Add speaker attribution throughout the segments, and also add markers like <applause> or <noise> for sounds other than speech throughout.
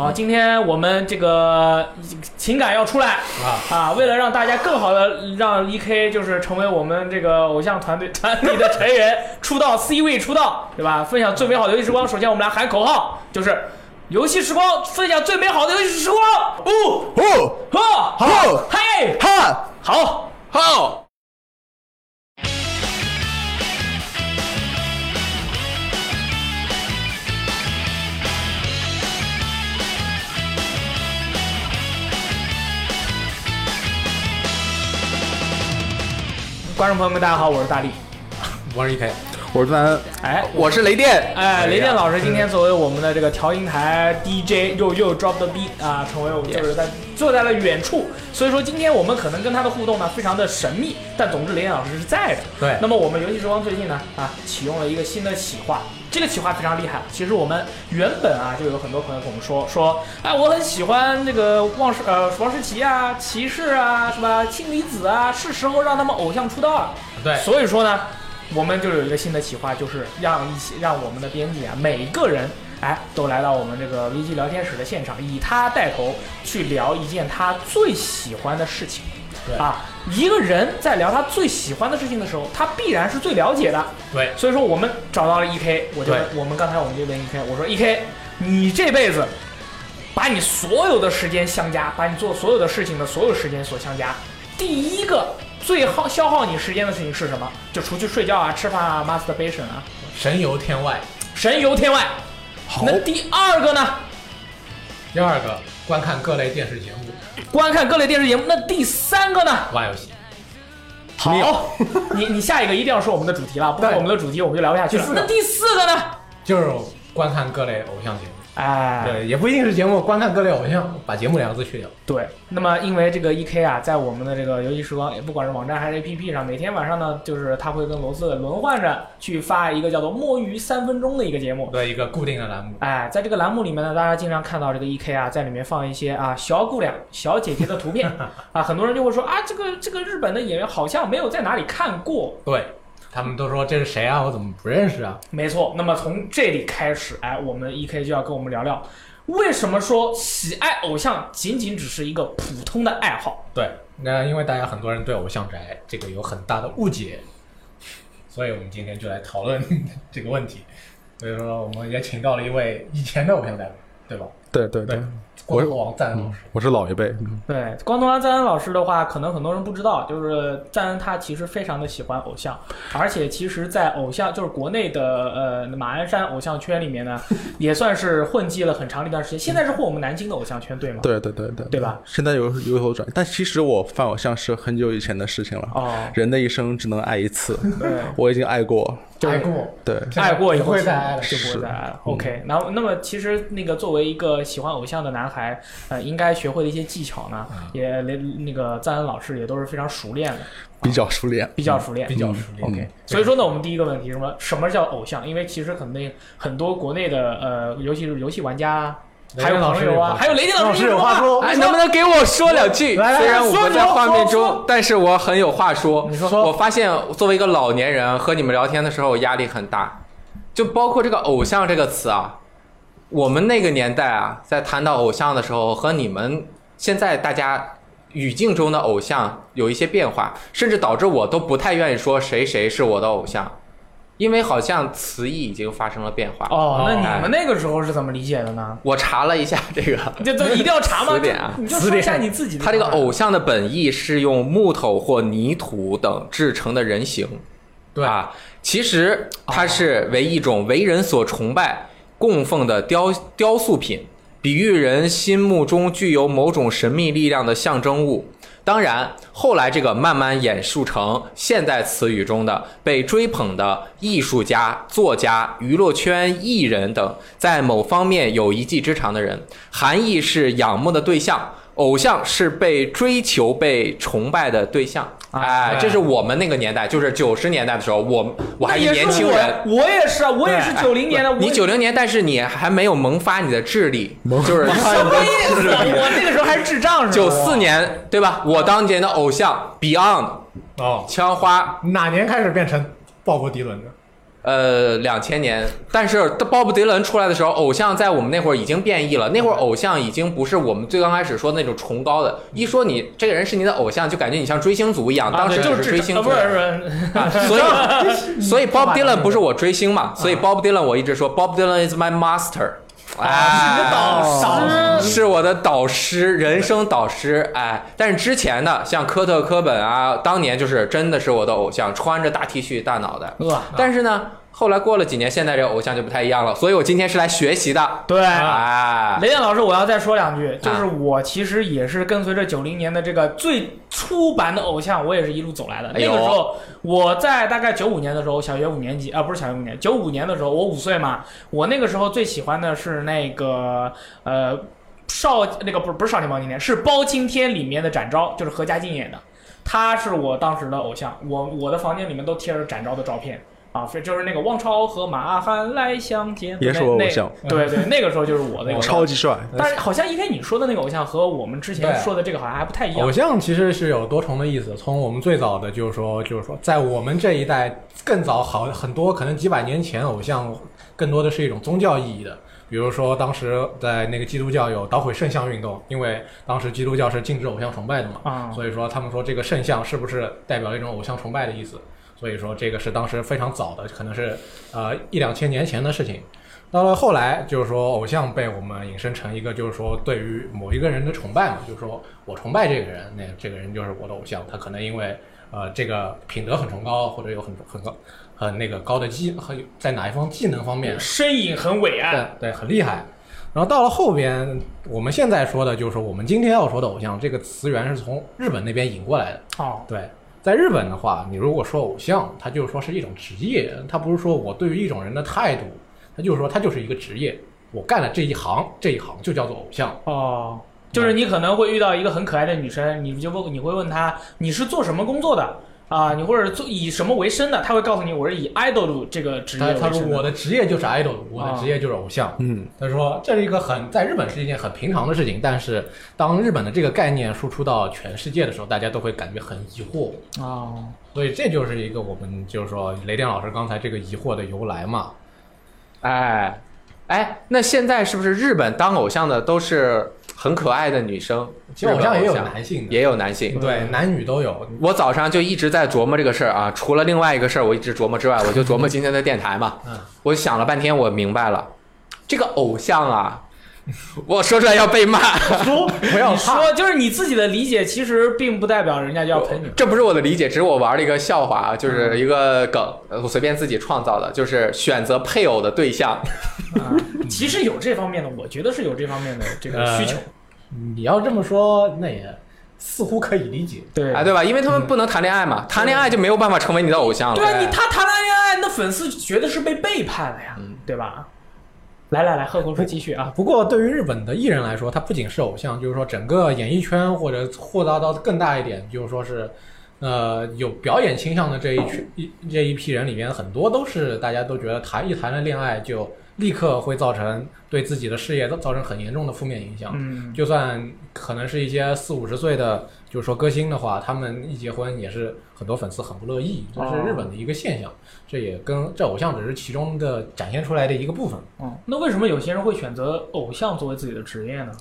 Speaker 1: 好，今天我们这个情感要出来
Speaker 2: 啊
Speaker 1: 啊！为了让大家更好的让 E K 就是成为我们这个偶像团队 <laughs> 团体的成员，出道 C 位出道，对吧？分享最美好的游戏时光。首先我们来喊口号，就是游戏时光，分享最美好的游戏时光。五、
Speaker 3: 哦，
Speaker 1: 呵、
Speaker 3: 好，
Speaker 1: 嘿，
Speaker 3: 哈，
Speaker 1: 好，
Speaker 3: 好，
Speaker 1: 观众朋友们，大家好，我是大力。
Speaker 2: 我是一 K，
Speaker 3: 我是段恩，
Speaker 1: 哎，
Speaker 3: 我是雷电，
Speaker 1: 哎，雷电
Speaker 2: 哎呀
Speaker 1: 老师今天作为我们的这个调音台 DJ，又又 drop the beat 啊，成为我们
Speaker 3: Yes
Speaker 1: 就是在坐在了远处，所以说今天我们可能跟他的互动呢非常的神秘，但总之雷电老师是在的。
Speaker 2: 对
Speaker 1: 那么我们游戏时光最近呢啊启用了一个新的企划，这个企划非常厉害。其实我们原本啊就有很多朋友跟我们说说，哎，我很喜欢这个王世呃王世奇啊、骑士啊是吧、氢离子啊，是时候让他们偶像出道了。
Speaker 2: 对，
Speaker 1: 所以说呢，我们就有一个新的企划，就是让一些让我们的编辑啊，每个人哎都来到我们这个 VG 聊天室的现场，以他带头去聊一件他最喜欢的事情。
Speaker 2: 对
Speaker 1: 啊，一个人在聊他最喜欢的事情的时候，他必然是最了解的。
Speaker 2: 对，
Speaker 1: 所以说我们找到了 EK，我就
Speaker 2: 对
Speaker 1: 我们刚才我们就问 EK，我说 EK，你这辈子把你所有的时间相加，把你做所有的事情的所有时间所相加，第一个最耗消耗你时间的事情是什么？就除去睡觉啊、吃饭啊、masturbation 啊，
Speaker 2: 神游天外。
Speaker 1: 神游天外。
Speaker 3: 好
Speaker 1: 那第二个呢？
Speaker 2: 第二个，观看各类电视节目、
Speaker 1: 观看各类电视节目。那第三个呢？
Speaker 2: 玩游戏。
Speaker 1: 好，你你下一个一定要说我们的主题了，不说
Speaker 2: 对
Speaker 1: 我们的主题我们就聊不下去了
Speaker 2: 第。四个
Speaker 1: 那第四个呢？
Speaker 2: 就是观看各类偶像节目。
Speaker 1: 哎，
Speaker 2: 对，也不一定是节目，观看各类偶像，把节目两个字去掉。
Speaker 1: 对，那么因为这个 E K 啊，在我们的这个游戏时光，也不管是网站还是 A P P 上，每天晚上呢，就是他会跟罗斯轮换着去发一个叫做“摸鱼三分钟”的一个节目。
Speaker 2: 对，一个固定的栏目。
Speaker 1: 哎，在这个栏目里面呢，大家经常看到这个 E K 啊，在里面放一些啊小姑娘、小姐姐的图片啊，很多人就会说啊，这个这个日本的演员好像没有在哪里看过。
Speaker 2: 对，他们都说这是谁啊？我怎么不认识啊？
Speaker 1: 没错，那么从这里开始，哎，我们 E K 就要跟我们聊聊，为什么说喜爱偶像仅仅只是一个普通的爱好？
Speaker 2: 对，那因为大家很多人对偶像宅这个有很大的误解，所以我们今天就来讨论这个问题。 <laughs> 所以说，我们也请到了一位以前的偶像宅，对吧？
Speaker 3: 对对对
Speaker 2: 对，，
Speaker 3: 我
Speaker 2: 国王赞恩老师。
Speaker 3: 我是老一辈，
Speaker 1: 对，光头王赞恩老师的话，可能很多人不知道，就是赞恩他其实非常的喜欢偶像，而且其实，在偶像就是国内的呃马鞍山偶像圈里面呢，也算是混迹了很长的一段时间。现在是混我们南京的偶像圈，对吗？
Speaker 3: 对对对对，
Speaker 1: 对吧？
Speaker 3: 现在有有所转，但其实我犯偶像是很久以前的事情了。
Speaker 1: 哦，
Speaker 3: 人的一生只能爱一次，
Speaker 1: 对，
Speaker 3: 我已经爱过，
Speaker 1: 嗯就是
Speaker 2: <laughs> 爱过，
Speaker 3: 对，
Speaker 1: 爱过以后
Speaker 2: 不会再爱了。
Speaker 1: 就不
Speaker 2: 嗯
Speaker 1: 会
Speaker 3: 是
Speaker 1: 再爱了。OK，然后那么其实那个作为一个喜欢偶像的男孩，呃，应该学会的一些技巧呢，
Speaker 2: 嗯
Speaker 1: 也连那个赞恩老师也都是非常熟练的，
Speaker 3: 比较熟练。
Speaker 1: 比较熟练，
Speaker 2: 比较熟练。
Speaker 1: OK，所以说呢，我们第一个问题什么什么叫偶像？因为其实可能很多国内的呃，尤其是游戏玩家啊，
Speaker 2: 雷
Speaker 1: 还
Speaker 2: 电
Speaker 1: 有
Speaker 2: 老
Speaker 1: 朋
Speaker 2: 师
Speaker 1: 友
Speaker 2: 有话
Speaker 1: 啊，
Speaker 2: 说
Speaker 1: 还有雷电老师
Speaker 2: 雷电老师有话说
Speaker 4: 哎，能不能给我说两句？
Speaker 2: 来来来
Speaker 4: 虽然我
Speaker 1: 说
Speaker 4: 不在
Speaker 1: 说
Speaker 4: 画面
Speaker 1: 说
Speaker 4: 中
Speaker 1: 说，
Speaker 4: 但是我很有话说。
Speaker 1: 你说
Speaker 4: 我发现作为一个老年人和你们聊天的时候压力很大，就包括这个“偶像”这个词啊，我们那个年代啊，在谈到偶像的时候，和你们现在大家语境中的偶像有一些变化，甚至导致我都不太愿意说谁谁是我的偶像，因为好像词义已经发生了变化。
Speaker 1: 哦，那
Speaker 4: 哎
Speaker 1: 你们那个时候是怎么理解的呢？
Speaker 4: 我查了一下这个，
Speaker 1: 这
Speaker 4: <laughs>
Speaker 1: 都一定要查吗？
Speaker 4: 词典啊
Speaker 1: 你就说一下你自己的。啊
Speaker 4: 它这个偶，像的本意是用木头或泥土等制成的人形，
Speaker 2: 对
Speaker 4: 啊，其实它是为一种为人所崇拜、供奉的雕雕塑品，比喻人心目中具有某种神秘力量的象征物。当然，后来这个慢慢演述成现代词语中的被追捧的艺术家、作家、娱乐圈艺人等，在某方面有一技之长的人，含义是仰慕的对象。偶像是被追求、被崇拜的对象，
Speaker 1: 啊
Speaker 4: 哎，
Speaker 2: 对
Speaker 4: 这是我们那个年代，就是九十年代的时候，我
Speaker 1: 那
Speaker 4: 我还
Speaker 1: 也是
Speaker 4: 年轻
Speaker 1: 我
Speaker 4: 人。，
Speaker 1: 我也是啊，我也是
Speaker 4: 对
Speaker 1: 九零年的，我
Speaker 4: 你九零年，但是你还没有萌发你的智力，就是
Speaker 1: <laughs> 什么意思？啊我那个时候还是智障是吧？
Speaker 4: 九四年，对吧？我当年的偶像 Beyond、
Speaker 2: 哦，
Speaker 4: 枪花、
Speaker 2: 哪年开始变成鲍勃迪伦的？
Speaker 4: 呃，两千年，但是 Bob Dylan 出来的时候，偶像在我们那会儿已经变异了。那会儿偶像已经不是我们最刚开始说那种崇高的，一说你这个人是你的偶像，就感觉你像追星族一样。当时
Speaker 1: 啊对就是
Speaker 4: 是追星
Speaker 1: 啊
Speaker 4: 族
Speaker 1: 不， <laughs> 是
Speaker 4: 啊 <laughs> 所以所以 Bob Dylan 不是我追星嘛，
Speaker 1: 嗯
Speaker 4: 所以 Bob Dylan 我一直说 Bob Dylan is my master，哎，
Speaker 1: 导师
Speaker 4: 是我的导师，人生导师，哎，但是之前的像科特·科本啊，当年就是真的是我的偶像，穿着大 T 恤、大脑袋。
Speaker 1: 不是，哇 <laughs>
Speaker 4: 但是呢，后来过了几年，现在这个偶像就不太一样了，所以我今天是来学习的，
Speaker 1: 对。
Speaker 4: 哎，
Speaker 1: 雷电老师，我要再说两句，就是
Speaker 3: 啊
Speaker 1: 我其实也是跟随着九零年的这个最初版的偶像，我也是一路走来的。
Speaker 4: 哎
Speaker 1: 那
Speaker 4: 呦
Speaker 1: 个时候，我在大概九五年的时候，小学五年级啊，不是小学五年，九五年的时候，我五岁嘛，我那个时候最喜欢的是那个呃少那个不是不是少年包青天，是包青天里面的展昭，就是何家劲演的，他是我当时的偶像，我我的房间里面都贴着展昭的照片。啊，所以就是那个望潮河马汉来相见，
Speaker 3: 也是我偶像，
Speaker 1: <laughs> 那对对，那个时候就是我的偶像。
Speaker 3: 哦超级帅。
Speaker 1: 但是好像一开始你说的那个偶像和我们之前说的这个好像还不太一
Speaker 2: 偶
Speaker 1: 样。
Speaker 2: 像其实是有多重的意思，从我们最早的就是说，就是说，在我们这一代更早好很多，可能几百年前，偶像更多的是一种宗教意义的。比如说，当时在那个基督教有捣毁圣像运动，因为当时基督教是禁止偶像崇拜的嘛，
Speaker 1: 啊
Speaker 2: 所以说他们说这个圣像是不是代表一种偶像崇拜的意思？所以说这个是当时非常早的，可能是呃一两千年前的事情。到了后来，就是说偶像被我们引申成一个，就是说对于某一个人的崇拜嘛，就是说我崇拜这个人，那这个人就是我的偶像。他可能因为呃这个品德很崇高，或者有很很高很那个高的技，很在哪一方技能方面
Speaker 1: 身影很伟岸，
Speaker 2: 对对，很厉害。然后到了后边，我们现在说的就是我们今天要说的偶像这个词源是从日本那边引过来的。
Speaker 1: 哦，
Speaker 2: 对，在日本的话，你如果说偶像，他就是说是一种职业，他不是说我对于一种人的态度，他就是说他就是一个职业，我干了这一行，这一行就叫做偶像。
Speaker 1: 哦，就是你可能会遇到一个很可爱的女生，你就问，你会问她你是做什么工作的啊？你或者做以什么为生的？她会告诉你我是以 idol 这个职业
Speaker 2: 他
Speaker 1: 为
Speaker 2: 他说
Speaker 1: 生
Speaker 2: 我
Speaker 1: 的。
Speaker 2: 的职业就是 idol，我的
Speaker 1: 啊
Speaker 2: 职业就是偶像。
Speaker 3: 嗯，
Speaker 2: 他说这是一个很在日本是一件很平常的事情，但是当日本的这个概念输出到全世界的时候，大家都会感觉很疑惑。
Speaker 1: 哦，
Speaker 2: 所以这就是一个我们就是说雷电老师刚才这个疑惑的由来嘛。
Speaker 4: 哎，哎，那现在是不是日本当偶像的都是很可爱的女生？
Speaker 2: 其实偶像也有
Speaker 4: 日本偶
Speaker 2: 男性的，嗯
Speaker 4: 也有男性。
Speaker 2: 对男女都有。
Speaker 4: 我早上就一直在琢磨这个事儿啊，除了另外一个事儿我一直琢磨之外，我就琢磨今天的电台嘛。
Speaker 2: 嗯，
Speaker 4: 我想了半天，我明白了，这个偶
Speaker 2: <laughs>
Speaker 4: 像啊，我说出来要被骂，
Speaker 1: 说不
Speaker 2: 要怕
Speaker 1: 说，就是你自己的理解，其实并不代表人家就要喷你。
Speaker 4: 这不是我的理解，只是我玩了一个笑话啊，
Speaker 2: 嗯
Speaker 4: 就是一个梗，呃我随便自己创造的，就是选择配偶的对象。
Speaker 1: 啊，其实有这方面的，我觉得是有这方面的这个需求。
Speaker 2: 呃你要这么说，那也似乎可以理解。
Speaker 1: 对
Speaker 4: 啊，对吧？因为他们不能谈恋爱嘛，谈恋爱就没有办法成为你的偶像
Speaker 1: 对
Speaker 4: 了。
Speaker 1: 啊，
Speaker 2: 嗯对
Speaker 1: 你他谈了恋爱，那粉丝觉得是被背叛了呀，对吧？来来来，喝口水继续啊。
Speaker 2: 不过对于日本的艺人来说，他不仅是偶像，就是说整个演艺圈或者扩大到更大一点，就是说是。呃，有表演倾向的这一群一这一批人里面，很多都是大家都觉得谈一谈了恋爱就立刻会造成对自己的事业造造成很严重的负面影响。
Speaker 1: 嗯，
Speaker 2: 就算可能是一些四五十岁的，就是说歌星的话，他们一结婚也是很多粉丝很不乐意，这是日本的一个现象。这也跟这偶像只是其中的展现出来的一个部分。
Speaker 1: 嗯，那为什么有些人会选择偶像作为自己的职业呢？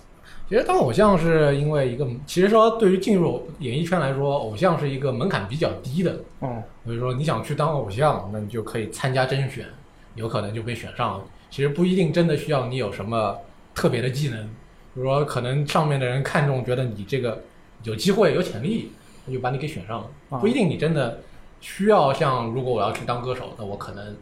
Speaker 2: 其实当偶像是因为一个，其实说对于进入演艺圈来说，偶像是一个门槛比较低的，
Speaker 1: 哦，
Speaker 2: 所以说你想去当偶像，那你就可以参加甄选，有可能就被选上了。其实不一定真的需要你有什么特别的技能，比如说可能上面的人看中，觉得你这个有机会、有潜力，那就把你给选上
Speaker 1: 啊
Speaker 2: 了。不一定你真的需要像，如果我要去当歌手，那我可能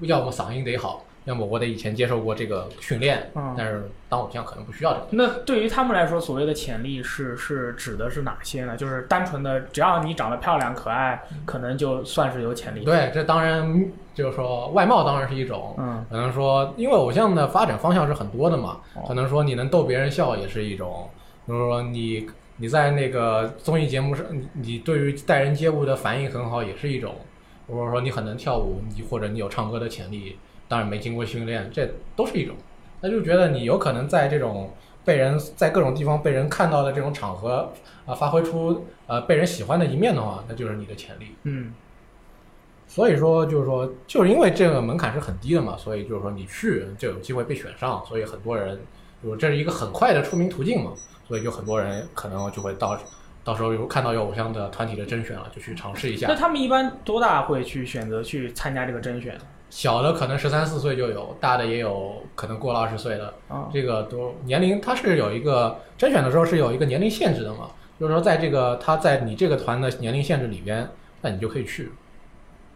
Speaker 2: 要么嗓音得好，要么我得以前接受过这个训练
Speaker 1: 嗯，
Speaker 2: 但是当偶像可能不需要这个。
Speaker 1: 那对于他们来说，所谓的潜力是是指的是哪些呢？就是单纯的，只要你长得漂亮可爱，可能就算是有潜力。，
Speaker 2: 对，这当然就是说外貌当然是一种，
Speaker 1: 嗯，
Speaker 2: 可能说因为偶像的发展方向是很多的嘛
Speaker 1: 哦，
Speaker 2: 可能说你能逗别人笑也是一种，比如说你你在那个综艺节目上，你你对于待人接物的反应很好也是一种，或者说你很能跳舞，你或者你有唱歌的潜力，当然没经过训练，这都是一种。他就觉得你有可能在这种被人在各种地方被人看到的这种场合啊、发挥出呃被人喜欢的一面的话，那就是你的潜力。
Speaker 1: 嗯，
Speaker 2: 所以说就是说，就是因为这个门槛是很低的嘛，所以就是说你去就有机会被选上，所以很多人，就是这是一个很快的出名途径嘛，所以就很多人可能就会到到时候有看到有偶像的团体的甄选了，就去尝试一下
Speaker 1: 那。他们一般多大会去选择去参加这个甄选
Speaker 2: 小的可能十三四岁就有，大的也有可能过了二十岁的，
Speaker 1: 啊？
Speaker 2: 这个都年龄它是有一个甄选的时候是有一个年龄限制的嘛，就是说在这个他在你这个团的年龄限制里边，那你就可以去，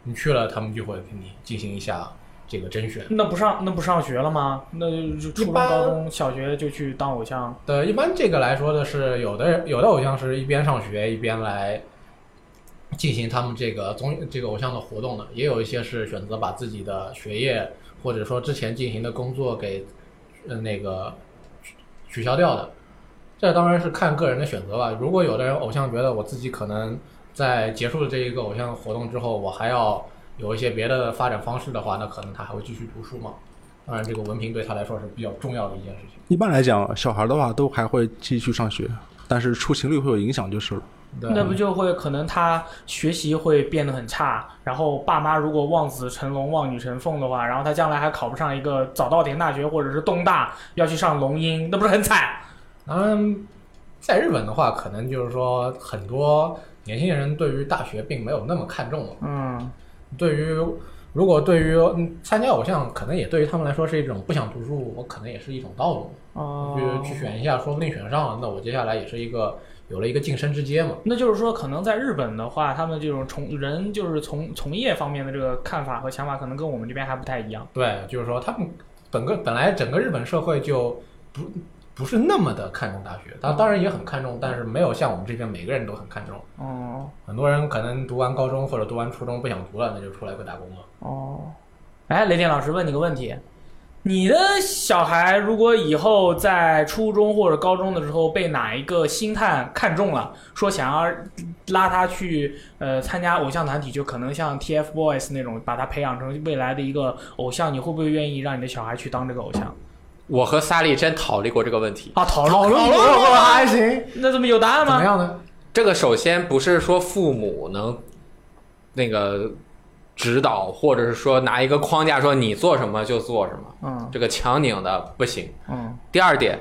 Speaker 2: 你去了他们就会给你进行一下这个甄选。
Speaker 1: 那不上那不上学了吗？那就初
Speaker 2: 一
Speaker 1: 中、
Speaker 2: 般
Speaker 1: 高中、小学就去当偶像，
Speaker 2: 呃，一般这个来说的是，有的有的偶像是一边上学一边来进行他们这个综这个偶像的活动的，也有一些是选择把自己的学业或者说之前进行的工作给呃那个取取消掉的。这当然是看个人的选择吧。如果有的人偶像觉得我自己可能在结束了这一个偶像活动之后，我还要有一些别的发展方式的话，那可能他还会继续读书嘛。当然，这个文凭对他来说是比较重要的一件事情。
Speaker 3: 一般来讲，小孩的话都还会继续上学，但是出勤率会有影响就是了。
Speaker 2: 对
Speaker 1: 那不就会可能他学习会变得很差，然后爸妈如果望子成龙、望女成凤的话，然后他将来还考不上一个早稻田大学或者是东大，要去上龙音，那不是很惨？
Speaker 2: 当然，在日本的话，可能就是说很多年轻人对于大学并没有那么看重了。
Speaker 1: 嗯，
Speaker 2: 对于如果对于嗯参加偶像，可能也对于他们来说是一种不想读书，我可能也是一种道路。
Speaker 1: 哦、
Speaker 2: 去去选一下，说不定选上了，那我接下来也是一个有了一个晋升之阶嘛。
Speaker 1: 那就是说，可能在日本的话，他们这种从人就是从从业方面的这个看法和想法，可能跟我们这边还不太一样。
Speaker 2: 对，就是说他们本个本来整个日本社会就不不是那么的看重大学，他当然也很看重，但是没有像我们这边每个人都很看重。
Speaker 1: 哦
Speaker 2: 很多人可能读完高中或者读完初中不想读了，那就出来会打工了。
Speaker 1: 哦，哎，雷电老师问你个问题：你的小孩如果以后在初中或者高中的时候被哪一个星探看中了，说想要拉他去呃参加偶像团体，就可能像 TFBOYS 那种，把他培养成未来的一个偶像，你会不会愿意让你的小孩去当这个偶像？
Speaker 4: 我和萨利真讨论过这个问题。
Speaker 1: 啊，讨论
Speaker 2: 论
Speaker 1: 讨论过
Speaker 2: 还行，
Speaker 1: 那怎么有答案
Speaker 2: 怎么
Speaker 1: 吗？
Speaker 2: 样呢？
Speaker 4: 这个首先不是说父母能那个指导，或者是说拿一个框架说你做什么就做什么，
Speaker 1: 嗯
Speaker 4: 这个强拧的不行。
Speaker 1: 嗯。
Speaker 4: 第二点，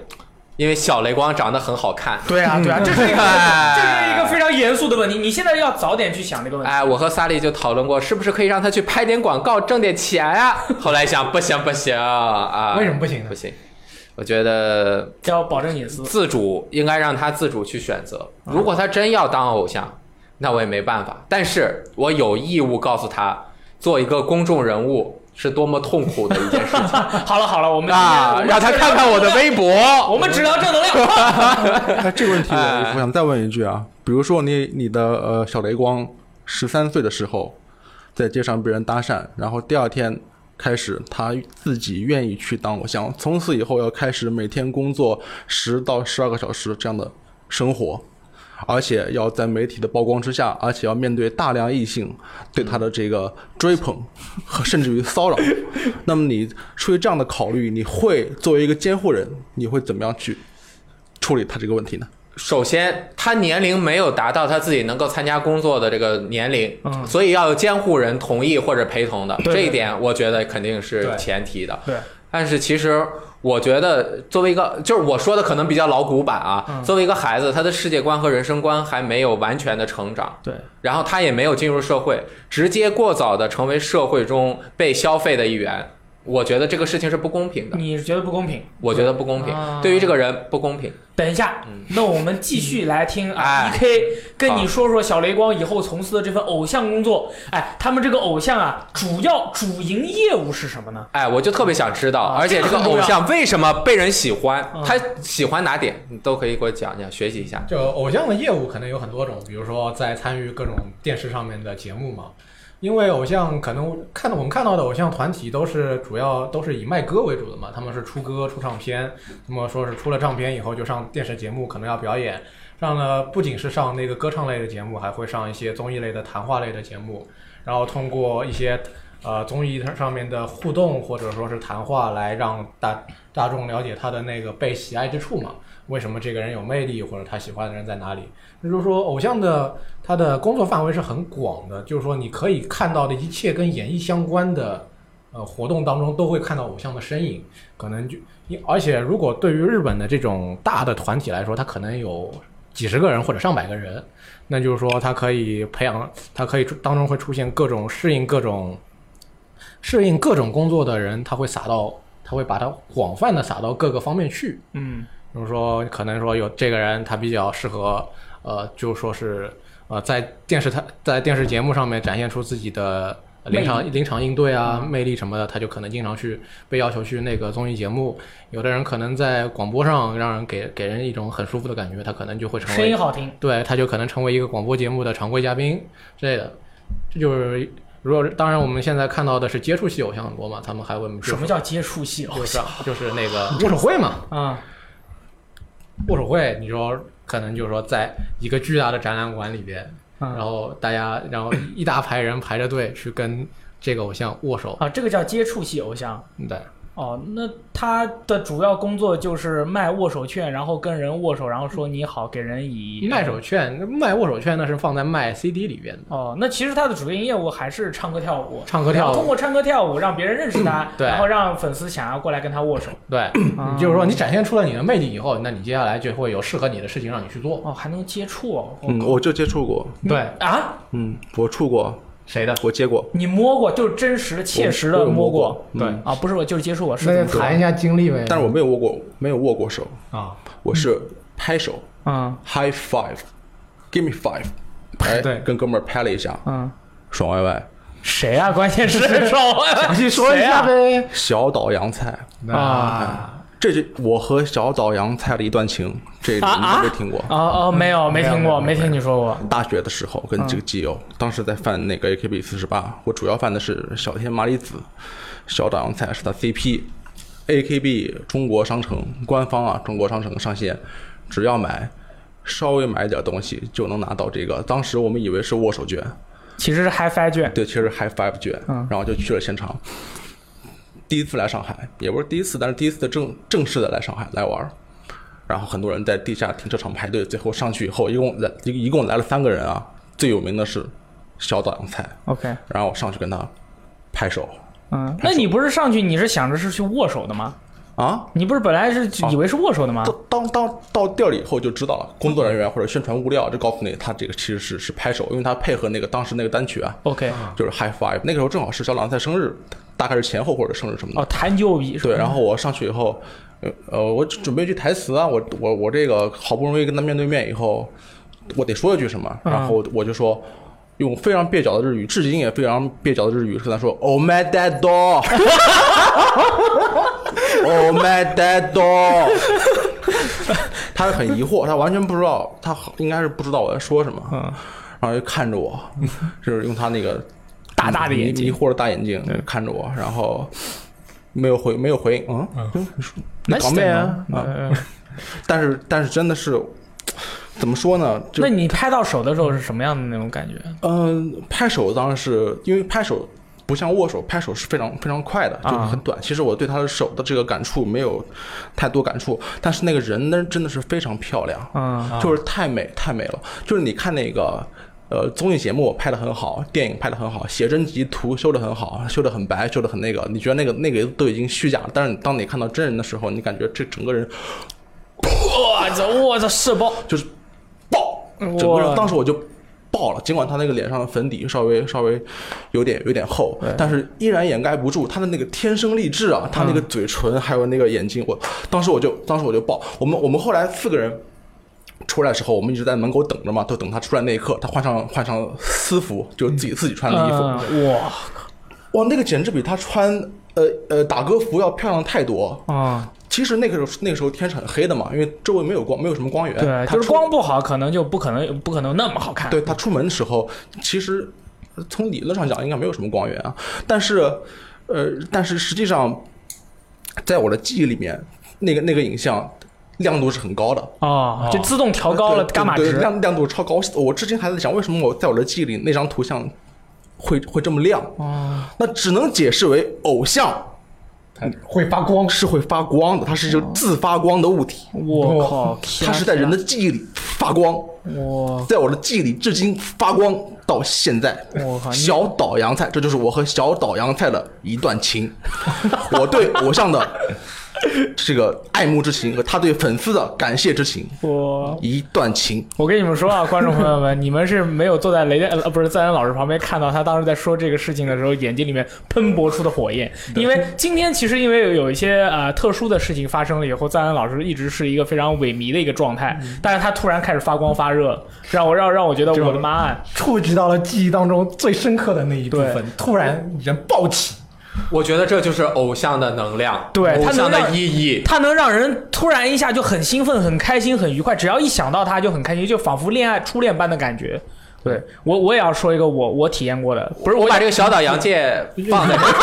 Speaker 4: 因为小雷光长得很好看，
Speaker 1: 对啊，对啊，这是一个，这
Speaker 4: 哎
Speaker 1: 是一个非常严肃的问题。你现在要早点去想这个问题。
Speaker 4: 哎，我和萨利就讨论过，是不是可以让他去拍点广告挣点钱呀、后来想，不行不行啊，
Speaker 2: 为什么不行呢
Speaker 4: 不？行？我觉得
Speaker 1: 要保证隐私。 <laughs>
Speaker 4: 自主应该让他自主去选择。如果他真要当偶像，那我也没办法。但是我有义务告诉他，做一个公众人物是多么痛苦的一件 <laughs> 事情
Speaker 1: 好了好了，我们
Speaker 4: 啊！
Speaker 1: 今天
Speaker 4: 让他看看我的，微 <laughs> 博。
Speaker 1: 我们只聊正能量。
Speaker 3: <laughs> 哎，这个问题
Speaker 4: 哎
Speaker 3: 我我想再问一句啊，比如说你你的呃小雷光十三岁的时候，在街上被人搭讪，然后第二天开始他自己愿意去当偶像，从此以后要开始每天工作十到十二个小时这样的生活，而且要在媒体的曝光之下，而且要面对大量异性对他的这个追捧和甚至于骚扰。 <laughs> 那么你出于这样的考虑，你会作为一个监护人，你会怎么样去处理他这个问题呢？
Speaker 4: 首先，他年龄没有达到他自己能够参加工作的这个年龄，
Speaker 1: 嗯
Speaker 4: 所以要有监护人同意或者陪同的，
Speaker 1: 对
Speaker 4: 这一点我觉得肯定是
Speaker 2: 对
Speaker 4: 前提的。
Speaker 1: 对，
Speaker 4: 但是其实我觉得，作为一个，就是我说的可能比较老古板啊，
Speaker 1: 嗯
Speaker 4: 作为一个孩子，他的世界观和人生观还没有完全的成长，
Speaker 1: 对，
Speaker 4: 然后他也没有进入社会，直接过早的成为社会中被消费的一员，我觉得这个事情是不公平的，
Speaker 1: 你觉得不公平？
Speaker 4: 我觉得不公平，
Speaker 1: 啊
Speaker 4: 对于这个人不公平。
Speaker 1: 等一下，那我们继续来听啊
Speaker 4: 哎
Speaker 1: E K 跟你说说小雷光以后从事的这份偶像工作。哎，他们这个偶像啊，主要主营业务是什么呢？
Speaker 4: 哎，我就特别想知道，
Speaker 1: 啊
Speaker 4: 而且这个偶像为什么被人喜欢
Speaker 1: 嗯？
Speaker 4: 他喜欢哪点？你都可以给我讲讲，学习一下。
Speaker 2: 就偶像的业务可能有很多种，比如说在参与各种电视上面的节目嘛。因为偶像可能看我们看到的偶像团体都是主要都是以卖歌为主的嘛，他们是出歌出唱片，那么说是出了唱片以后就上电视节目，可能要表演，上了不仅是上那个歌唱类的节目，还会上一些综艺类的谈话类的节目，然后通过一些呃综艺上面的互动或者说是谈话来让大大众了解他的那个被喜爱之处嘛。为什么这个人有魅力，或者他喜欢的人在哪里？那就是说，偶像的他的工作范围是很广的，就是说你可以看到的一切跟演艺相关的呃活动当中都会看到偶像的身影，可能就你而且如果对于日本的这种大的团体来说，他可能有几十个人或者上百个人，那就是说他可以培养，他可以出当中会出现各种适应各种适应各种工作的人，他会撒到，他会把它广泛的撒到各个方面去。
Speaker 1: 嗯，
Speaker 2: 比如说，可能说有这个人他比较适合，呃，就说是呃，在电视台在电视节目上面展现出自己的临场临场应对啊、魅力什么的，他就可能经常去被要求去那个综艺节目。有的人可能在广播上让人给给人一种很舒服的感觉，他可能就会成
Speaker 1: 声
Speaker 2: 为
Speaker 1: 音好听，
Speaker 2: 对，他就可能成为一个广播节目的常规嘉宾之类的。这就是，如果当然我们现在看到的是接触系偶像很多嘛，他们还会
Speaker 1: 什么叫接触系偶
Speaker 2: 就是
Speaker 1: 像
Speaker 2: <laughs> 就是那个握手会嘛，
Speaker 1: 啊？
Speaker 2: 握手会，你说可能就是说在一个巨大的展览馆里边，
Speaker 1: 嗯
Speaker 2: 然后大家然后一大排人排着队去跟这个偶像握手，
Speaker 1: 啊，这个叫接触系偶像。
Speaker 2: 对，
Speaker 1: 哦，那他的主要工作就是卖握手券，然后跟人握手，然后说你好，给人以
Speaker 2: 卖手券卖握手券那是放在卖 CD 里边的，
Speaker 1: 哦，那其实他的主营业务还是唱歌跳舞，
Speaker 2: 唱歌跳舞
Speaker 1: 然后通过唱歌跳舞让别人认识他，
Speaker 2: 对
Speaker 1: 然后让粉丝想要过来跟他握手。
Speaker 2: 对，
Speaker 1: 啊
Speaker 2: 你嗯就是说你展现出了你的魅力以后，那你接下来就会有适合你的事情让你去做，
Speaker 1: 哦，还能接触哦，
Speaker 3: 嗯，我就接触过，
Speaker 2: 对，
Speaker 1: 啊，
Speaker 3: 嗯，我触过，
Speaker 2: 谁的？
Speaker 3: 我接过，
Speaker 1: 你摸过，就是真实的、切实的
Speaker 3: 我摸
Speaker 1: 过，
Speaker 3: 嗯
Speaker 2: 对
Speaker 1: 啊，不是我就是接触我是
Speaker 2: 那
Speaker 1: 怎么
Speaker 2: 就
Speaker 1: 说
Speaker 2: 谈一下经历呗。
Speaker 3: 但是我没有握过，没有握过手，
Speaker 2: 啊，
Speaker 3: 我是拍手
Speaker 1: 嗯
Speaker 3: ，high five，give me five，哎，
Speaker 2: 对
Speaker 3: 跟哥们儿拍了一下，
Speaker 1: 嗯，
Speaker 3: 爽歪歪，
Speaker 1: 谁啊？关键是
Speaker 2: <laughs>
Speaker 1: 手
Speaker 2: 详细啊说一
Speaker 1: 啊
Speaker 2: 下呗。
Speaker 3: 小岛洋菜，
Speaker 2: 啊，
Speaker 3: 这是我和小岛洋菜的一段情，这你们没听过？
Speaker 1: 哦哦，没有，没听过，没听你说过。
Speaker 3: 大学的时候跟几个基友，当时在犯那个 AKB 四十八，我主要犯的是小天麻里子、小岛洋菜是他 CP。AKB 中国商城官方啊，中国商城上线，只要买稍微买点东西就能拿到这个。当时我们以为是握手券，
Speaker 1: 其实是 HiFi 卷，
Speaker 3: 对，其实还 five 卷，然后就去了现场。第一次来上海，也不是第一次，但是第一次正正式的来上海来玩儿。然后很多人在地下停车场排队，最后上去以后，一共来一一共来了三个人啊。最有名的是小岛洋菜，
Speaker 1: OK，
Speaker 3: 然后我上去跟他拍手
Speaker 1: 嗯，那你不是上去你是想着是去握手的吗？
Speaker 3: 啊。
Speaker 1: 你不是本来是以为是握手的吗
Speaker 3: 到？当当到店里以后就知道了，工作人员或者宣传物料就告诉你，他这个其实是是拍手，因为他配合那个当时那个单曲啊，
Speaker 1: OK，
Speaker 3: 就是 High Five。那个时候正好是小岛洋菜生日，大概是前后或者生日什么的
Speaker 1: 哦，。弹旧笔是吧
Speaker 3: 对，然后我上去以后，呃呃，我准备句台词啊，我我我这个好不容易跟他面对面以后，我得说一句什么，然
Speaker 1: 嗯
Speaker 3: 后我就说。用非常蹩脚的日语，至今也非常蹩脚的日语，跟他说 “Oh my dad <laughs> do”，“Oh Oh my dad do”，他很疑惑，他完全不知道，他应该是不知道我在说什么，
Speaker 1: 嗯
Speaker 3: 然后就看着我，就是用他那个
Speaker 1: 大大的眼睛
Speaker 3: 迷迷惑的大眼睛看着我，然后没有回没有回应，嗯，嗯你说你搞咩啊？啊
Speaker 1: 嗯
Speaker 3: 但是但是真的是怎么说呢？就
Speaker 1: 那你拍到手的时候是什么样的那种感觉？
Speaker 3: 嗯、拍手当然是因为拍手。不像握手，拍手是非常非常快的，就是
Speaker 1: 啊
Speaker 3: 很短。其实我对他的手的这个感触没有太多感触，但是那个人呢，真的是非常漂亮。
Speaker 1: 嗯
Speaker 3: 就是太美太美了。就是你看那个呃综艺节目拍的很好，电影拍的很好，写真集图修的很好，修的很白，修的很那个，你觉得那个那个都已经虚假了，但是你当你看到真人的时候，你感觉这整个人
Speaker 1: 我操，我操，是爆！
Speaker 3: 就是爆，整个人当时我就。爆了，尽管他那个脸上的粉底稍微稍微有点有点厚，但是依然掩盖不住他的那个天生丽质啊，他那个
Speaker 1: 嗯
Speaker 3: 嘴唇还有那个眼睛，我当时我就当时我就爆。我们我们后来四个人出来的时候，我们一直在门口等着嘛，就等他出来那一刻，他换上换上私服，就自己自己穿的衣服，
Speaker 1: 嗯哇
Speaker 3: 哇，那个简直比他穿呃呃打歌服要漂亮太多。
Speaker 1: 啊，
Speaker 3: 其实那个时候那个时候天是很黑的嘛，因为周围没有光，没有什么光源，
Speaker 1: 对，
Speaker 3: 他
Speaker 1: 就是
Speaker 3: 出
Speaker 1: 光不好，可能就不可能不可能那么好看。
Speaker 3: 对他出门的时候，其实呃从理论上讲应该没有什么光源啊，但是，呃，但是实际上，在我的记忆里面，那个那个影像亮度是很高的。
Speaker 1: 哦，就自动调高了
Speaker 3: 对
Speaker 1: 伽马
Speaker 3: 对对
Speaker 1: 值。
Speaker 3: 亮亮度超高。我至今还在想，为什么我在我的记忆里那张图像会会这么亮，
Speaker 1: 哦，
Speaker 3: 那只能解释为偶像
Speaker 2: 它会发光。
Speaker 3: 是会发光的，它是一种自发光的物体，
Speaker 1: 哦我靠，
Speaker 3: 它是在人的记忆里发光，
Speaker 1: 我
Speaker 3: 在我的记忆里至今发光到现在。
Speaker 1: 我靠你
Speaker 3: 小岛洋菜，这就是我和小岛洋菜的一段情，我对偶像的这个爱慕之情和他对粉丝的感谢之情，
Speaker 1: 我
Speaker 3: 一段情。
Speaker 1: 我跟你们说啊，观众朋友们，你们是没有坐在雷电呃不是赞恩老师旁边看到他当时在说这个事情的时候，眼睛里面喷薄出的火焰。因为今天其实因为有一些呃特殊的事情发生了以后，赞恩老师一直是一个非常萎靡的一个状态，但是他突然开始发光发热，让我让让我觉得
Speaker 2: 就嗯
Speaker 1: 我的妈啊呀！
Speaker 2: 触及到了记忆当中最深刻的那一部分
Speaker 1: 对，
Speaker 2: 突然人暴起，
Speaker 4: 我觉得这就是偶像的能量，
Speaker 1: 对
Speaker 4: 偶
Speaker 1: 它
Speaker 4: 像
Speaker 1: 能
Speaker 4: 的
Speaker 1: 让
Speaker 4: 意义。
Speaker 1: 它能让人突然一下就很兴奋、很开心、很愉快，只要一想到它就很开心，就仿佛恋爱初恋般的感觉。对我，我也要说一个我我体验过的，
Speaker 4: 不是，我把这个小岛洋介放在这儿，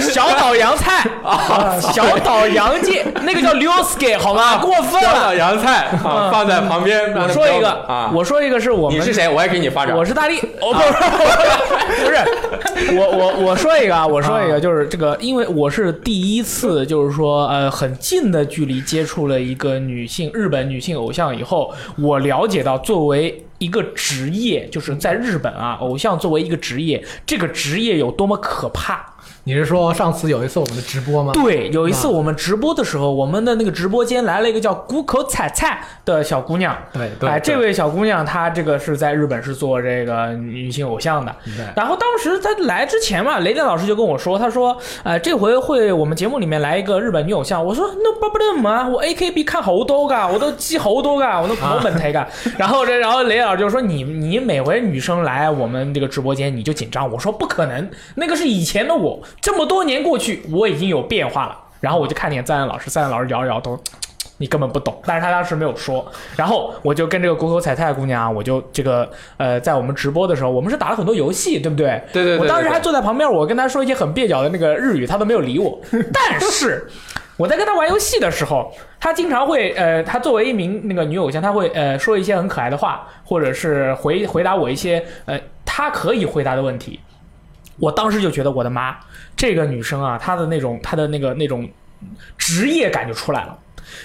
Speaker 1: 小岛洋菜
Speaker 4: <laughs>
Speaker 1: 啊，小岛洋介，那个叫 l i o s k y 好吧，过分
Speaker 4: 小
Speaker 1: 了
Speaker 4: 岛。洋菜啊
Speaker 1: 嗯
Speaker 4: 放在旁边。让
Speaker 1: 我
Speaker 4: 他
Speaker 1: 说一个
Speaker 4: 啊，
Speaker 1: 我说一个是我们
Speaker 4: 你是谁？我也给你发展。
Speaker 1: 我是大力，哦不 <laughs> 是不是，我我我说一个啊，我说一个，就是这个，因为我是第一次，就是说呃很近的距离接触了一个女性日本女性偶像以后，我了解到作为。一个职业就是在日本啊，偶像作为一个职业，这个职业有多么可怕？
Speaker 2: 你是说上次有一次我们的直播吗？
Speaker 1: 对，有一次
Speaker 2: 啊
Speaker 1: 我们直播的时候，我们的那个直播间来了一个叫谷口彩菜的小姑娘。
Speaker 2: 对对，
Speaker 1: 哎，这
Speaker 2: 对
Speaker 1: 位小姑娘她这个是在日本是做这个女性偶像的。
Speaker 2: 对
Speaker 1: 然后当时她来之前嘛，雷电老师就跟我说，他说，呃，这回会我们节目里面来一个日本女偶像。我说那 problem 啊，我 AKB 看好多噶，我都记好多噶，我都跑本台噶。 <laughs> 然后这，然后雷电老师就说你你每回女生来我们这个直播间你就紧张。我说不可能，那个是以前的我，这么多年过去我已经有变化了。然后我就看见赞恩老师，赞恩老师摇了摇头，你根本不懂。但是他当时没有说。然后我就跟这个谷口彩菜姑娘啊，我就这个呃，在我们直播的时候，我们是打了很多游戏，对不对？
Speaker 4: 对对对对
Speaker 1: 我当时还坐在旁边，我跟她说一些很蹩脚的那个日语，她都没有理我。但是 <laughs> 我在跟她玩游戏的时候，她经常会呃，她作为一名那个女偶像，她会呃说一些很可爱的话，或者是回回答我一些呃她可以回答的问题。我当时就觉得我的妈，这个女生啊，她的那种她的那个那种职业感就出来了。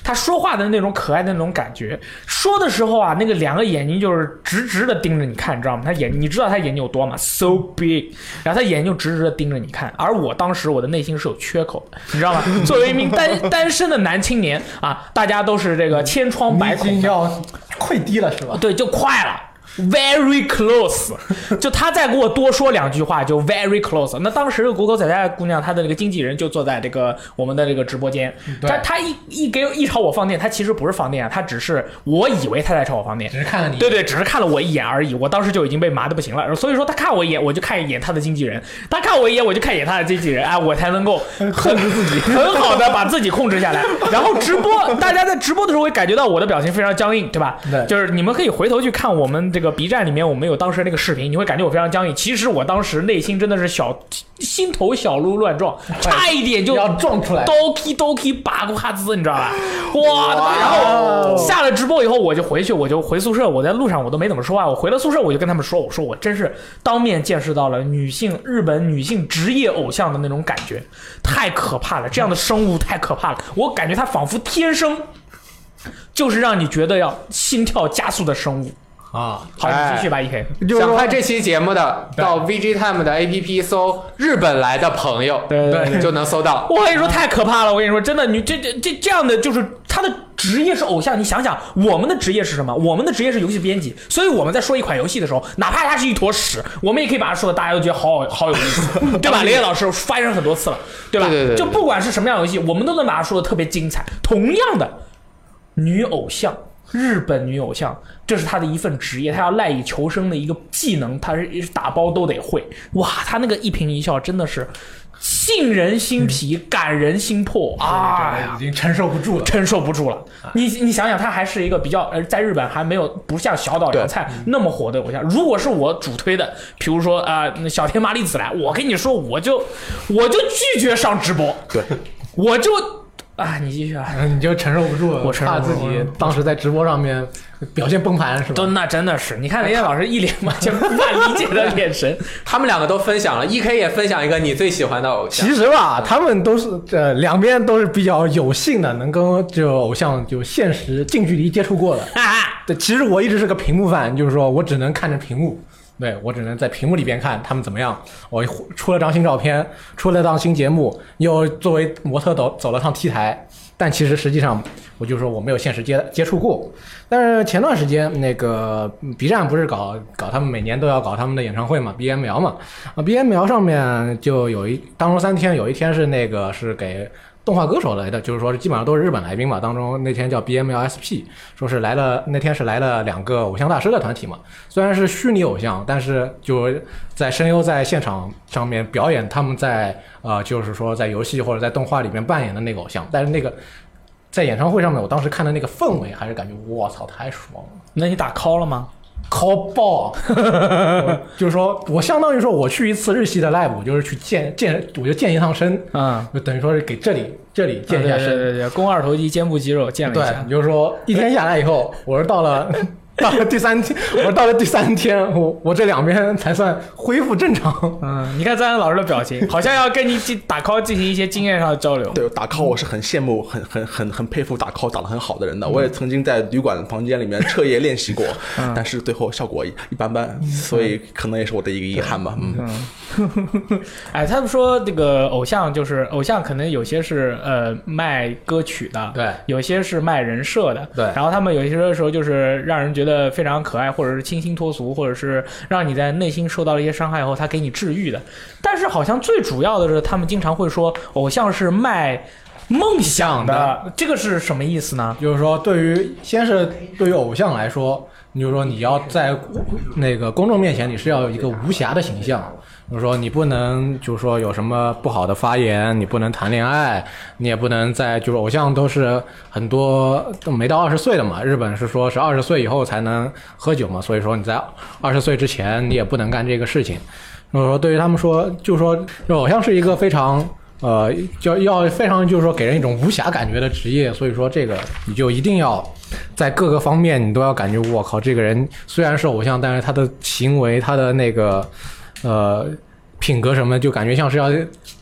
Speaker 1: 她说话的那种可爱的那种感觉，说的时候啊，那个两个眼睛就是直直的盯着你看，你知道吗？她眼，你知道她眼睛有多吗？So big，然后她眼睛就直直的盯着你看。而我当时我的内心是有缺口的，你知道吗？作为一名单单身的男青年啊，大家都是这个千疮
Speaker 2: 你
Speaker 1: 百
Speaker 2: 已
Speaker 1: 孔
Speaker 2: 经
Speaker 1: 的，
Speaker 2: 要溃堤了是吧？
Speaker 1: 对，就快了。Very close，就 <laughs> 他再给我多说两句话，就 very close。那当时谷口彩彩姑娘，她的那个经纪人就坐在这个我们的这个直播间，
Speaker 2: 对
Speaker 1: 她她一一给一朝我放电，她其实不是放电啊，她只是我以为她在朝我放电
Speaker 2: 只，是看了你
Speaker 1: 对对，只是看了我一眼而已。我当时就已经被麻的不行了，所以说他看我一眼，我就看一眼他的经纪人，他看我一眼，我就看一眼他的经纪人，哎，我才 <laughs> 能够控制自己，很好的把自己控制下来。然后直播，大家在直播的时候会感觉到我的表情非常僵硬，对吧？
Speaker 2: 对
Speaker 1: 就是你们可以回头去看我们这个 B 站里面，我们有当时那个视频，你会感觉我非常僵硬。其实我当时内心真的是小心头小鹿乱撞，差一点就
Speaker 2: 要撞出来，
Speaker 1: doki doki 八股哈兹，你知道吧？哇！然
Speaker 2: 哦
Speaker 1: 后下了直播以后，我就回去，我就回宿舍。我在路上我都没怎么说话，我回了宿舍我就跟他们说，我说我真是当面见识到了女性日本女性职业偶像的那种感觉，太可怕了！这样的生物太可怕了，我感觉它仿佛天生就是让你觉得要心跳加速的生物。
Speaker 2: 啊，
Speaker 1: 好，你继续吧，一 K。
Speaker 2: 就是
Speaker 4: 想
Speaker 2: 说
Speaker 4: 看这期节目的，
Speaker 2: 对
Speaker 4: 到 VG Time 的 APP 搜“日本来的朋友”，
Speaker 1: 对对
Speaker 4: 就能搜到。
Speaker 1: 我跟你说太可怕了！我跟你说，真的，你这这这这样的就是他的职业是偶像，你想想我们的职业是什么？我们的职业是游戏编辑，所以我们在说一款游戏的时候，哪怕它是一坨屎，我们也可以把它说的大家都觉得好好有意
Speaker 4: <laughs>
Speaker 1: 思，对吧？雷老师发生很多次了，对吧？
Speaker 4: 对对对对
Speaker 1: 就不管是什么样的游戏，我们都能把它说的特别精彩。同样的，女偶像。日本女偶像，这是她的一份职业，她要赖以求生的一个技能，她是打包都得会。哇，她那个一颦一笑真的是沁人心脾，感人心魄啊！哎
Speaker 2: 这个
Speaker 1: 呀
Speaker 2: 已经承受不住 <laughs> 了。
Speaker 1: 承受不住了，你你想想，她还是一个比较呃，在日本还没有不像小岛洋菜那么火的偶像。如果是我主推的，比如说啊、呃小田麻里子来，我跟你说，我就我就拒绝上直播，
Speaker 3: 对，
Speaker 1: 我就啊，你继续啊。
Speaker 2: 你就承受不住了，
Speaker 1: 我承受
Speaker 2: 怕
Speaker 1: 不
Speaker 2: 自
Speaker 1: 住
Speaker 2: 己当时在直播上面表现崩盘是吧
Speaker 1: 都？那真的是，你看雷电 <laughs> 老师一脸完全不法理解的眼 <laughs> 神，
Speaker 4: 他们两个都分享了，E K 也分享一个你最喜欢的偶像
Speaker 2: 其，实吧，他们都是呃两边都是比较有幸的，能跟就偶像就现实近距离接触过的。
Speaker 1: 哈哈。
Speaker 2: 对，其实我一直是个屏幕fan，就是说我只能看着屏幕，对我只能在屏幕里边看他们怎么样。我出了张新照片，出了档新节目，又作为模特走走了趟 T 台，但其实实际上我就说我没有现实接接触过。但是前段时间那个嗯 B 站不是搞搞他们每年都要搞他们的演唱会嘛，BML 嘛，啊 BML 上面就有一当中三天有一天是那个是给。动画歌手来的，就是说基本上都是日本来宾嘛。当中那天叫 BMLSP，说是来了，那天是来了两个偶像大师的团体嘛。虽然是虚拟偶像，但是就在声优在现场上面表演他们在呃，就是说在游戏或者在动画里面扮演的那个偶像。但是那个在演唱会上面，我当时看的那个氛围，还是感觉我操太爽了。
Speaker 1: 那你打 call 了吗？
Speaker 2: 靠爆！我就是说我相当于说我去一次日系的 live，我就是去健健，我就健一趟身，
Speaker 1: 嗯，
Speaker 2: 就等于说是给这里这里健一下
Speaker 1: 啊对对
Speaker 2: 身，
Speaker 1: 对对，肱二头肌、肩部肌肉健了一
Speaker 2: 对，
Speaker 1: 下
Speaker 2: 你。就是说哎一天下来以后，我是到 <laughs> 了到了第三天，我是到了第三天，我我这两边才算恢复正常。
Speaker 1: 嗯，你看张安老师的表情，好像要跟你进打 call 进行一些经验上的交流。
Speaker 3: 对，打 call 我是很羡慕、很很很很佩服打 call 打得很好的
Speaker 1: 嗯
Speaker 3: 人的。我也曾经在旅馆房间里面彻夜练习过，
Speaker 1: 嗯
Speaker 3: 但是最后效果一般般，所以可能也是我的一个遗憾吧。嗯，
Speaker 1: 哎，他们说这个偶像就是偶像，可能有些是呃卖歌曲的，
Speaker 2: 对，
Speaker 1: 有些是卖人设的，
Speaker 2: 对
Speaker 1: 然后他们有些时候就是让人觉得非常可爱，或者是清新脱俗，或者是让你在内心受到了一些伤害后，他给你治愈的。但是好像最主要的是，他们经常会说偶像是卖梦想的，
Speaker 2: 想
Speaker 1: 这个是什么意思呢？
Speaker 2: 就是说，对于先是对于偶像来说，你就说你要在那个公众面前，你是要有一个无瑕的形象。就是说，你不能就是说有什么不好的发言，你不能谈恋爱，你也不能在就是偶像都是很多都没到二十岁的嘛，日本是说是二十岁以后才能喝酒嘛，所以说你在二十岁之前你也不能干这个事情。我说呃对于他们说，就是说，就偶像是一个非常呃，要要非常就是说给人一种无暇感觉的职业，所以说这个你就一定要在各个方面你都要感觉我靠，这个人虽然是偶像，但是他的行为他的那个呃品格什么的，就感觉像是要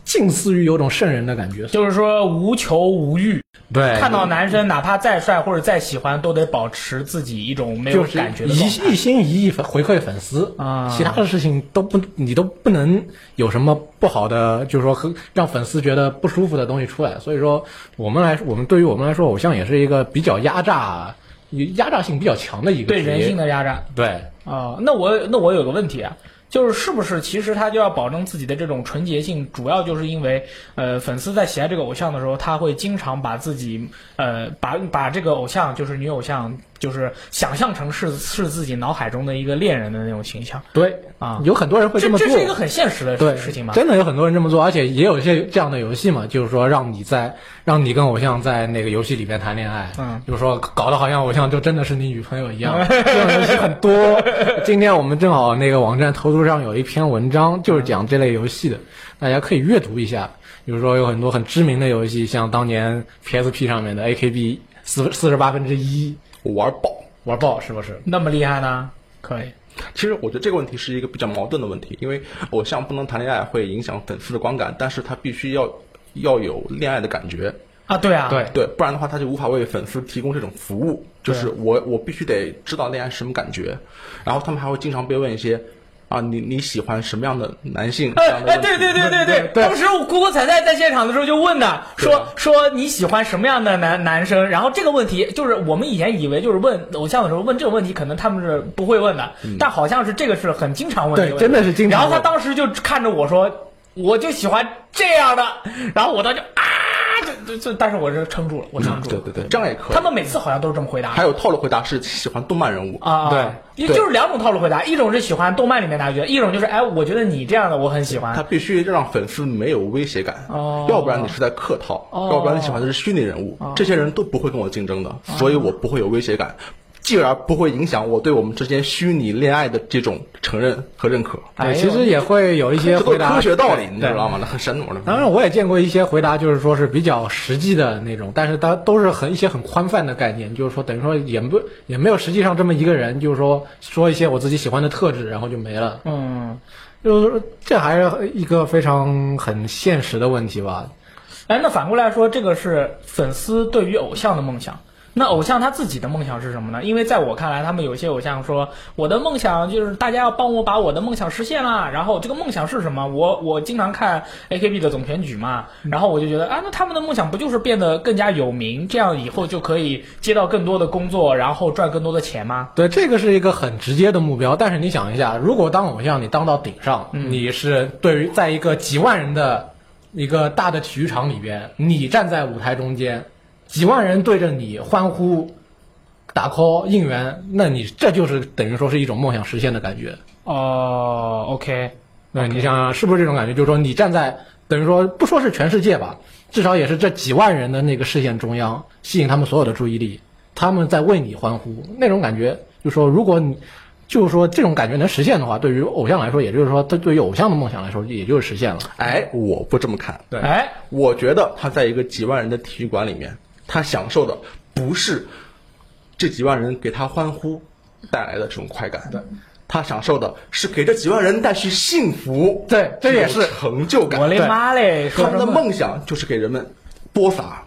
Speaker 2: 近似于有种圣人的感觉。
Speaker 1: 就是说无求无欲，
Speaker 2: 对，
Speaker 1: 看到男生哪怕再帅或者再喜欢，都得保持自己一种没有
Speaker 2: 就是
Speaker 1: 感觉的
Speaker 2: 一
Speaker 1: 状态。
Speaker 2: 一心一意粉回馈粉丝
Speaker 1: 啊
Speaker 2: 其他的事情都不你都不能有什么不好的，就是说和让粉丝觉得不舒服的东西出来。所以说，我们来我们对于我们来说，偶像也是一个比较压榨、压榨性比较强的一个
Speaker 1: 对
Speaker 2: 职业
Speaker 1: 人性的压榨
Speaker 2: 对。
Speaker 1: 啊、那我那我有个问题啊，就是是不是其实他就要保证自己的这种纯洁性，主要就是因为呃粉丝在喜爱这个偶像的时候，他会经常把自己呃把把这个偶像就是女偶像就是想象成是是自己脑海中的一个恋人的那种形象
Speaker 2: 对，
Speaker 1: 啊，
Speaker 2: 有很多人会
Speaker 1: 这
Speaker 2: 么做。
Speaker 1: 这是一个很现实的
Speaker 2: 对
Speaker 1: 事情嘛？
Speaker 2: 真的有很多人这么做，而且也有一些这样的游戏嘛，就是说让你在让你跟偶像在那个游戏里边谈恋爱，
Speaker 1: 嗯，
Speaker 2: 就是说搞得好像偶像就真的是你女朋友一
Speaker 1: <laughs>
Speaker 2: 样，这种游戏很多。今天我们正好那个网站头图上有一篇文章，就是讲这类游戏的，大家可以阅读一下。比如说有很多很知名的游戏，像当年 PSP 上面的 AKB 四四十八分之一
Speaker 3: 我玩爆。
Speaker 2: 玩爆是不是？
Speaker 1: 那么厉害呢？可以，
Speaker 3: 其实我觉得这个问题是一个比较矛盾的问题，因为偶像不能谈恋爱会影响粉丝的观感，但是他必须要要有恋爱的感觉，
Speaker 1: 啊，对啊，
Speaker 2: 对
Speaker 3: 对，不然的话他就无法为粉丝提供这种服务。就是我我必须得知道恋爱是什么感觉，然后他们还会经常被问一些啊你你喜欢什么样的男性？这
Speaker 1: <laughs> 哎
Speaker 3: 样的
Speaker 1: 哎，
Speaker 3: 问题
Speaker 1: 对对对对对，
Speaker 2: 对
Speaker 1: 当时我姑姑彩彩在现场的时候就问的，
Speaker 3: 对
Speaker 1: 说
Speaker 3: 啊
Speaker 1: 说你喜欢什么样的男男生？然后这个问题就是我们以前以为就是问偶像的时候问这个问题，可能他们是不会问的，但好像是这个是很经常问的一个问题，
Speaker 2: 对真的是经常
Speaker 1: 然后他
Speaker 2: 问
Speaker 1: 当时就看着我说，我就喜欢这样的，然后我当时就啊，就就就，但是我是撑住了，我撑
Speaker 3: 嗯
Speaker 1: 住
Speaker 3: 对
Speaker 1: 了。
Speaker 3: 对对，这样也可以。
Speaker 1: 他们每次好像都是这么回答
Speaker 3: 还。有套路回答是喜欢动漫人物
Speaker 1: 啊，
Speaker 2: 对
Speaker 1: 因为
Speaker 3: 对
Speaker 1: 就是两种套路回答，一种是喜欢动漫里面的角色，一种就是哎，我觉得你这样的我很喜欢
Speaker 3: 他。必须让粉丝没有威胁感，
Speaker 1: 哦
Speaker 3: 要不然你是在客套，
Speaker 1: 哦
Speaker 2: 哦
Speaker 3: 要不然你喜欢的是虚拟人物，这些人都不会跟我竞争的，所以我不会有威胁感。继而不会影响我对我们之间虚拟恋爱的这种承认和认可。
Speaker 1: 哎呦
Speaker 2: 对，其实也会有一些
Speaker 3: 这都
Speaker 2: 回
Speaker 3: 是
Speaker 2: 答
Speaker 3: 科学道理，
Speaker 2: 对
Speaker 3: 你知道吗？那很神农的。
Speaker 2: 当然，我也见过一些回答，就是说是比较实际的那种，但是它都是很一些很宽泛的概念，就是说等于说也不也没有实际上这么一个人，就是说说一些我自己喜欢的特质，然后就没了，
Speaker 1: 嗯，
Speaker 2: 就是说这还是一个非常很现实的问题吧。
Speaker 1: 哎，那反过来说，这个是粉丝对于偶像的梦想。那偶像他自己的梦想是什么呢？因为在我看来，他们有些偶像说，我的梦想就是大家要帮我把我的梦想实现啦。然后这个梦想是什么？我我经常看 AKB 的总选举嘛，然后我就觉得啊，那他们的梦想不就是变得更加有名，这样以后就可以接到更多的工作，然后赚更多的钱吗？
Speaker 2: 对，这个是一个很直接的目标。但是你想一下，如果当偶像你当到顶上，你是对于在一个几万人的一个大的体育场里边，你站在舞台中间，几万人对着你欢呼、打 call、应援，那你这就是等于说是一种梦想实现的感觉。
Speaker 1: 哦，OK，
Speaker 2: 对，你想想是不是这种感觉？就是说你站在等于说不说是全世界吧，至少也是这几万人的那个视线中央，吸引他们所有的注意力，他们在为你欢呼，那种感觉，就说如果你。就是说，这种感觉能实现的话，对于偶像来说，也就是说，他对于偶像的梦想来说，也就是实现了。
Speaker 3: 哎，我不这么看。
Speaker 2: 对
Speaker 1: 哎，
Speaker 3: 我觉得他在一个几万人的体育馆里面，他享受的不是这几万人给他欢呼带来的这种快感，对，他享受的是给这几万人带去幸福，
Speaker 2: 对这也是
Speaker 3: 种成就感。
Speaker 1: 我嘞
Speaker 3: 对
Speaker 1: 妈嘞，
Speaker 3: 他
Speaker 1: 说
Speaker 3: 们的
Speaker 1: 什么？
Speaker 3: 梦想就是给人们播撒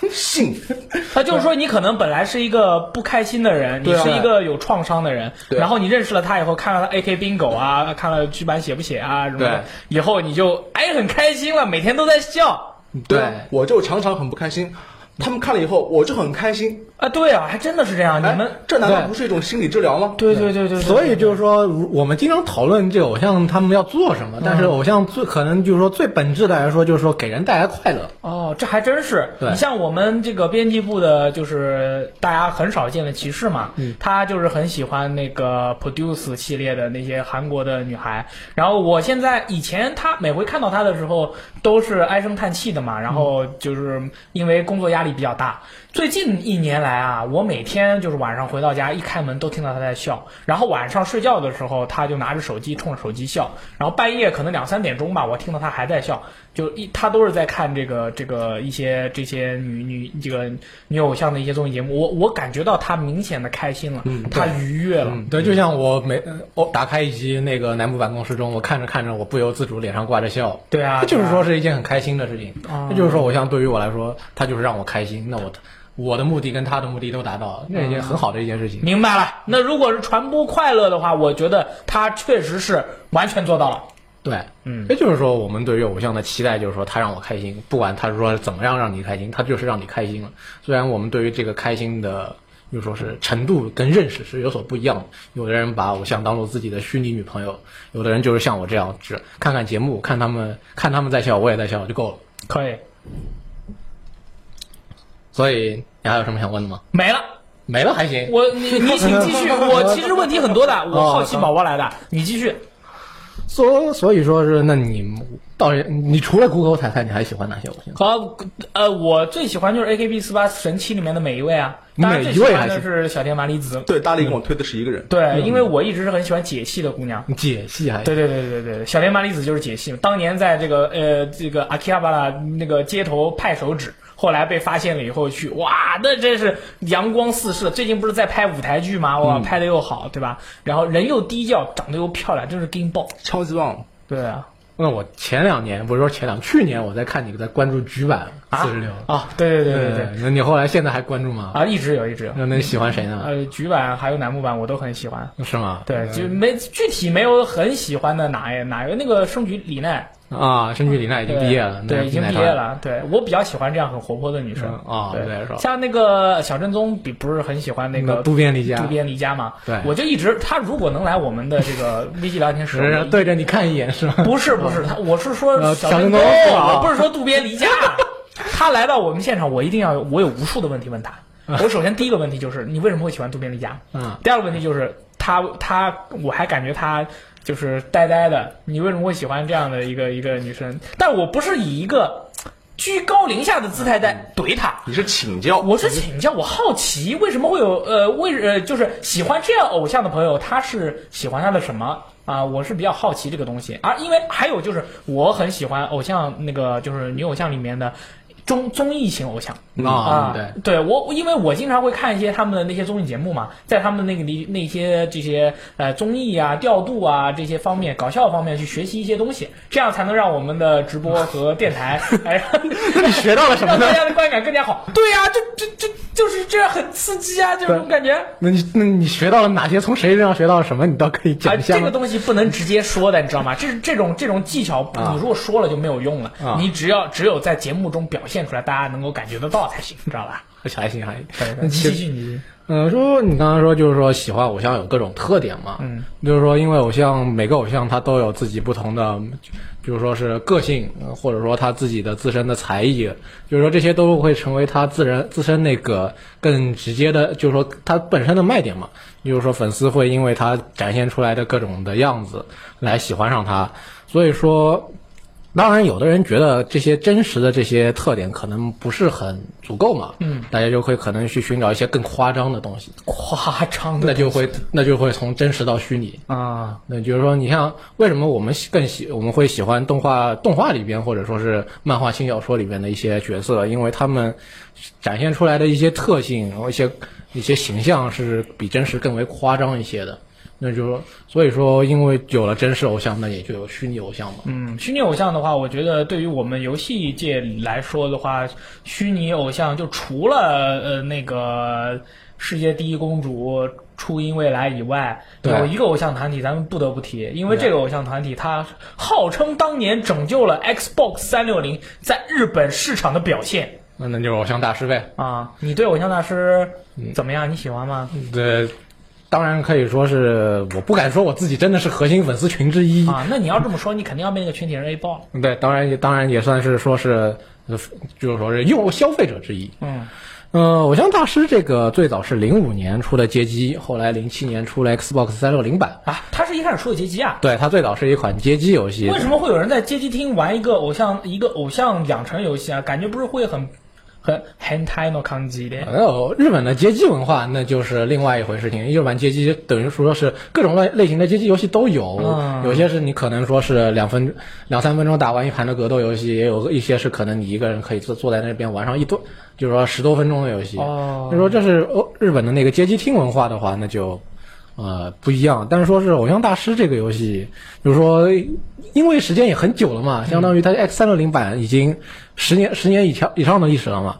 Speaker 3: <laughs> 幸福。
Speaker 1: 他就是说，你可能本来是一个不开心的人，你
Speaker 3: 对啊
Speaker 1: 是一个有创伤的人，
Speaker 3: 对啊
Speaker 1: 然后你认识了他以后，看了他 AK 冰狗啊，看了剧版写不写啊什么的
Speaker 3: 对，
Speaker 1: 以后你就哎很开心了，每天都在笑
Speaker 3: 对啊，我就常常很不开心，他们看了以后我就很开心。
Speaker 1: 啊，对啊，还真的是这样，
Speaker 3: 哎
Speaker 1: 你们
Speaker 3: 这难道
Speaker 2: 对
Speaker 3: 不是一种心理治疗吗？
Speaker 1: 对对对对，对
Speaker 2: 所以就是说，如我们经常讨论这个偶像他们要做什么，但是偶像最可能就是说最本质的来说，就是说给人带来快乐。
Speaker 1: 哦，这还真是。
Speaker 2: 对
Speaker 1: 你像我们这个编辑部的，就是大家很少见的骑士嘛，他就是很喜欢那个 Produce 系列的那些韩国的女孩。然后我现在以前他每回看到他的时候都是唉声叹气的嘛，然后就是因为工作压力比较大。最近一年来啊，我每天就是晚上回到家一开门都听到他在笑，然后晚上睡觉的时候他就拿着手机冲着手机笑，然后半夜可能两三点钟吧，我听到他还在笑，就一他都是在看这个这个一些这些女女这个女偶像的一些综艺节目，我我感觉到他明显的开心了，他愉悦了，
Speaker 2: 嗯对，就像我每呃我打开一集那个南部办公室中，我看着看着，我不由自主脸上挂着笑。
Speaker 1: 对啊
Speaker 2: 这就
Speaker 1: 对
Speaker 2: 是
Speaker 1: 啊
Speaker 2: 说是一件很开心的事情。
Speaker 1: 哦
Speaker 2: 那就是说，偶像对于我来说，他就是让我开心。那我我的目的跟他的目的都达到了，那已经很好的一件事情。
Speaker 1: 明白了。那如果是传播快乐的话，我觉得他确实是完全做到了。
Speaker 2: 对，
Speaker 1: 嗯
Speaker 2: 这就是说我们对于偶像的期待，就是说他让我开心，不管他说怎么样让你开心，他就是让你开心了。虽然我们对于这个开心的。就说是程度跟认识是有所不一样的，有的人把偶像当做自己的虚拟女朋友，有的人就是像我这样，只看看节目，看他们看他们在笑，我也在笑就够了。
Speaker 1: 可以，
Speaker 2: 所以你还有什么想问的吗？
Speaker 1: 没了。
Speaker 2: 没了还行。
Speaker 1: 我你你请继
Speaker 2: <laughs>
Speaker 1: 续，我其实问题很多的，我好奇宝宝来的，你继续。
Speaker 2: 所所以说是，那你到底你除了谷口彩彩，你还喜欢哪些偶像？
Speaker 1: 和呃，我最喜欢就是 AKB 四八神七里面的每一位啊，当然最
Speaker 2: 每一
Speaker 1: 喜
Speaker 2: 位
Speaker 1: 欢
Speaker 2: 还嗯
Speaker 1: 的是小田麻里子，
Speaker 3: 对，大力跟我推的是一个人。
Speaker 1: 对，因为我一直是很喜欢解系的姑娘。
Speaker 2: 解析还行
Speaker 1: 对对对对对对，小田麻里子就是解系，当年在这个呃这个阿基亚巴拉那个街头派手指，后来被发现了以后去，哇，那真是阳光四射。最近不是在拍舞台剧吗？
Speaker 2: 嗯
Speaker 1: 哇，拍的又好，对吧？然后人又低调，长得又漂亮，真是金爆。
Speaker 3: 超级棒！
Speaker 1: 对啊，
Speaker 2: 那我前两年不是说前两，去年我在看你在关注局版
Speaker 1: 啊
Speaker 2: 四十六，
Speaker 1: 啊，对对对对对，
Speaker 2: 那你后来现在还关注吗？
Speaker 1: 啊，一直有一直有。
Speaker 2: 那那你喜欢谁呢？
Speaker 1: 呃，局版还有楠木版我都很喜欢，
Speaker 2: 是吗？
Speaker 1: 啊对，就没具体没有很喜欢的哪一哪一个那个生菊李奈
Speaker 2: 啊，申菊李奈已经
Speaker 1: 对
Speaker 2: 毕业了，那
Speaker 1: 对，已经
Speaker 2: 那
Speaker 1: 毕业了。对我比较喜欢这样很活泼的女生
Speaker 2: 嗯哦对是吧
Speaker 1: 像那个小正宗比不是很喜欢那
Speaker 2: 那
Speaker 1: 个
Speaker 2: 渡边离家
Speaker 1: 渡边离家嘛，
Speaker 2: 对
Speaker 1: 我就一直他如果能来我们的这个 <laughs> 危机聊天室，
Speaker 2: 是
Speaker 1: 我
Speaker 2: 对着你看一眼是吗？
Speaker 1: <laughs> 不是不是他，我是说
Speaker 2: 呃
Speaker 1: 小
Speaker 2: 小
Speaker 1: 正宗，
Speaker 2: 正宗是吧
Speaker 1: 我不是说渡边离
Speaker 2: <laughs>
Speaker 1: 家。他来到我们现场，我一定要有我有无数的问题问他。我首先第一个问题就是你为什么会喜欢渡边离家？
Speaker 2: 嗯，
Speaker 1: 第二个问题就是他他我还感觉他就是呆呆的，你为什么会喜欢这样的一个一个女生？但我不是以一个居高临下的姿态在
Speaker 2: 嗯
Speaker 1: 怼他。
Speaker 3: 你是请教
Speaker 1: 我是请教，我好奇为什么会有呃为呃就是喜欢这样偶像的朋友，他是喜欢他的什么啊？我是比较好奇这个东西啊，因为还有就是我很喜欢偶像那个就是女偶像里面的综综艺型偶像。
Speaker 2: 啊，
Speaker 1: 啊，
Speaker 2: 对，
Speaker 1: 对我，因为我经常会看一些他们的那些综艺节目嘛，在他们的那个里那些这些呃综艺啊、调度啊这些方面、搞笑方面去学习一些东西，这样才能让我们的直播和电台， <laughs> 哎，
Speaker 2: 你学到了什么
Speaker 1: 让 <laughs>
Speaker 2: 呢
Speaker 1: 大？家的观感更加好。对呀、这这这就是这样很刺激啊，这种感觉。
Speaker 2: 那你那你学到了哪些？从谁身上学到了什么？你倒可以
Speaker 1: 啊，
Speaker 2: 讲一下
Speaker 1: 这个
Speaker 2: 吗？
Speaker 1: 东西不能直接说的，你知道吗？这这种这种技巧，
Speaker 2: 啊
Speaker 1: 你如果说了就没有用了。
Speaker 2: 啊
Speaker 1: 你只要只有在节目中表现出来，大家能够感觉得到才行，知道吧？
Speaker 2: 还行还行。
Speaker 1: <laughs> 你
Speaker 2: 其
Speaker 1: 继
Speaker 2: 实
Speaker 1: 续，你继续。
Speaker 2: 嗯，说你刚刚说就是说喜欢偶像有各种特点嘛，
Speaker 1: 嗯，
Speaker 2: 就是说因为偶像每个偶像他都有自己不同的，比如说是个性，呃或者说他自己的自身的才艺，就是说这些都会成为他自人自身那个更直接的，就是说他本身的卖点嘛，比如说粉丝会因为他展现出来的各种的样子来喜欢上他，所以说当然，有的人觉得这些真实的这些特点可能不是很足够嘛，嗯，大家就会可能去寻找一些更夸张的东西，
Speaker 1: 夸张
Speaker 2: 那
Speaker 1: 的
Speaker 2: 就会那就会从真实到虚拟。
Speaker 1: 啊，
Speaker 2: 那就是说，你像为什么我们喜更喜我们会喜欢动画动画里边或者说是漫画轻小说里边的一些角色，因为他们展现出来的一些特性，然后一些一些形象是比真实更为夸张一些的。那就是说，所以说，因为有了真实偶像，那也就有虚拟偶像嘛。
Speaker 1: 嗯，虚拟偶像的话，我觉得对于我们游戏界来说的话，虚拟偶像就除了呃那个世界第一公主初音未来以外，
Speaker 2: 对
Speaker 1: 有一个偶像团体咱们不得不提，因为这个偶像团体它号称当年拯救了 Xbox 三六零在日本市场的表现
Speaker 2: 那那就是偶像大师呗。
Speaker 1: 啊。你对偶像大师怎么样？你喜欢吗？
Speaker 2: 嗯对，当然可以说是，我不敢说我自己真的是核心粉丝群之一。
Speaker 1: 啊，那你要这么说，你肯定要被那个群体人 A 爆了。
Speaker 2: 对，当然也当然也算是说是，呃就是说是用户消费者之一。
Speaker 1: 嗯，
Speaker 2: 嗯，偶像大师这个最早是零五年出的街机，后来零七年出了 Xbox 三六零版。
Speaker 1: 啊，他是一开始出的街机啊。
Speaker 2: 对，它最早是一款街机游戏。
Speaker 1: 为什么会有人在街机厅玩一个偶像一个偶像养成游戏啊？感觉不是会很很很 hentai no kanji 的？
Speaker 2: 没有哎日本的街机文化，那就是另外一回事情。日本街机等于说是各种类类型的街机游戏都有，
Speaker 1: 嗯
Speaker 2: 有些是你可能说是两分两三分钟打完一盘的格斗游戏，也有一些是可能你一个人可以坐坐在那边玩上一多，就是说十多分钟的游戏。
Speaker 1: 哦
Speaker 2: 就说这是哦日本的那个街机厅文化的话，那就呃不一样。但是说是《偶像大师》这个游戏，就是说因为时间也很久了嘛，相当于它 X 三六零版已经十年十年以前以上的历史了嘛。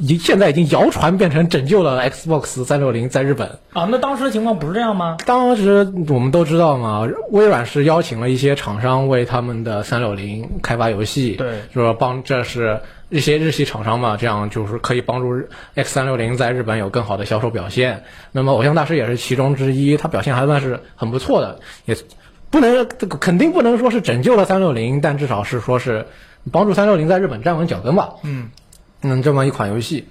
Speaker 2: 已现在已经谣传变成拯救了 Xbox 三六零在日本。
Speaker 1: 啊，那当时的情况不是这样吗？
Speaker 2: 当时我们都知道嘛，微软是邀请了一些厂商为他们的三六零开发游戏，
Speaker 1: 对
Speaker 2: 就是说帮这是一些日系厂商嘛，这样就是可以帮助 X 三六零在日本有更好的销售表现。那么《偶像大师》也是其中之一，它表现还算是很不错的，也不能这个肯定不能说是拯救了三六零，但至少是说是帮助三六零在日本站稳脚跟吧。
Speaker 1: 嗯
Speaker 2: 嗯，这么一款游戏，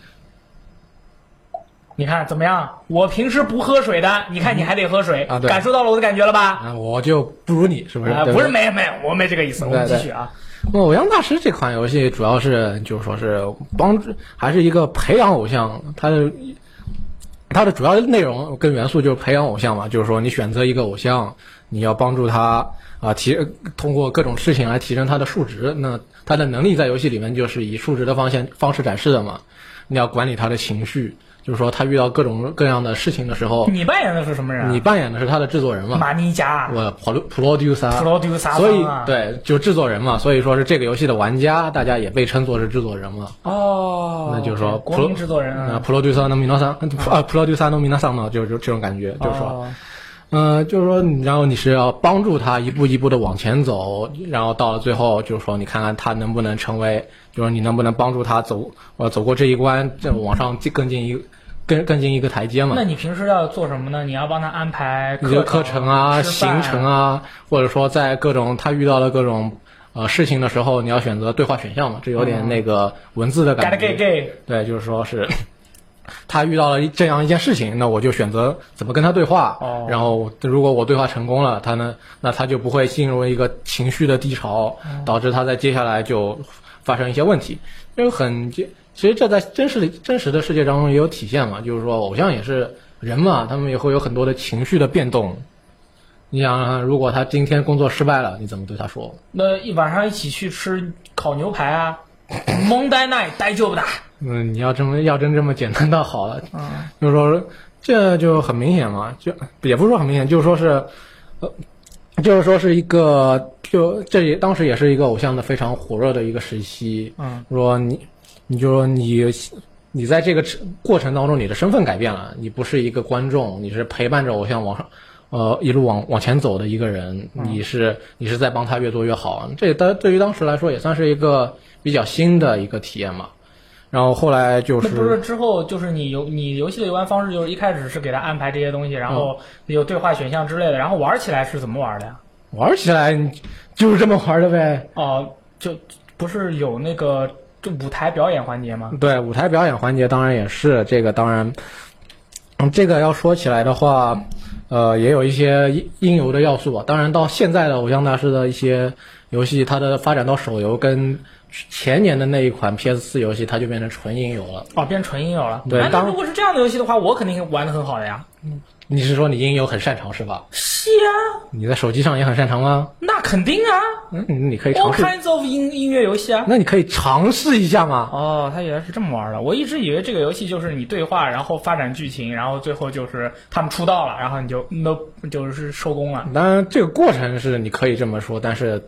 Speaker 1: 你看怎么样？我平时不喝水的，你看你还得喝水，
Speaker 2: 啊对
Speaker 1: 感受到了我的感觉了吧？
Speaker 2: 啊，我就不如你，是不是？
Speaker 1: 啊，
Speaker 2: 对
Speaker 1: 不
Speaker 2: 对
Speaker 1: 是没没，我没这个意思，我们继续啊。
Speaker 2: 那《偶像大师》这款游戏主要是就是说是帮助，还是一个培养偶像，它的它的主要内容跟元素就是培养偶像嘛，就是说你选择一个偶像，你要帮助他啊提通过各种事情来提升他的数值，那他的能力在游戏里面就是以数值的方向方式展示的嘛，你要管理他的情绪，就是说他遇到各种各样的事情的时候，
Speaker 1: 你扮演的是什么人啊？
Speaker 2: 哦你扮演的是他的制作人嘛，
Speaker 1: 马尼加
Speaker 2: 我 pro producer
Speaker 1: producer
Speaker 2: 所以
Speaker 1: 啊
Speaker 2: 对，就制作人嘛，所以说是这个游戏的玩家，大家也被称作是制作人嘛。
Speaker 1: 哦，
Speaker 2: 那就是说，
Speaker 1: 国民制作人
Speaker 2: 啊
Speaker 1: 啊，
Speaker 2: ，producer 能米诺桑，啊，producer 能米诺桑呢，就是就这种感觉，就是说，
Speaker 1: 哦
Speaker 2: 嗯、就是说，你然后你是要帮助他一步一步的往前走，然后到了最后，就是说，你看看他能不能成为，就是你能不能帮助他走，呃，走过这一关，再往上更进一，更更进一个台阶嘛。
Speaker 1: 那你平时要做什么呢？你要帮他安排
Speaker 2: 你的
Speaker 1: 课
Speaker 2: 课程啊、行程
Speaker 1: 啊。
Speaker 2: 啊，或者说在各种他遇到了各种呃事情的时候，你要选择对话选项嘛，这有点那个文字的
Speaker 1: g
Speaker 2: 感
Speaker 1: a
Speaker 2: 觉。
Speaker 1: t gay gay，
Speaker 2: 对，就是说是 <laughs> 他遇到了一这样一件事情，那我就选择怎么跟他对话。
Speaker 1: 哦
Speaker 2: 然后如果我对话成功了，他呢，那他就不会进入一个情绪的低潮，导致他在接下来就。发生一些问题，就是很其实这在真实的真实的世界当中也有体现嘛，就是说偶像也是人嘛，他们也会有很多的情绪的变动。你想想看，如果他今天工作失败了，你怎么对他说？
Speaker 1: 那一晚上一起去吃烤牛排
Speaker 2: <laughs>
Speaker 1: 啊，蒙呆奶呆就不打。
Speaker 2: 嗯，你要这么要真这么简单倒好了，
Speaker 1: 嗯，
Speaker 2: 就是说这就很明显嘛，就也不是说很明显，就是说是，呃，就是说是一个就这也当时也是一个偶像的非常火热的一个时期，
Speaker 1: 嗯，
Speaker 2: 说你你就说你你在这个过程当中你的身份改变了，你不是一个观众，你是陪伴着偶像往上。呃，一路往往前走的一个人，
Speaker 1: 嗯
Speaker 2: 你是你是在帮他越做越好，啊这当对于当时来说也算是一个比较新的一个体验嘛。然后后来就
Speaker 1: 那
Speaker 2: 是
Speaker 1: 不是之后就是你游你游戏的游玩方式就是一开始是给他安排这些东西，然后
Speaker 2: 嗯
Speaker 1: 有对话选项之类的，然后玩起来是怎么玩的呀？
Speaker 2: 玩起来你就是这么玩的呗。
Speaker 1: 哦，就不是有那个就舞台表演环节吗？
Speaker 2: 对，舞台表演环节当然也是这个，当然，嗯，这个要说起来的话，呃，也有一些应应有的要素吧。当然，到现在的偶像大师的一些游戏，它的发展到手游跟前年的那一款 PS 四游戏，它就变成纯应有了。
Speaker 1: 哦，变纯音游了。
Speaker 2: 对
Speaker 1: 哎那
Speaker 2: 当
Speaker 1: 如果是这样的游戏的话，我肯定玩的很好的呀。
Speaker 2: 你是说你应有很擅长是吧？
Speaker 1: 是啊，
Speaker 2: 你在手机上也很擅长吗？
Speaker 1: 那肯定啊
Speaker 2: 嗯，你可以
Speaker 1: ，all
Speaker 2: 尝试，
Speaker 1: kinds of 音音乐游戏啊。
Speaker 2: 那你可以尝试一下嘛。
Speaker 1: 哦，它原来是这么玩的。我一直以为这个游戏就是你对话，然后发展剧情，然后最后就是他们出道了，然后你就那就是收工了。
Speaker 2: 当然，这个过程是你可以这么说，但是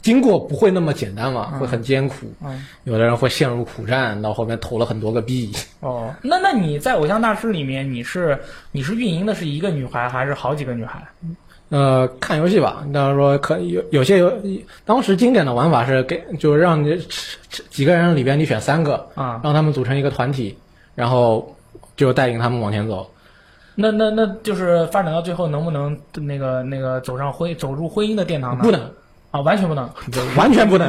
Speaker 2: 经过不会那么简单嘛，会很艰苦。
Speaker 1: 嗯，
Speaker 2: 有的人会陷入苦战，到后面投了很多个币。
Speaker 1: 哦，那那你在《偶像大师》里面，你是你是运营的是一个女孩还是好几个女孩？
Speaker 2: 呃，看游戏吧，那说可有有些游，当时经典的玩法是给，就是让你几个人里边你选三个，
Speaker 1: 啊、
Speaker 2: 让他们组成一个团体，然后就带领他们往前走。
Speaker 1: 那那那就是发展到最后，能不能那个那个走上婚走入婚姻的殿堂呢？
Speaker 2: 不能，
Speaker 1: 啊，完全不能。
Speaker 2: 完全不能。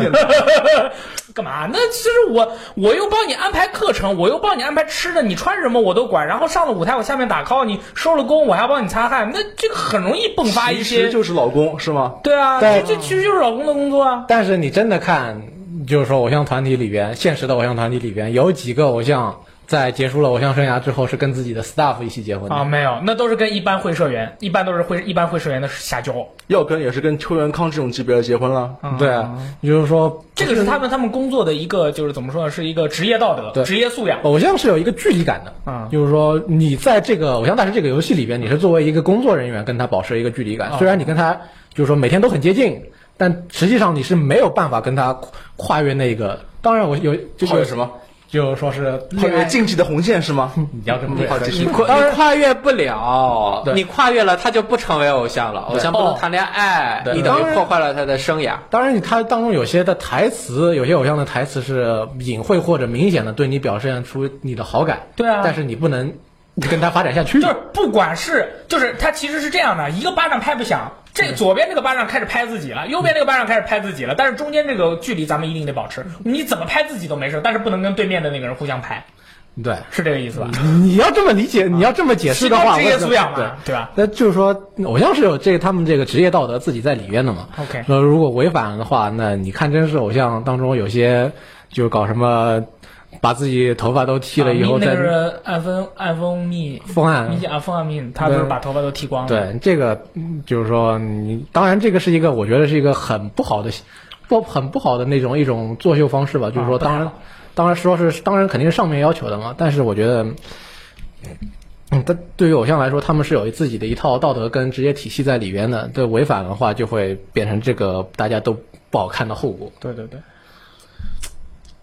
Speaker 1: 干嘛？那其实我我又帮你安排课程，我又帮你安排吃的，你穿什么我都管。然后上了舞台，我下面打 call，你收了工，我还要帮你擦汗。那这个很容易迸发一
Speaker 3: 其实
Speaker 1: 些。
Speaker 3: 就是老公是吗？
Speaker 1: 对啊，
Speaker 2: 对
Speaker 1: 这这其实就是老公的工作啊。
Speaker 2: 但是你真的看，就是说偶像团体里边，现实的偶像团体里边，有几个偶像在结束了偶像生涯之后，是跟自己的 staff 一起结婚的？
Speaker 1: 啊，没有，那都是跟一般会社员，一般都是会一般会社员的瞎交。
Speaker 3: 要跟也是跟邱元康这种级别的结婚了。
Speaker 1: 嗯
Speaker 2: 对啊，也就是说，
Speaker 1: 这个是他们他们工作的一个，就是怎么说呢，是一个职业道德、
Speaker 2: 对
Speaker 1: 职业素养。
Speaker 2: 偶像是有一个距离感的，
Speaker 1: 啊
Speaker 2: 就是说你在这个偶像大师这个游戏里边，你是作为一个工作人员跟他保持一个距离感，
Speaker 1: 啊
Speaker 2: 虽然你跟他就是说每天都很接近，但实际上你是没有办法跟他跨跨越那个。当然，我有就
Speaker 3: 跨越
Speaker 2: 是
Speaker 3: 什么？
Speaker 2: 就是说是
Speaker 3: 跨
Speaker 2: 恋爱
Speaker 3: 越禁忌的红线是吗？
Speaker 2: 你要这么
Speaker 3: 嗯好
Speaker 2: 说
Speaker 3: 继
Speaker 4: 你
Speaker 3: 续。 <laughs>
Speaker 4: 跨你跨越不了
Speaker 2: 对，
Speaker 4: 你跨越了他就不成为偶像了，偶像不能谈恋爱，
Speaker 2: 对
Speaker 4: 你等于破坏了他的生涯。
Speaker 2: 当然，他当中有些的台词，有些偶像的台词是隐晦或者明显的对你表现出你的好感，
Speaker 1: 对啊
Speaker 2: 但是你不能跟他发展下去。
Speaker 1: 就是不管是就是他其实是这样的，一个巴掌拍不响，这左边这个巴掌开始拍自己了，右边这个巴掌开始拍自己了，但是中间这个距离咱们一定得保持，你怎么拍自己都没事，但是不能跟对面的那个人互相拍，
Speaker 2: 对，
Speaker 1: 是这个意思吧？
Speaker 2: 你要这么理解，你要这么解释
Speaker 1: 提
Speaker 2: 的
Speaker 1: 高
Speaker 2: 话，
Speaker 1: 职
Speaker 2: 我
Speaker 1: 业
Speaker 2: 觉得
Speaker 1: 素养
Speaker 2: 对
Speaker 1: 嘛，对吧
Speaker 2: 那就是说，偶像是有这他们这个职业道德自己在里面的嘛。
Speaker 1: ？OK，
Speaker 2: 那如果违反了的话，那你看真是偶像当中有些就搞什么，把自己头发都剃了以后
Speaker 1: 啊那
Speaker 2: 再
Speaker 1: 个是暗风暗风蜜
Speaker 2: 方案。
Speaker 1: 蜜啊风暗蜜，他不是把头发都剃光了？，
Speaker 2: 对这个，嗯就是说你当然这个是一个，我觉得是一个很不好的，不很不好的那种一种作秀方式吧。就是说，
Speaker 1: 啊不太
Speaker 2: 当然，当然说是当然肯定是上面要求的嘛，但是我觉得。嗯，但对于偶像来说，他们是有自己的一套道德跟职业体系在里边的。对，违反的话就会变成这个大家都不好看的后果。
Speaker 1: 对对对，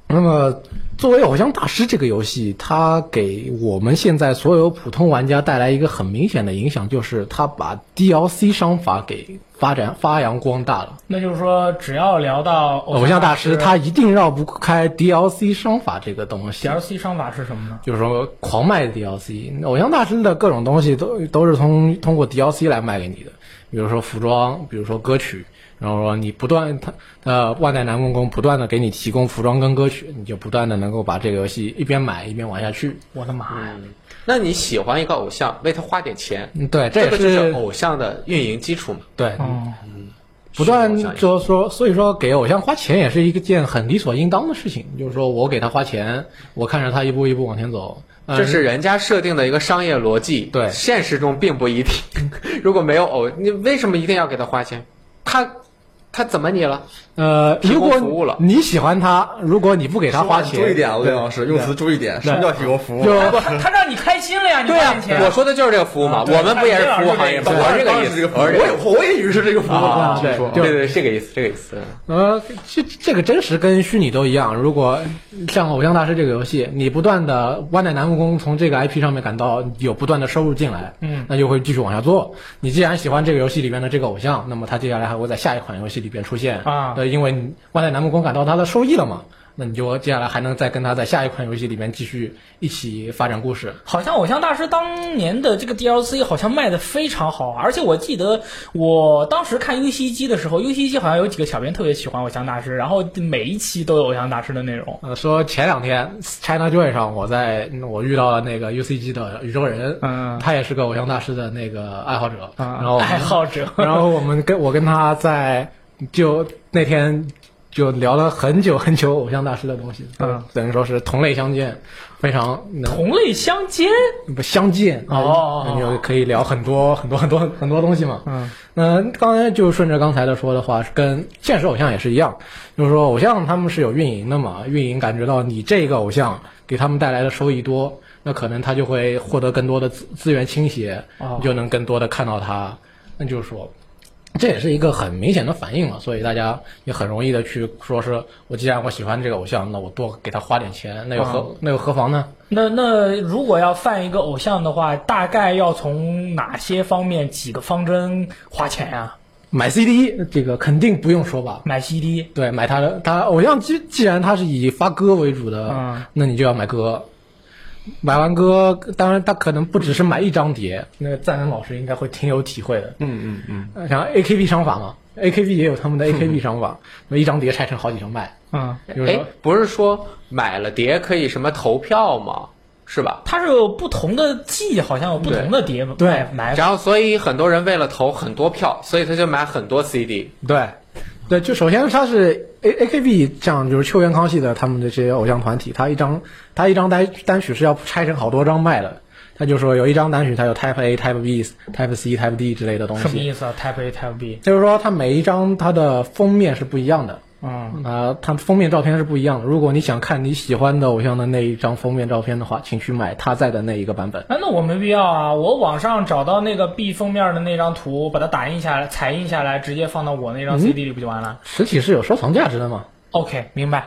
Speaker 2: 那么，作为《偶像大师》这个游戏，它给我们现在所有普通玩家带来一个很明显的影响，就是它把 DLC 商法给发展发扬光大了。
Speaker 1: 那就是说只要聊到
Speaker 2: 《偶像大师》，它一定绕不开 DLC 商法这个东西。
Speaker 1: DLC 商法是什么呢？
Speaker 2: 就是说狂卖 DLC，偶像大师的各种东西都都是通通过 DLC 来卖给你的，比如说服装，比如说歌曲，然后说你不断他呃万代南梦宫不断的给你提供服装跟歌曲，你就不断的能够把这个游戏一边买一边玩下去。
Speaker 1: 我的
Speaker 2: 嗯
Speaker 1: 妈呀！
Speaker 4: 嗯那你喜欢一个偶像，为他花点钱，
Speaker 2: 嗯，对，
Speaker 4: 这
Speaker 2: 也
Speaker 4: 个就是是偶像的运营基础嘛。
Speaker 2: 对，
Speaker 1: 哦，
Speaker 2: 不断
Speaker 4: 是偶像也
Speaker 2: 就是说，所以说给偶像花钱也是一个件很理所应当的事情。就是说我给他花钱，我看着他一步一步往前走，呃
Speaker 4: 这是人家设定的一个商业逻辑，
Speaker 2: 对
Speaker 4: 现实中并不一定。 <laughs> 如果没有偶，你为什么一定要给他花钱？他他怎么你了？
Speaker 2: 呃，
Speaker 4: 提
Speaker 2: 如
Speaker 4: 供
Speaker 2: 果
Speaker 4: 服务了
Speaker 2: 你喜欢他，如果你不给他花钱，
Speaker 3: 注意点啊，魏
Speaker 2: 对
Speaker 3: 老师，用词注意点，什么叫提供服务？
Speaker 2: 就
Speaker 1: 不，他让你开心了呀，你
Speaker 4: 对
Speaker 1: 花
Speaker 4: 呀
Speaker 1: 点钱，
Speaker 4: 我说的就是这个服务嘛。
Speaker 1: 啊对
Speaker 4: 我们不也是服务
Speaker 3: <laughs>
Speaker 4: 行业吗？
Speaker 1: 对
Speaker 4: 我是这个意
Speaker 3: 这个，
Speaker 4: 思我是这个意思。
Speaker 3: 我我也以为是这个服务
Speaker 2: 啊对
Speaker 3: 说
Speaker 2: 就
Speaker 4: 对对，这个意思，这个意思。
Speaker 2: 呃，这这个真实跟虚拟都一样。如果像《偶像大师》这个游戏，你不断的万代南梦宫从这个 IP 上面感到有不断的收入进来，
Speaker 1: 嗯，
Speaker 2: 那就会继续往下做。你既然喜欢这个游戏里边的这个偶像，那么他接下来还会在下一款游戏里边出现
Speaker 1: 啊
Speaker 2: 对，因为你万代南梦宫感到他的收益了嘛，那你就接下来还能再跟他在下一款游戏里面继续一起发展故事。
Speaker 1: 好像《偶像大师》当年的这个 DLC 好像卖的非常好啊，而且我记得我当时看 U C G 的时候，U C G 好像有几个小编特别喜欢《偶像大师》，然后每一期都有《偶像大师》的内容。
Speaker 2: 呃，说前两天 ChinaJoy 上，我在我遇到了那个 UCG 的宇宙人，
Speaker 1: 嗯
Speaker 2: 他也是个偶像大师的那个爱好者，
Speaker 1: 啊
Speaker 2: 然后我嗯们
Speaker 1: 爱好者，
Speaker 2: <laughs> 然后我们跟我跟他在就那天就聊了很久很久偶像大师的东西，
Speaker 1: 嗯，
Speaker 2: 等于说是同类相见，非常能
Speaker 1: 同类相煎。
Speaker 2: 不相见
Speaker 1: 哦哦哦
Speaker 2: 那你就可以聊很多很多很多很多东西嘛。
Speaker 1: 嗯，
Speaker 2: 那刚才就顺着刚才的说的话，是跟现实偶像也是一样，就是说偶像他们是有运营的嘛，运营感觉到你这个偶像给他们带来的收益多，那可能他就会获得更多的资资源倾斜，
Speaker 1: 哦
Speaker 2: 你就能更多的看到他。那就是说，这也是一个很明显的反应嘛，所以大家也很容易的去说是，我既然我喜欢这个偶像，那我多给他花点钱，那又何、那又何妨呢？
Speaker 1: 那那如果要犯一个偶像的话，大概要从哪些方面、几个方针花钱呀、
Speaker 2: 买 CD 这个肯定不用说吧，
Speaker 1: 买 CD
Speaker 2: 对，买他的他偶像既既然他是以发歌为主的，
Speaker 1: 嗯
Speaker 2: 那你就要买歌。买完歌，当然他可能不只是买一张碟，那个赞恩老师应该会挺有体会的。
Speaker 3: 嗯嗯嗯，
Speaker 2: 呃像 AKB 商法嘛，AKB 也有他们的 AKB 商法，那一张碟拆成好几张卖。
Speaker 1: 嗯，
Speaker 2: 比如
Speaker 4: 哎
Speaker 2: 说，，
Speaker 4: 不是说买了碟可以什么投票吗？是吧？
Speaker 1: 它是有不同的季，好像有不同的碟
Speaker 2: 对
Speaker 1: 买买
Speaker 4: 然后，所以很多人为了投很多票，所以他就买很多 CD。
Speaker 2: 对，对，就首先它是 A A K B 这样，就是秋元康系的他们这些偶像团体，它一张它一张单单曲是要拆成好多张卖的。他就说有一张单曲，它有 Type A、Type B、Type C、Type D 之类的东
Speaker 1: 什么
Speaker 2: 西。
Speaker 1: 意思啊？Type A、Type B，
Speaker 2: 就是说，它每一张它的封面是不一样的，
Speaker 1: 嗯，
Speaker 2: 啊、它封面照片是不一样的。如果你想看你喜欢的偶像的那一张封面照片的话，请去买他在的那一个版本。
Speaker 1: 啊，那我没必要啊！我网上找到那个 B 封面的那张图，把它打印下来、彩印下来，直接放到我那张
Speaker 2: 嗯
Speaker 1: CD 里不就完了、
Speaker 2: 实体是有收藏价值的嘛？
Speaker 1: o k 明白。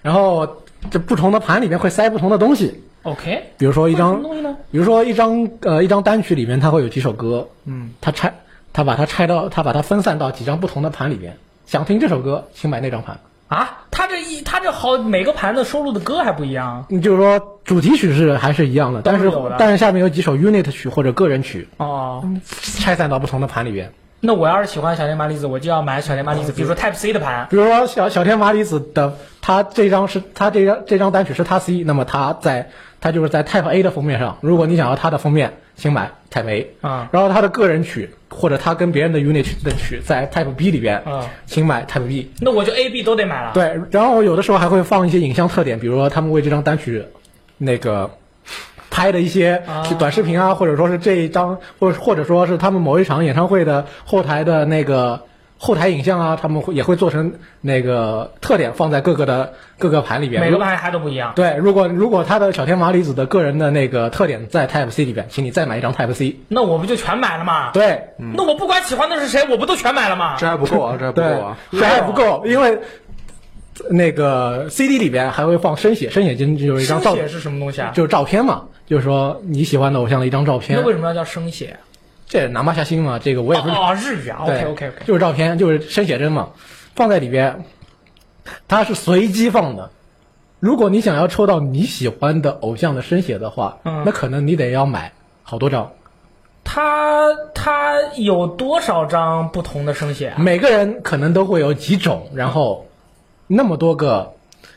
Speaker 2: 然后这不同的盘里面会塞不同的东西，
Speaker 1: OK，
Speaker 2: 比如说一
Speaker 1: 放什么
Speaker 2: 张
Speaker 1: 东西呢？
Speaker 2: 比如说一张呃一张单曲里面，它会有几首歌，
Speaker 1: 嗯，
Speaker 2: 它拆它把它拆到它把它分散到几张不同的盘里边。想听这首歌，请买那张盘。
Speaker 1: 啊，他这一他这好每个盘子收录的歌还不一样啊
Speaker 2: 你就是说主题曲是还是一样的，
Speaker 1: 都
Speaker 2: 但
Speaker 1: 是
Speaker 2: 是
Speaker 1: 有的
Speaker 2: 但是下面有几首 unit 曲或者个人曲
Speaker 1: 哦。
Speaker 2: 拆散到不同的盘里边。
Speaker 1: 那我要是喜欢小天麻里子，我就要买小天麻
Speaker 2: 嗯
Speaker 1: 里子，比如说 Type C 的盘。
Speaker 2: 比如说小小天麻里子的，他这张是他这张这张单曲是他 C，那么他在他就是在 Type A 的封面上。如果你想要他的封面，请买 Type A
Speaker 1: 啊
Speaker 2: 然后他的个人曲或者他跟别人的 unit 曲的曲在 Type B 里边
Speaker 1: 啊
Speaker 2: 请买 Type B。
Speaker 1: 那我就 A、B 都得买了。，
Speaker 2: 对，然后有的时候还会放一些影像特点，比如说他们为这张单曲那个拍的一些
Speaker 1: 啊
Speaker 2: 短视频啊，或者说是这一张，或者或者说是他们某一场演唱会的后台的那个后台影像啊，他们会也会做成那个特点放在各个的各个盘里边。
Speaker 1: 每
Speaker 2: 如
Speaker 1: 个盘还都不一样。
Speaker 2: 对，如果如果他的小天麻里子的个人的那个特点在 Type C 里边，请你再买一张 Type C。
Speaker 1: 那我不就全买了吗？
Speaker 2: 对，
Speaker 1: 那我不管喜欢的是谁，我不都全买了吗？
Speaker 3: 这还不够啊，这嗯还不
Speaker 2: 对
Speaker 3: 够啊。，
Speaker 2: 这还不够，因为那个 CD 里边还会放声写，声写真就是一张
Speaker 1: 生
Speaker 2: 照，
Speaker 1: 写是什么东西啊？
Speaker 2: 就是照片嘛，就是说你喜欢的偶像的一张照片
Speaker 1: 那。为什么要叫生写？
Speaker 2: 这也拿不下心嘛，这个我也不知道。
Speaker 1: 哦，哦日语啊。
Speaker 2: 对
Speaker 1: OK OK OK。
Speaker 2: 就是照片，就是生写真嘛，放在里边，它是随机放的。如果你想要抽到你喜欢的偶像的生写的话，
Speaker 1: 嗯
Speaker 2: 那可能你得要买好多张，
Speaker 1: 它它有多少张不同的声写啊？
Speaker 2: 每个人可能都会有几种，然后那么多个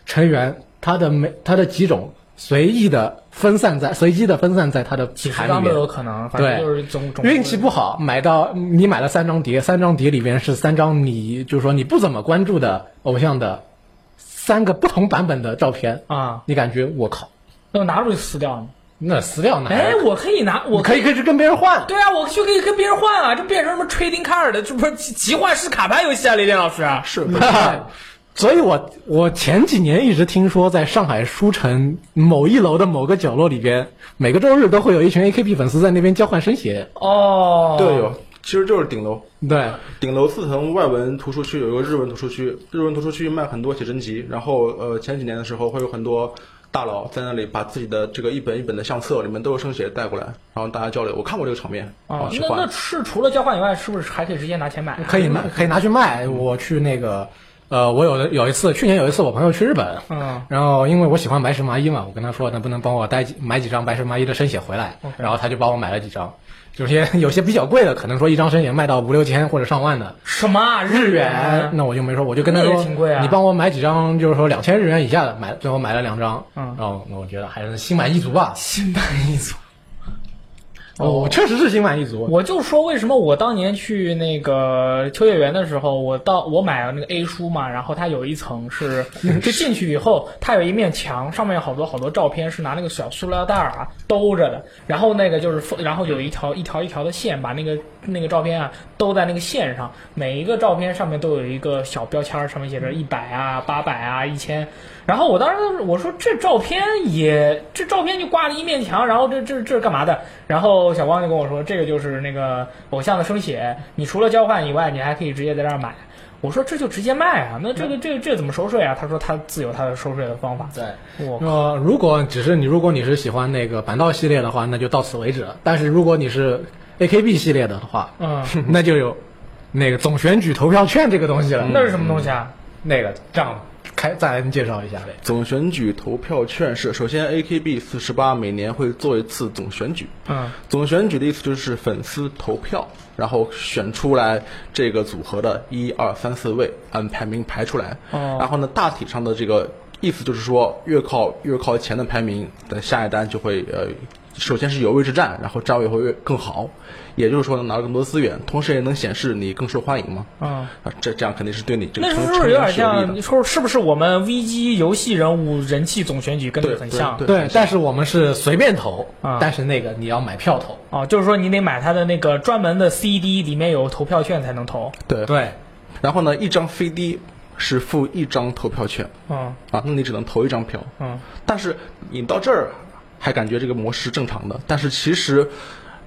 Speaker 2: 成员，他的每他的几种随意的分散在随机的分散在他的
Speaker 1: 几十
Speaker 2: 盘里
Speaker 1: 张都
Speaker 2: 面。
Speaker 1: 有可能，反正
Speaker 2: 对
Speaker 1: 就是总总
Speaker 2: 运气不好，买到你买了三张碟，三张碟里边是三张你就是说你不怎么关注的偶像的三个不同版本的照片，
Speaker 1: 啊，
Speaker 2: 你感觉我靠，
Speaker 1: 那我拿出去撕掉你。
Speaker 2: 那撕掉呢？
Speaker 1: 哎，我可以拿，我
Speaker 2: 我可以可以去跟别人换。
Speaker 1: 对啊，我就可以跟别人换啊，这变成什么 trading card 的，这不是集集换式卡牌游戏啊，雷电老师。
Speaker 3: 是
Speaker 2: 所以我我前几年一直听说，在上海书城某一楼的某个角落里边，每个周日都会有一群 AKB 粉丝在那边交换生鞋。
Speaker 1: 哦，
Speaker 3: 对，有，嗯其实就是顶楼，
Speaker 2: 对，
Speaker 3: 顶楼四层外文图书区有一个日文图书区，日文图书区卖很多写真集，然后呃前几年的时候会有很多大佬在那里把自己的这个一本一本的相册里面都有生写带过来，然后大家交流。我看过这个场面，然
Speaker 1: 啊
Speaker 3: 后，去
Speaker 1: 那
Speaker 3: 换
Speaker 1: 那。是除了交换以外，是不是还可以直接拿钱买啊？
Speaker 2: 可以卖，可以拿去卖。我去那个，呃，我有的有一次，去年有一次我朋友去日本，
Speaker 1: 嗯，
Speaker 2: 然后因为我喜欢白石麻衣嘛，我跟他说能不能帮我带几买几张白石麻衣的生写回来
Speaker 1: OK
Speaker 2: 然后他就帮我买了几张，有些有些比较贵的，可能说一张生写卖到五六千或者上万的。
Speaker 1: 什么啊日元？
Speaker 2: 那我就没说，我就跟他
Speaker 1: 那也
Speaker 2: 说，
Speaker 1: 挺贵啊
Speaker 2: 你帮我买几张，就是说两千日元以下的，买最后买了两张，
Speaker 1: 嗯
Speaker 2: 然后我觉得还是心满意足吧。
Speaker 1: 心满意足。
Speaker 2: 哦，我确实是心满意足。
Speaker 1: 我就说为什么我当年去那个秋叶原的时候，我到我买了那个 A 书嘛，然后它有一层是，就进去以后，它有一面墙，上面有好多好多照片，是拿那个小塑料袋儿啊兜着的，然后那个就是封，然后有一条一条一条的线把那个那个照片啊兜在那个线上，每一个照片上面都有一个小标签儿，上面写着一百啊、八百啊、一千。然后我当时我说这照片也这照片就挂了一面墙，然后这这这是干嘛的？然后小光就跟我说，这个就是那个偶像的生写，你除了交换以外，你还可以直接在这儿买。我说这就直接卖啊，那这个这个这个怎么收税啊？他说他自有他的收税的方法。
Speaker 2: 对，
Speaker 1: 我
Speaker 2: 呃，如果只是你，如果你是喜欢那个板道系列的话，那就到此为止。但是如果你是 AKB 系列的话，
Speaker 1: 嗯，
Speaker 2: <laughs> 那就有那个总选举投票券这个东西了。
Speaker 1: 那是什么东西啊？
Speaker 2: 那个这样开再来介绍一下呗。
Speaker 3: 总选举投票券是，首先 AKB 四十八每年会做一次总选举，
Speaker 1: 嗯，
Speaker 3: 总选举的意思就是粉丝投票，然后选出来这个组合的一二三四位，按排名排出来。
Speaker 1: 哦
Speaker 3: 然后呢，大体上的这个意思就是说，越靠越靠前的排名的下一单就会呃，首先是有位置占，然后站位会越更好，也就是说能拿到更多资源，同时也能显示你更受欢迎嘛。
Speaker 1: 嗯
Speaker 3: 啊，这这样肯定是对你这个
Speaker 1: 那
Speaker 3: 成
Speaker 1: 是
Speaker 3: 成
Speaker 1: 不是有
Speaker 3: 员
Speaker 1: 点
Speaker 3: 是有利
Speaker 1: 像？
Speaker 3: 的
Speaker 1: 你。说是不是我们 VG 游戏人物人气总选举跟这个
Speaker 3: 对
Speaker 1: 很
Speaker 3: 对
Speaker 1: 像？
Speaker 3: 对
Speaker 2: 对，但是我们是随便投，
Speaker 1: 啊
Speaker 2: 但是那个你要买票投。
Speaker 1: 哦，就是说你得买他的那个专门的 CD，里面有投票券才能投。
Speaker 3: 对，
Speaker 2: 对，
Speaker 3: 然后呢，一张 CD 是付一张投票券
Speaker 1: 嗯
Speaker 3: 啊，那你只能投一张票。
Speaker 1: 嗯，
Speaker 3: 但是你到这儿还感觉这个模式正常的，但是其实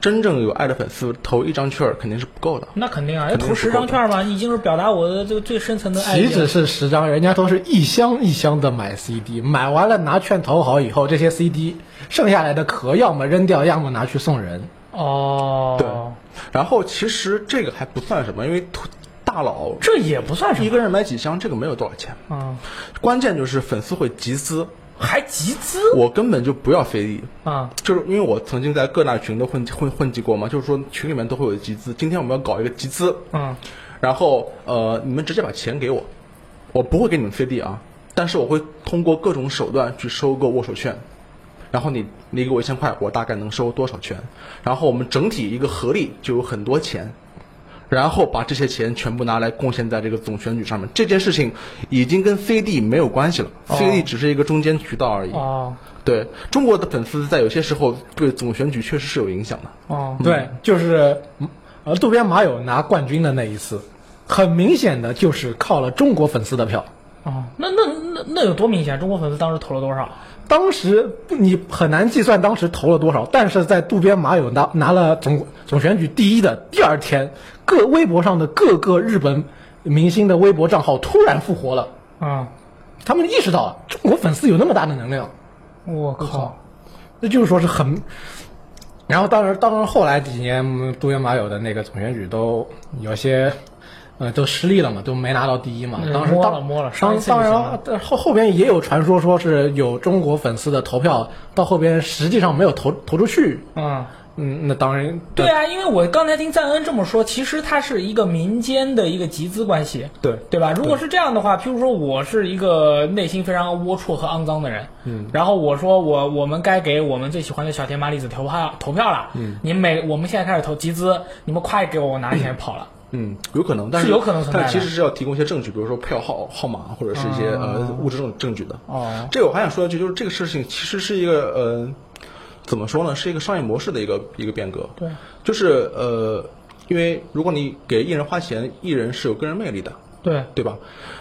Speaker 3: 真正有爱的粉丝投一张券儿肯定是不够的。
Speaker 1: 那肯定啊，要
Speaker 3: 肯定
Speaker 1: 投
Speaker 3: 是
Speaker 1: 十
Speaker 3: 够
Speaker 1: 张券嘛，已经是表达我的这个最深层的爱意
Speaker 2: 岂
Speaker 1: 了。
Speaker 2: 止是十张，人家都是一箱一箱的买 CD，买完了拿券投好以后，这些 CD 剩下来的壳要么扔掉，要么拿去送人。
Speaker 1: 哦，
Speaker 3: 对然后其实这个还不算什么，因为投大佬
Speaker 1: 这也不算什
Speaker 3: 一
Speaker 1: 么
Speaker 3: 个人买几箱，这个没有多少钱。
Speaker 1: 啊、
Speaker 3: 关键就是粉丝会集资，
Speaker 1: 还集资
Speaker 3: 我根本就不要 CD。
Speaker 1: 啊、
Speaker 3: 就是因为我曾经在各大群都混混混迹过嘛，就是说群里面都会有集资。今天我们要搞一个集资，
Speaker 1: 嗯，
Speaker 3: 然后呃，你们直接把钱给我，我不会给你们 CD 啊，但是我会通过各种手段去收购握手券，然后你你给我一千块，我大概能收多少券，然后我们整体一个合力就有很多钱，然后把这些钱全部拿来贡献在这个总选举上面，这件事情已经跟 CD 没有关系了、
Speaker 1: 哦
Speaker 3: c d 只是一个中间渠道而已。
Speaker 1: 哦
Speaker 3: 对中国的粉丝在有些时候对总选举确实是有影响的。
Speaker 1: 哦，
Speaker 2: 对，就是嗯呃，渡边麻友拿冠军的那一次，很明显的就是靠了中国粉丝的票。
Speaker 1: 哦，那那那那有多明显？中国粉丝当时投了多少？
Speaker 2: 当时你很难计算当时投了多少，但是在渡边麻友拿拿了总总选举第一的第二天，各微博上的各个日本明星的微博账号突然复活了，
Speaker 1: 啊、
Speaker 2: 他们意识到了中国粉丝有那么大的能量，
Speaker 1: 我靠！
Speaker 2: 那就是说是很。然后当然，当然后来几年嗯渡边麻友的那个总选举都有些。呃，都失利了嘛，都没拿到第一嘛。
Speaker 1: 嗯
Speaker 2: 当时
Speaker 1: 摸
Speaker 2: 当
Speaker 1: 了摸了上一
Speaker 2: 当
Speaker 1: 次就
Speaker 2: 当
Speaker 1: 行
Speaker 2: 然
Speaker 1: 了
Speaker 2: 但后后边也有传说，说是有中国粉丝的投票，到后边实际上没有投投出去，
Speaker 1: 啊、
Speaker 2: 嗯，那当然，
Speaker 1: 对啊，因为我刚才听赞恩这么说，其实它是一个民间的一个集资关系，
Speaker 2: 对
Speaker 1: 对吧？如果是这样的话，譬如说我是一个内心非常龌龊和肮脏的人，嗯，然后我说我我们该给我们最喜欢的小田麻里子投票投票了，嗯，你们每我们现在开始投集资，你们快给我，我拿钱跑了。
Speaker 3: 嗯，有可能，但是
Speaker 1: 是有可能存在的
Speaker 3: 但其实是要提供一些证据，比如说票号号码或者是一些、呃物质证证据的。
Speaker 1: 哦，
Speaker 3: 这个我还想说一句，就是这个事情其实是一个呃，怎么说呢，是一个商业模式的一个一个变革。
Speaker 1: 对，
Speaker 3: 就是呃，因为如果你给艺人花钱，艺人是有个人魅力的，
Speaker 1: 对，
Speaker 3: 对吧？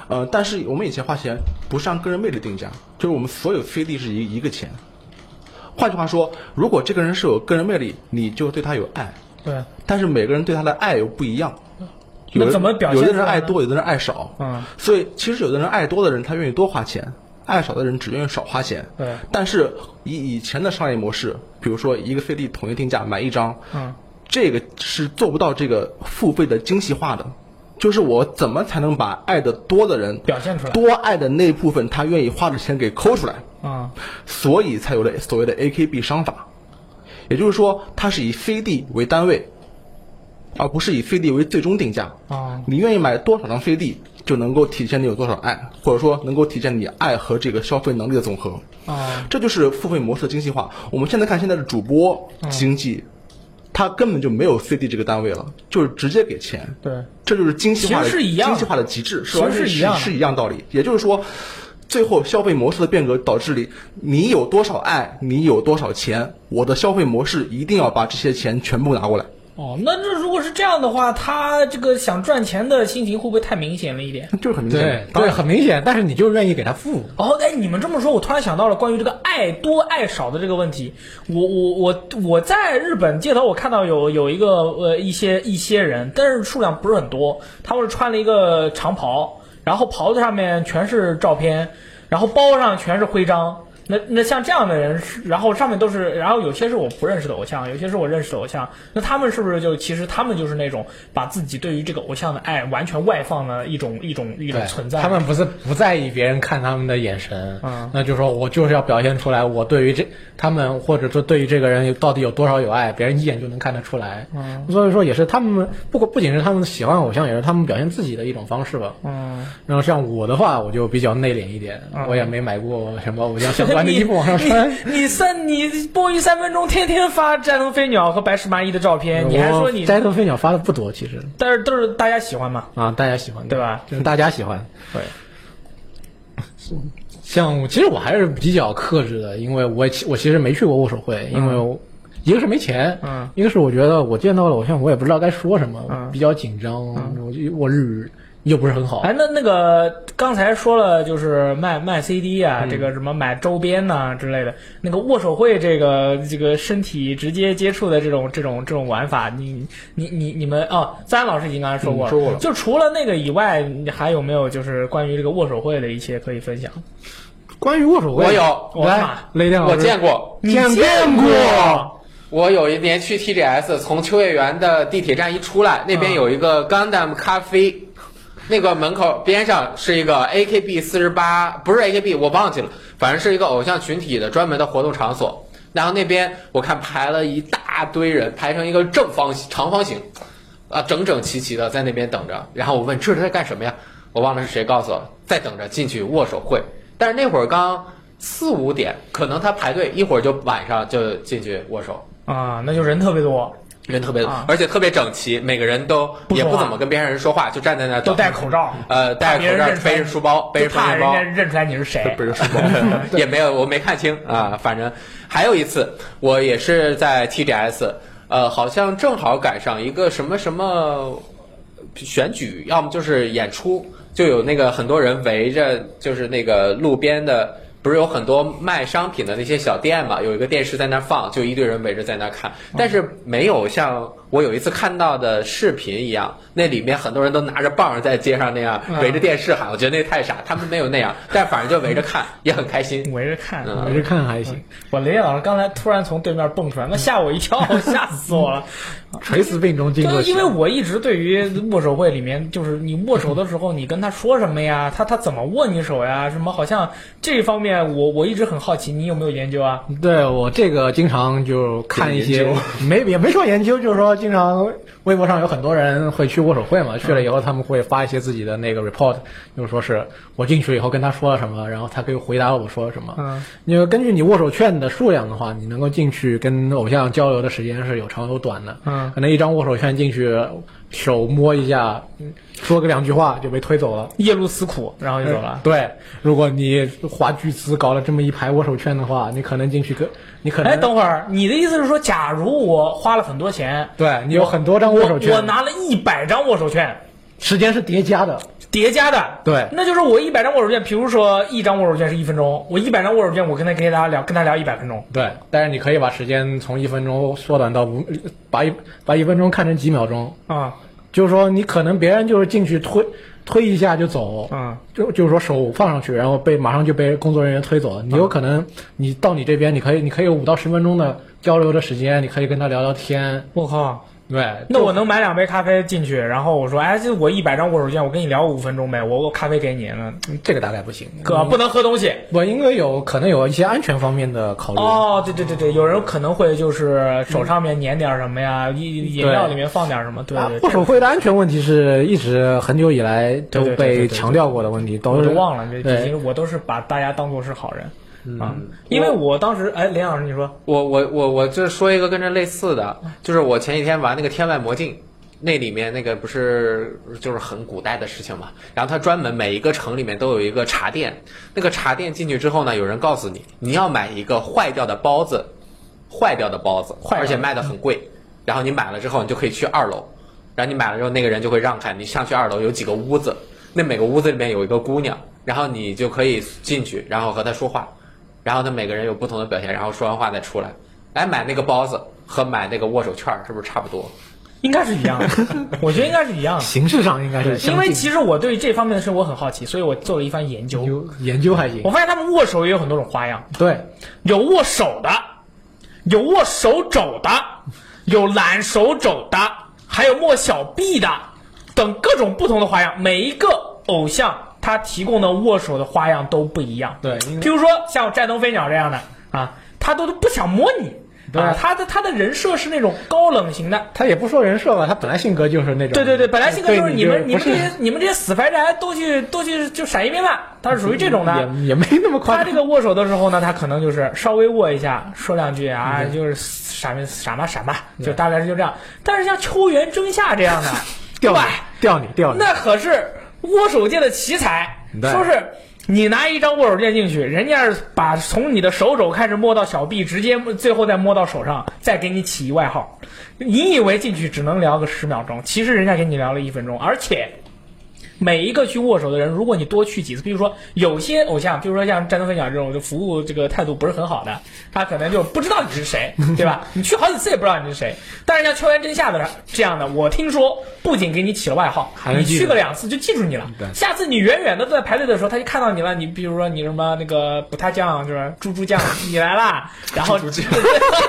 Speaker 3: 呃，但是我们以前花钱不是按个人魅力定价，就是我们所有 CD 是一一个钱。换句话说，如果这个人是有个人魅力，你就对他有爱，
Speaker 1: 对，
Speaker 3: 但是每个人对他的爱又不一样。
Speaker 1: 那
Speaker 3: 有的
Speaker 1: 怎么表现
Speaker 3: 有的
Speaker 1: 出来
Speaker 3: 人爱
Speaker 1: 呢
Speaker 3: 多，有的人爱少。
Speaker 1: 嗯，
Speaker 3: 所以其实有的人爱多的人，他愿意多花钱；爱少的人只愿意少花钱。
Speaker 1: 对
Speaker 3: 但是以以前的商业模式，比如说一个 CD 统一定价买一张，
Speaker 1: 嗯，
Speaker 3: 这个是做不到这个付费的精细化的。就是我怎么才能把爱的多的人
Speaker 1: 表现出来
Speaker 3: 多爱的那部分他愿意花的钱给抠出来，
Speaker 1: 嗯，
Speaker 3: 所以才有了所谓的 AKB 商法。也就是说，它是以 CD 为单位，而不是以 CD 为最终定价。
Speaker 1: 哦，
Speaker 3: 你愿意买多少张 CD，就能够体现你有多少爱，或者说能够体现你爱和这个消费能力的总和。
Speaker 1: 哦，
Speaker 3: 这就是付费模式的精细化。我们现在看现在的主播经济，它根本就没有 CD 这个单位了，就是直接给钱。
Speaker 1: 对，
Speaker 3: 这就是精细化的
Speaker 1: 其实是一样的
Speaker 3: 精细化的极致，
Speaker 1: 其实是
Speaker 3: 是
Speaker 1: 一样的
Speaker 3: 是一样道理。也就是说，最后消费模式的变革导致你，你有多少爱，你有多少钱，我的消费模式一定要把这些钱全部拿过来。
Speaker 1: 哦，那这如果是这样的话，他这个想赚钱的心情会不会太明显了一点？
Speaker 3: 就是很明显
Speaker 2: 对
Speaker 3: 的，当
Speaker 2: 对，
Speaker 3: 然
Speaker 2: 很明显，但是你就愿意给他付，
Speaker 1: 哦，哎，你们这么说，我突然想到了关于这个爱多爱少的这个问题。我我我我在日本街头，我看到有有一个呃一些一些人，但是数量不是很多，他们是穿了一个长袍，然后袍子上面全是照片，然后包上全是徽章。那那像这样的人是，然后上面都是，然后有些是我不认识的偶像，有些是我认识的偶像。那他们是不是就其实他们就是那种把自己对于这个偶像的爱完全外放的一种一种一种
Speaker 2: 对，
Speaker 1: 存在？
Speaker 2: 他们不是不在意别人看他们的眼神，
Speaker 1: 嗯
Speaker 2: 那就说我就是要表现出来，我对于这他们或者说对于这个人有到底有多少有爱，别人一眼就能看得出来。嗯，所以说也是他们不过不仅是他们喜欢偶像，也是他们表现自己的一种方式吧。
Speaker 1: 嗯。
Speaker 2: 然后像我的话，我就比较内敛一点，我也没买过什么偶像相关的衣服往上穿。
Speaker 1: <laughs> 你你三你播一三分钟，天天发斋藤飞鸟和白石麻衣的照片，你还说
Speaker 2: 我
Speaker 1: 你，
Speaker 2: 斋藤飞鸟发的不多，其实
Speaker 1: 但是都是大家喜欢嘛？
Speaker 2: 啊，大家喜欢的
Speaker 1: 对吧
Speaker 2: 就是大家喜欢。
Speaker 1: 对，
Speaker 2: 像其实我还是比较克制的，因为我其我其实没去过握手会，因为我、一个是没钱，
Speaker 1: 嗯，
Speaker 2: 一个是我觉得我见到了偶像，我也不知道该说什么，
Speaker 1: 嗯
Speaker 2: 比较紧张，我就我日语又不是很好，
Speaker 1: 哎，那那个刚才说了，就是卖卖 CD 啊，这
Speaker 2: 嗯
Speaker 1: 个什么买周边呐、之类的，那个握手会这个这个身体直接接触的这种这种这种玩法，你你你你们哦，赞老师已经刚才说过了，
Speaker 3: 嗯说过了
Speaker 1: 就除了那个以外，你还有没有就是关于这个握手会的一些可以分享？
Speaker 2: 关于握手会，
Speaker 4: 我有
Speaker 1: 我
Speaker 2: 来
Speaker 1: 看
Speaker 2: 雷电老师
Speaker 4: 我见过，
Speaker 1: 你
Speaker 2: 见
Speaker 1: 见
Speaker 2: 过，
Speaker 4: 我有一年去 TGS，从秋叶原的地铁站一出来，那边有一个 Gundam 咖啡，那个门口边上是一个 AKB 四十八，不是 AKB，我忘记了，反正是一个偶像群体的专门的活动场所。然后那边我看排了一大堆人，排成一个正方形长方形，啊，整整齐齐的在那边等着。然后我问这是在干什么呀？我忘了是谁告诉我，在等着进去握手会。但是那会儿刚四五点，可能他排队一会儿就晚上就进去握手。
Speaker 1: 啊，那就人特别多，
Speaker 4: 人特别多
Speaker 1: 啊，
Speaker 4: 而且特别整齐，每个人都
Speaker 1: 不
Speaker 4: 也
Speaker 1: 说话
Speaker 4: 不怎么跟边上人说话，就站在那儿
Speaker 1: 都
Speaker 4: 等
Speaker 1: 戴口罩，
Speaker 4: 呃
Speaker 1: 怕
Speaker 4: 戴
Speaker 1: 别
Speaker 4: 着口
Speaker 1: 人
Speaker 4: 罩
Speaker 1: 认，出来
Speaker 4: 背着书包，背着
Speaker 1: 就
Speaker 4: 双
Speaker 1: 怕
Speaker 4: 肩
Speaker 1: 人
Speaker 4: 包
Speaker 1: 家，认出来你是谁。
Speaker 3: 被人说包。
Speaker 4: <laughs> 也没有我没看清啊。反正还有一次，我也是在 TGS，呃，好像正好赶上一个什么什么选举，要么就是演出，就有那个很多人围着，就是那个路边的，不是有很多卖商品的那些小店嘛，有一个电视在那儿放，就一堆人围着在那儿看，但是没有像我有一次看到的视频一样，那里面很多人都拿着棒儿在街上那样
Speaker 1: 嗯
Speaker 4: 围着电视喊，我觉得那太傻，他们没有那样，但反正就围着看，也很开心。
Speaker 1: 围着看。
Speaker 4: 嗯
Speaker 2: 我是看还行，
Speaker 1: 我雷电老师刚才突然从对面蹦出来，那吓我一跳， <laughs> 吓死我了。
Speaker 4: 嗯
Speaker 2: 垂死病中
Speaker 1: 嗯
Speaker 2: 惊
Speaker 1: 就
Speaker 2: 坐
Speaker 1: 是
Speaker 2: 起
Speaker 1: 因为我一直对于握手会里面，就是你握手的时候，你跟他说什么呀？他他怎么握你手呀？什么？好像这方面我我一直很好奇，你有没有研究啊？
Speaker 2: 对我这个经常就看一些
Speaker 4: 有研
Speaker 2: <laughs> 没也没说研究，就是说经常微博上有很多人会去握手会嘛，去了以后他们会发一些自己的那个 report，就是说是我进去以后跟他说了什么，然后他可以回答我说什么。
Speaker 1: 嗯，
Speaker 2: 因为根据你握手券的数量的话，你能够进去跟偶像交流的时间是有长有短的。
Speaker 1: 嗯
Speaker 2: 可能一张握手券进去，手摸一下，说个两句话就被推走了。
Speaker 1: 夜路思苦，然后就走了。
Speaker 2: 嗯对，如果你花巨资搞了这么一排握手券的话，你可能进去跟你可能
Speaker 1: 哎，等会儿，你的意思是说，假如我花了很多钱，
Speaker 2: 对你有很多张握手券，
Speaker 1: 我我拿了一百张握手券
Speaker 2: 时间是叠加的，
Speaker 1: 叠加的，
Speaker 2: 对
Speaker 1: 那就是我一百张握手券，比如说一张握手券是一分钟，我一百张握手券，我跟他跟他聊，跟他聊一百分钟。
Speaker 2: 对，但是你可以把时间从一分钟缩短到五，把一把一分钟看成几秒钟，
Speaker 1: 啊、
Speaker 2: 就是说你可能别人就是进去推推一下就走，
Speaker 1: 嗯
Speaker 2: 就就是说手放上去，然后被马上就被工作人员推走了。你有可能你到你这边，你可以你可以有五到十分钟的交流的时间，你可以跟他聊聊天，
Speaker 1: 我靠，
Speaker 2: 对，
Speaker 1: 那我能买两杯咖啡进去，然后我说，哎，这我一百张握手券，我跟你聊五分钟呗，我我咖啡给你呢，
Speaker 2: 这个大概不行，
Speaker 1: 哥不能喝东西。
Speaker 2: 我应该有可能有一些安全方面的考虑。
Speaker 1: 哦，对对对对，有人可能会就是
Speaker 2: 嗯
Speaker 1: 手上面粘点什么呀，饮饮料里面放点什么，对
Speaker 2: 啊
Speaker 1: 对
Speaker 2: 握
Speaker 1: 对，
Speaker 2: 手会的安全问题是一直很久以来都
Speaker 1: 对对对对对对
Speaker 2: 被强调过的问题，
Speaker 1: 我
Speaker 2: 都是
Speaker 1: 都忘了，这这
Speaker 2: 对嗯
Speaker 1: 其实我都是把大家当做是好人啊，因为我当时，哎，林老师你说，
Speaker 4: 我我我我就说一个跟这类似的，
Speaker 1: 嗯
Speaker 4: 就是我前几天玩那个《天外魔镜》，那里面那个不是就是很古代的事情嘛，然后它专门每一个城里面都有一个茶店，那个茶店进去之后呢，有人告诉你你要买一个坏掉的包子，坏掉的包子，
Speaker 1: 坏掉的
Speaker 4: 而且卖的很贵，然后你买了之后你就可以去二楼，然后你买了之后那个人就会让开，你上去二楼有几个屋子，那每个屋子里面有一个姑娘，然后你就可以进去，然后和她说话。然后呢，每个人有不同的表现，然后说完话再出来。来买那个包子和买那个握手券儿是不是差不多？
Speaker 1: 应该是一样的，
Speaker 2: <laughs>
Speaker 1: 我觉得应该是一样的。
Speaker 2: 形式上应该是
Speaker 1: 因为
Speaker 2: 相
Speaker 1: 其实我对这方面的事我很好奇，所以我做了一番研究。
Speaker 2: 近研究还行
Speaker 1: 我，发现他们握手也有很多种花样，
Speaker 2: 对，
Speaker 1: 有握手的，有握手肘的，有揽手肘的，还有握小臂的，等各种不同的花样。每一个偶像他提供的握手的花样都不一样。
Speaker 2: 对因为
Speaker 1: 譬如说像战斗飞鸟这样的啊，他都都不想摸你。
Speaker 2: 对
Speaker 1: 啊，他的他的人设是那种高冷型的，
Speaker 2: 他也不说人设吧，他本来性格就是那种，
Speaker 1: 对对对，本来性格就是
Speaker 2: 对
Speaker 1: 你们你们
Speaker 2: 不
Speaker 1: 这
Speaker 2: 是
Speaker 1: 些你们这些死宅宅都去都去就闪一边吧，他是属于这种的。
Speaker 2: 也也没那么夸
Speaker 1: 他
Speaker 2: 张，
Speaker 1: 这个握手的时候呢，他可能就是稍微握一下，说两句
Speaker 2: 嗯
Speaker 1: 啊，就是闪吧闪吧闪吧，就大概是就这样。但是像秋元真夏这样的，对
Speaker 2: <laughs> 掉你
Speaker 1: 吧？
Speaker 2: 掉你掉你，
Speaker 1: 那可是握手界的奇才，
Speaker 2: 对
Speaker 1: 说是。你拿一张握手券进去，人家是把从你的手肘开始摸到小臂，直接最后再摸到手上，再给你起一外号。你以为进去只能聊个十秒钟，其实人家给你聊了一分钟，而且每一个去握手的人，如果你多去几次，比如说有些偶像，比如说像战斗分享这种，就服务这个态度不是很好的，他可能就不知道你是
Speaker 2: <laughs>
Speaker 1: 谁，对吧？你去好几次也不知道你是谁。但是像秋元真夏的这样的，我听说不仅给你起了外号
Speaker 2: 还，能
Speaker 1: 你
Speaker 2: 记
Speaker 1: 去
Speaker 2: 住嗯
Speaker 1: 个两次就记住你了。
Speaker 2: 对
Speaker 1: 下次你远远的在排队的时候，他就看到你了。你比如说你什么那个补他酱，就是猪猪酱，你来啦，然后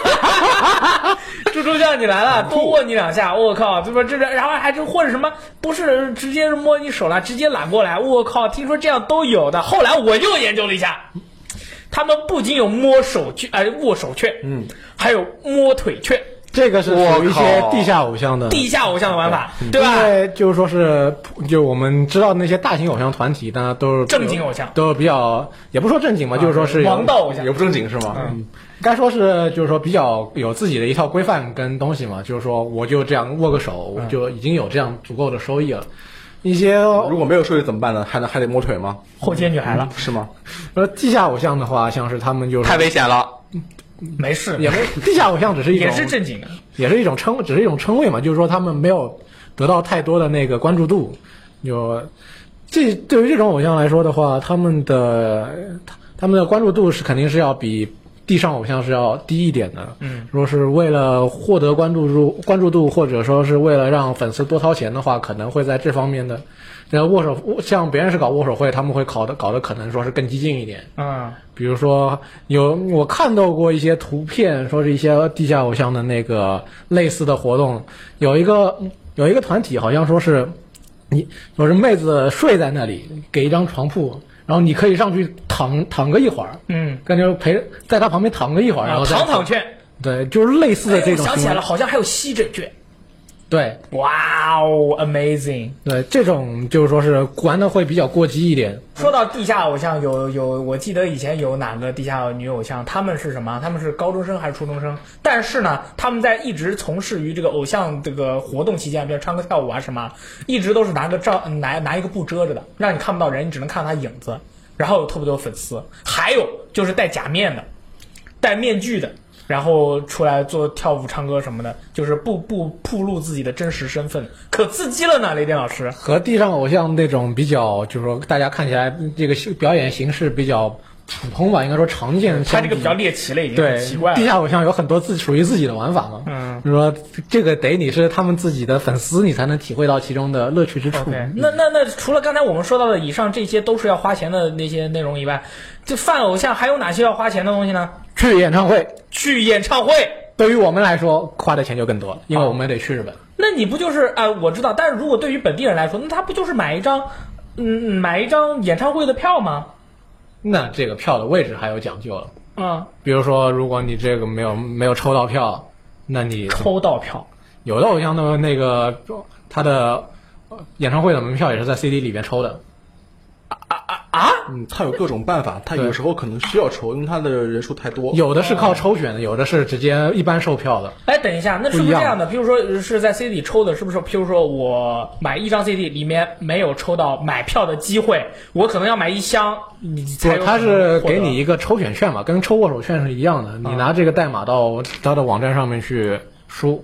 Speaker 1: <laughs> 猪猪酱你来了，多握你两下，我靠，这不这这，然后还就或者什么，不是直接摸你手了，直接揽过来，我靠，听说这样都有的。后来我又研究了一下，他们不仅有摸手券，哎、握手券，嗯，还有摸腿券，
Speaker 2: 这个是
Speaker 4: 我
Speaker 2: 属于一些
Speaker 4: 靠
Speaker 2: 地下偶像的
Speaker 1: 地下偶像的玩法，对
Speaker 2: 因
Speaker 1: 吧？
Speaker 2: 为就是说是，就我们知道那些大型偶像团体，大家都是
Speaker 1: 正经偶像啊
Speaker 2: 都是比较，也不说正经吧，就是说是有
Speaker 1: 王道偶像
Speaker 3: 也，不正经是吗？
Speaker 1: 嗯
Speaker 2: 该说是就是说比较有自己的一套规范跟东西嘛，就是说我就这样握个手，
Speaker 1: 嗯
Speaker 2: 我就已经有这样足够的收益了。一些
Speaker 3: 如果没有收益怎么办呢？还能还得摸腿吗？嗯
Speaker 1: 后街女孩了，
Speaker 3: 是吗？
Speaker 2: 呃地下偶像的话，像是他们就是
Speaker 4: 太危险了！
Speaker 1: 没事，
Speaker 2: 嗯也没地下偶像只是一种
Speaker 1: 也是正经的。
Speaker 2: 也是一种称，只是一种称谓嘛，就是说他们没有得到太多的那个关注度。有这对于这种偶像来说的话，他们的他他们的关注度是肯定是要比地上偶像是要低一点的。
Speaker 1: 嗯，
Speaker 2: 如果是为了获得关注度、关注度，或者说是为了让粉丝多掏钱的话，可能会在这方面的，然后握手像别人是搞握手会，他们会搞的搞的可能说是更激进一点。
Speaker 1: 嗯
Speaker 2: 比如说有我看到过一些图片，说是一些地下偶像的那个类似的活动，有一个有一个团体好像说是你说是妹子睡在那里，给一张床铺，然后你可以上去躺躺个一会儿，
Speaker 1: 嗯，啊
Speaker 2: 跟着陪在他旁边躺个一会儿，然后再
Speaker 1: 躺躺券，
Speaker 2: 对，就是类似的
Speaker 1: 哎
Speaker 2: 这
Speaker 1: 我
Speaker 2: 种
Speaker 1: 想起
Speaker 2: 行
Speaker 1: 来
Speaker 2: 为
Speaker 1: 了，，好像还有吸枕券。
Speaker 2: 对
Speaker 1: 哇哦，amazing！
Speaker 2: 对，这种就是说是玩的会比较过激一点，
Speaker 1: 说到地下偶像，有有，我记得以前有哪个地下女偶像，她们是什么？她们是高中生还是初中生？但是呢，她们在一直从事于这个偶像这个活动期间，比如唱歌跳舞啊什么，一直都是拿个罩拿拿一个布遮着的，让你看不到人，你只能看到她影子。然后有特别多粉丝，还有就是戴假面的，戴面具的，然后出来做跳舞、唱歌什么的，就是不不暴露自己的真实身份，可刺激了呢，雷电老师。
Speaker 2: 和地上偶像那种比较，就是说大家看起来这个形表演形式比较普通吧，应该说常见
Speaker 1: 他
Speaker 2: 相
Speaker 1: 这
Speaker 2: 比。
Speaker 1: 个比较猎奇了，已经
Speaker 2: 对
Speaker 1: 很奇怪
Speaker 2: 地
Speaker 1: 了。
Speaker 2: 下偶像有很多自属于自己的玩法嘛。
Speaker 1: 嗯，
Speaker 2: 你说这个得你是他们自己的粉丝，你才能体会到其中的乐趣之处。
Speaker 1: OK，那那那除了刚才我们说到的以上这些都是要花钱的那些内容以外，这泛偶像还有哪些要花钱的东西呢？
Speaker 2: 去演唱会，
Speaker 1: 去演唱会，
Speaker 2: 对于我们来说花的钱就更多了，因为我们得去日本。
Speaker 1: 那你不就是啊、我知道，但是如果对于本地人来说，那他不就是买一张，嗯，买一张演唱会的票吗？
Speaker 2: 那这个票的位置还有讲究了，
Speaker 1: 嗯，
Speaker 2: 比如说如果你这个没有没有抽到票，那你
Speaker 1: 抽到票，
Speaker 2: 有的偶像的那个他的呃演唱会的门票也是在 CD 里面抽的，
Speaker 3: 嗯，他有各种办法，他有时候可能需要抽，因为他的人数太多。
Speaker 2: 有的是靠抽选的，有的是直接一般售票的。
Speaker 1: 哎，等一下，那是不是
Speaker 2: 不一
Speaker 1: 这
Speaker 2: 样
Speaker 1: 样的？譬如说是在 CD 抽的，是不是？譬如说我买一张 CD 里面没有抽到买票的机会，我可能要买一箱，你才有
Speaker 2: 他
Speaker 1: 可能
Speaker 2: 是
Speaker 1: 获得嗯
Speaker 2: 给你一个抽选券嘛，跟抽握手券是一样的。你拿这个代码到他的网站上面去输，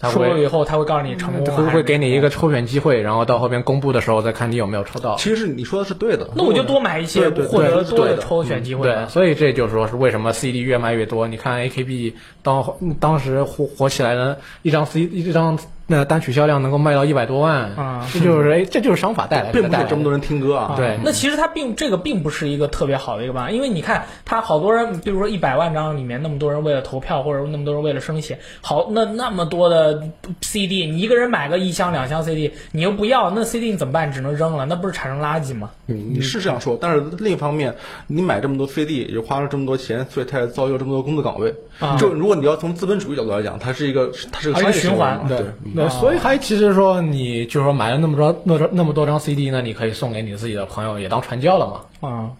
Speaker 2: 他
Speaker 1: 输了以
Speaker 2: 会
Speaker 1: 后，他会告诉你成功了啊还嗯
Speaker 2: 会
Speaker 1: 是
Speaker 2: 会给你一
Speaker 1: 没
Speaker 2: 个抽选机会，然后到后边公布的时候再看你有没有抽到。
Speaker 3: 其实你说的是对的。
Speaker 1: 成功。那我就多买一些，
Speaker 3: 对对对
Speaker 1: 获得多
Speaker 3: 对
Speaker 1: 的
Speaker 3: 的
Speaker 1: 抽选机会
Speaker 2: 对，
Speaker 1: 了。
Speaker 2: 所以这就是说是为什么 CD 越卖越多。你看 AKB 当当时火火起来的一张 C 一张那单曲销量能够卖到一百多万，
Speaker 1: 啊
Speaker 2: 这就是哎这就是商法带来的，
Speaker 3: 并不
Speaker 2: 带
Speaker 3: 是
Speaker 2: 来的
Speaker 3: 这么多人听歌啊，
Speaker 2: 对
Speaker 1: 那其实它并这个并不是一个特别好的一个办法，因为你看，它好多人，比如说一百万张里面那么多人为了投票，或者那么多人为了生写，好，那那么多的 CD，你一个人买个一箱两箱 CD，你又不要，那 CD 你怎么办？只能扔了，那不是产生垃圾吗？
Speaker 3: 嗯你是这样说，但是另一方面，你买这么多 CD 也花了这么多钱，所以它也造就这么多工作岗位。
Speaker 1: 啊
Speaker 3: 就如果你要从资本主义角度来讲，它是一个它是个
Speaker 1: 还有
Speaker 3: 商业
Speaker 1: 循
Speaker 3: 行为
Speaker 1: 环
Speaker 3: 嘛对
Speaker 2: 对，那所以还其实说你就是说买了那么多那么那么多张 CD 呢，你可以送给你自己的朋友，也当传教了嘛。
Speaker 1: 啊、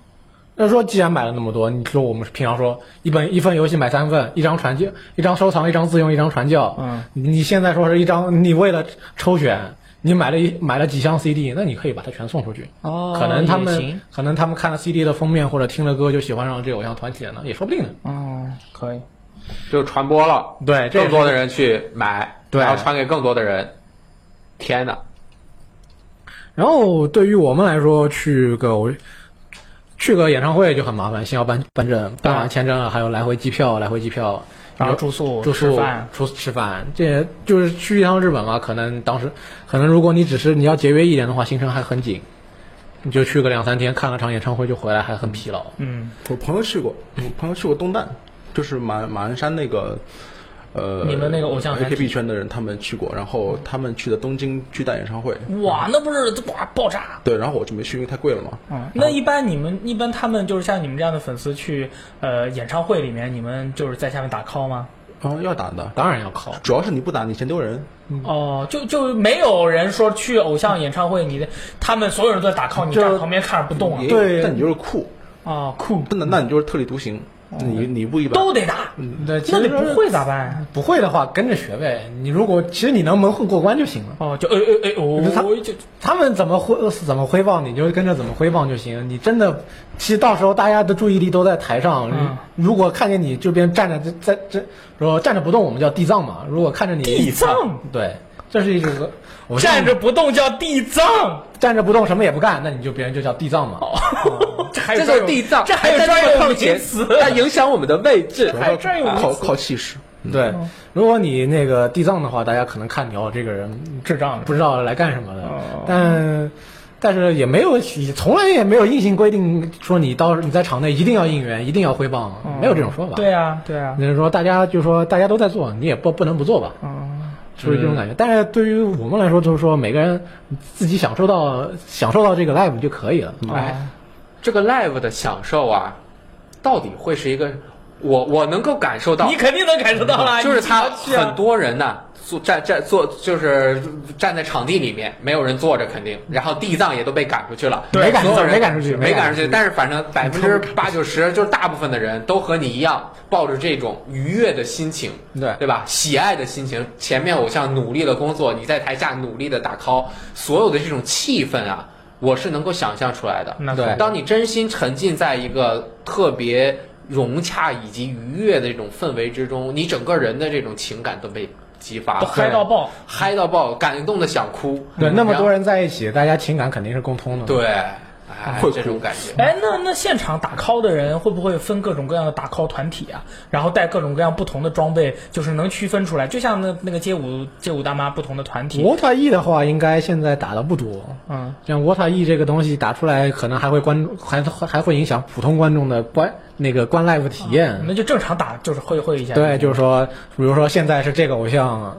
Speaker 2: 那说既然买了那么多，你说我们平常说一本一份游戏买三份，一张传教，一张收藏，一张自用，一张传教。
Speaker 1: 嗯，
Speaker 2: 你现在说是一张，你为了抽选，你买了一买了几箱 CD，那你可以把它全送出去。
Speaker 1: 哦
Speaker 2: 可能他
Speaker 1: 也行
Speaker 2: 们可能他们看了 CD 的封面或者听了歌就喜欢上这偶像团体了呢，也说不定呢。
Speaker 1: 嗯，可以。
Speaker 4: 就传播了，
Speaker 2: 对，这
Speaker 4: 更多的人去买，
Speaker 2: 对
Speaker 4: 然后传给更多的人。天哪！
Speaker 2: 然后对于我们来说，去个偶去个演唱会就很麻烦，先要办办证，办完签证了，还有来回机票，来回机票，
Speaker 1: 然后住宿、
Speaker 2: 住
Speaker 1: 吃
Speaker 2: 宿
Speaker 1: 饭，、
Speaker 2: 出吃饭，这也就是去一趟日本嘛。可能当时，可能如果你只是你要节约一点的话，行程还很紧，你就去个两三天，看了场演唱会就回来，还很疲劳。
Speaker 1: 嗯，
Speaker 3: 我朋友去过，我朋友去过东旦，就是马马鞍山那个，呃，
Speaker 1: 你们那个偶像团体
Speaker 3: AKB 圈的人，他们去过，然后他们去的东京巨蛋演唱会，
Speaker 1: 哇，那不是哇爆炸！
Speaker 3: 对，然后我就没去，因为太贵了嘛。
Speaker 1: 嗯，那一般你们一般他们就是像你们这样的粉丝去呃演唱会里面，你们就是在下面打 call 吗？
Speaker 3: 啊，要打的，
Speaker 2: 当然要考，
Speaker 3: 主要是你不打，你嫌丢人。
Speaker 1: 哦，就就没有人说去偶像演唱会，你的他们所有人都在打 call，你
Speaker 2: 就
Speaker 1: 站旁边看着不动啊
Speaker 3: 也？嗯
Speaker 2: 对
Speaker 3: 但你就是酷，
Speaker 1: 啊，酷，
Speaker 3: 那那你就是特立独行，你你不一般。
Speaker 1: 哦都得打，
Speaker 2: 对，
Speaker 1: 那你不会咋办？啊
Speaker 2: 不会的话跟着学呗。你如果其实你能蒙混过关就行了。
Speaker 1: 哦，就哎哎哎，我就
Speaker 2: 他们怎么挥怎么挥棒，你就跟着怎么挥棒就行。你真的，其实到时候大家的注意力都在台上。
Speaker 1: 嗯
Speaker 2: 如果看见你这边站着在这，说站着不动，我们叫地藏嘛。如果看着你
Speaker 1: 地藏，
Speaker 2: 对，这是一个我
Speaker 1: 站着不动叫地藏，
Speaker 2: 站着不动，什么也不干，那你就别人就叫地藏嘛。
Speaker 1: 哦还有
Speaker 4: 这
Speaker 1: 专
Speaker 4: 是
Speaker 1: 有
Speaker 4: 地藏，
Speaker 1: 这还有
Speaker 4: 但
Speaker 1: 专有
Speaker 4: 靠
Speaker 1: 名
Speaker 4: 前
Speaker 1: 词，
Speaker 4: <laughs> 它影响我们的位置
Speaker 1: 还专有名
Speaker 3: 靠
Speaker 1: 词
Speaker 3: 靠气势。
Speaker 2: 对，
Speaker 1: 哦
Speaker 2: 如果你那个地藏的话，大家可能看你哦，这个人
Speaker 1: <laughs> 智障
Speaker 2: 不知道来干什么的，
Speaker 1: 哦
Speaker 2: 但但是也没有，从来也没有硬性规定说你到你在场内一定要应援，一定要挥
Speaker 1: 哦
Speaker 2: 棒，没有这种说法。，
Speaker 1: 对啊，对啊，
Speaker 2: 就是说大家就说大家都在做，你也不不能不做吧，
Speaker 1: 嗯，
Speaker 2: 就是这种感觉。但是对于我们来说，就是说每个人自己享受到享受到这个 live 就可以了。
Speaker 1: 嗯
Speaker 4: 哎，这个 live 的享受啊，到底会是一个我我能够感受到嗯
Speaker 1: 你，肯定能感受到了，
Speaker 4: 就是他
Speaker 1: 他
Speaker 4: 很多人呐、坐站站坐就是站在场地里面，没有人坐着肯定，然后地藏也都被赶出去了，
Speaker 1: 对
Speaker 2: 没赶
Speaker 4: 所
Speaker 2: 出
Speaker 4: 有
Speaker 2: 去，
Speaker 4: 人
Speaker 2: 没赶出去，
Speaker 4: 没赶
Speaker 2: 赶
Speaker 4: 出去，但是反正百分之八九十，就是大部分的人都和你一样，抱着这种愉悦的心情，
Speaker 2: 去。对，
Speaker 4: 对吧？喜爱的心情，前面偶像努力的工作，你在台下努力的打 call，所有的这种气氛啊，我是能够想象出来的。
Speaker 1: 那
Speaker 2: 对
Speaker 1: 肯定
Speaker 4: 当你真心沉浸在一个特别融洽以及愉悦的这种氛围之中，你整个人的这种情感都被激发
Speaker 1: 都
Speaker 4: 了，
Speaker 1: 嗨到爆，
Speaker 4: 嗨到爆，感动的想哭。
Speaker 2: 对，
Speaker 4: 嗯
Speaker 2: 那么多
Speaker 4: 然
Speaker 2: 人在一起，大家情感肯定是共通的。
Speaker 4: 后，对，哎
Speaker 3: 会，哭
Speaker 4: 这种感觉。
Speaker 1: 哎，那那现场打 call 的人会不会分各种各样的打 call 团体啊？然后带各种各样不同的装备，就是能区分出来，就像那那个街舞街舞大妈不同的团体，
Speaker 2: ，Water E 的话，应该现在打的不多。
Speaker 1: 嗯，
Speaker 2: 像 Water E 这个东西打出来，可能还会观还还会影响普通观众的观那个观 live 体验。
Speaker 1: 那就正常打，就是会会一下。
Speaker 2: 对，就是说，比如说现在是这个偶像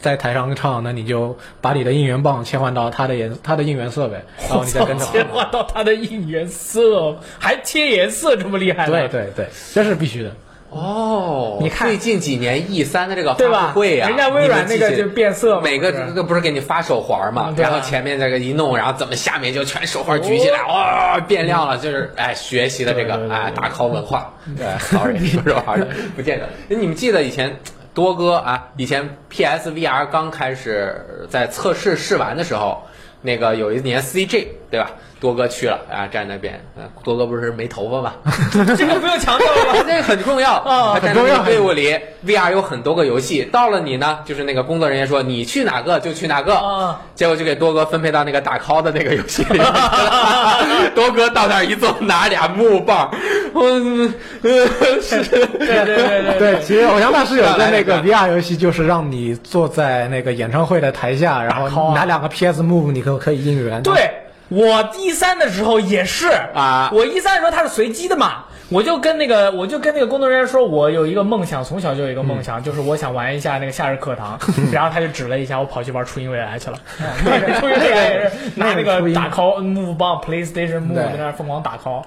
Speaker 2: 在台上唱，那你就把你的应援棒切换到他的颜他的应援设备，然后你再跟着
Speaker 1: 切
Speaker 2: 唱。
Speaker 1: 换到它的应援色，还切颜色，这么厉害吗？
Speaker 2: 对对对，这是必须的。
Speaker 4: 哦，
Speaker 1: 你看
Speaker 4: 最近几年 E 三的这个
Speaker 1: 对
Speaker 4: 发
Speaker 1: 吧？
Speaker 4: 布会啊，
Speaker 1: 人家微软那
Speaker 4: 你
Speaker 1: 个
Speaker 4: 们记
Speaker 1: 就
Speaker 4: 得
Speaker 1: 变色嘛，
Speaker 4: 每个
Speaker 1: 不是
Speaker 4: 这不是给你发手环嘛
Speaker 1: 嗯，对啊哦
Speaker 4: 然后前面这个一弄，然后怎么下面就全手环举起来，哇、变亮了，就是哎，学习的这
Speaker 2: 对对
Speaker 4: 个
Speaker 2: 对
Speaker 4: 哎
Speaker 2: 对
Speaker 4: 打 call 文化，
Speaker 1: 嗯
Speaker 4: 对，sorry，不
Speaker 1: <laughs>
Speaker 4: 是玩的，不见得。你们记得以前多哥啊，以前 PSVR 刚开始在测试试玩的时候，那个有一年 CG 对吧？多哥去了啊，站那边，呃多哥不是没头发嘛，
Speaker 1: 这个不用强调
Speaker 4: <laughs>
Speaker 1: 了吧。
Speaker 4: 这个很重要，
Speaker 1: 啊
Speaker 4: 他在
Speaker 2: 很重要
Speaker 4: 那个队伍里，VR 有很多个游戏，到了你呢，就是那个工作人员说你去哪个就去哪个，
Speaker 1: 啊
Speaker 4: 结果就给多哥分配到那个打 call 的那个游 <laughs> 戏里，多哥到那儿一坐，拿俩木棒，我、呃、是
Speaker 1: 对对对对
Speaker 2: 对，其实偶像大师有
Speaker 4: 来
Speaker 2: 的
Speaker 4: 来
Speaker 2: 那个
Speaker 4: 来
Speaker 2: VR 游戏，就是让你坐在那个演唱会的台下，然后拿两个 PS Move，你可可以应援。
Speaker 1: 啊对我一三的时候也是
Speaker 4: 啊
Speaker 1: 我一三的时候它是随机的嘛，我就跟那个我就跟那个工作人员说，我有一个梦想，从小就有一个梦想，就是我想玩一下那个夏日课 <laughs> 堂，然后他就指了一下，我跑去玩初音未来去了， <laughs> 那个 <laughs> 初音未来也是拿那个打 call move 棒 PlayStation move
Speaker 2: 对
Speaker 1: 在那儿疯狂打 call，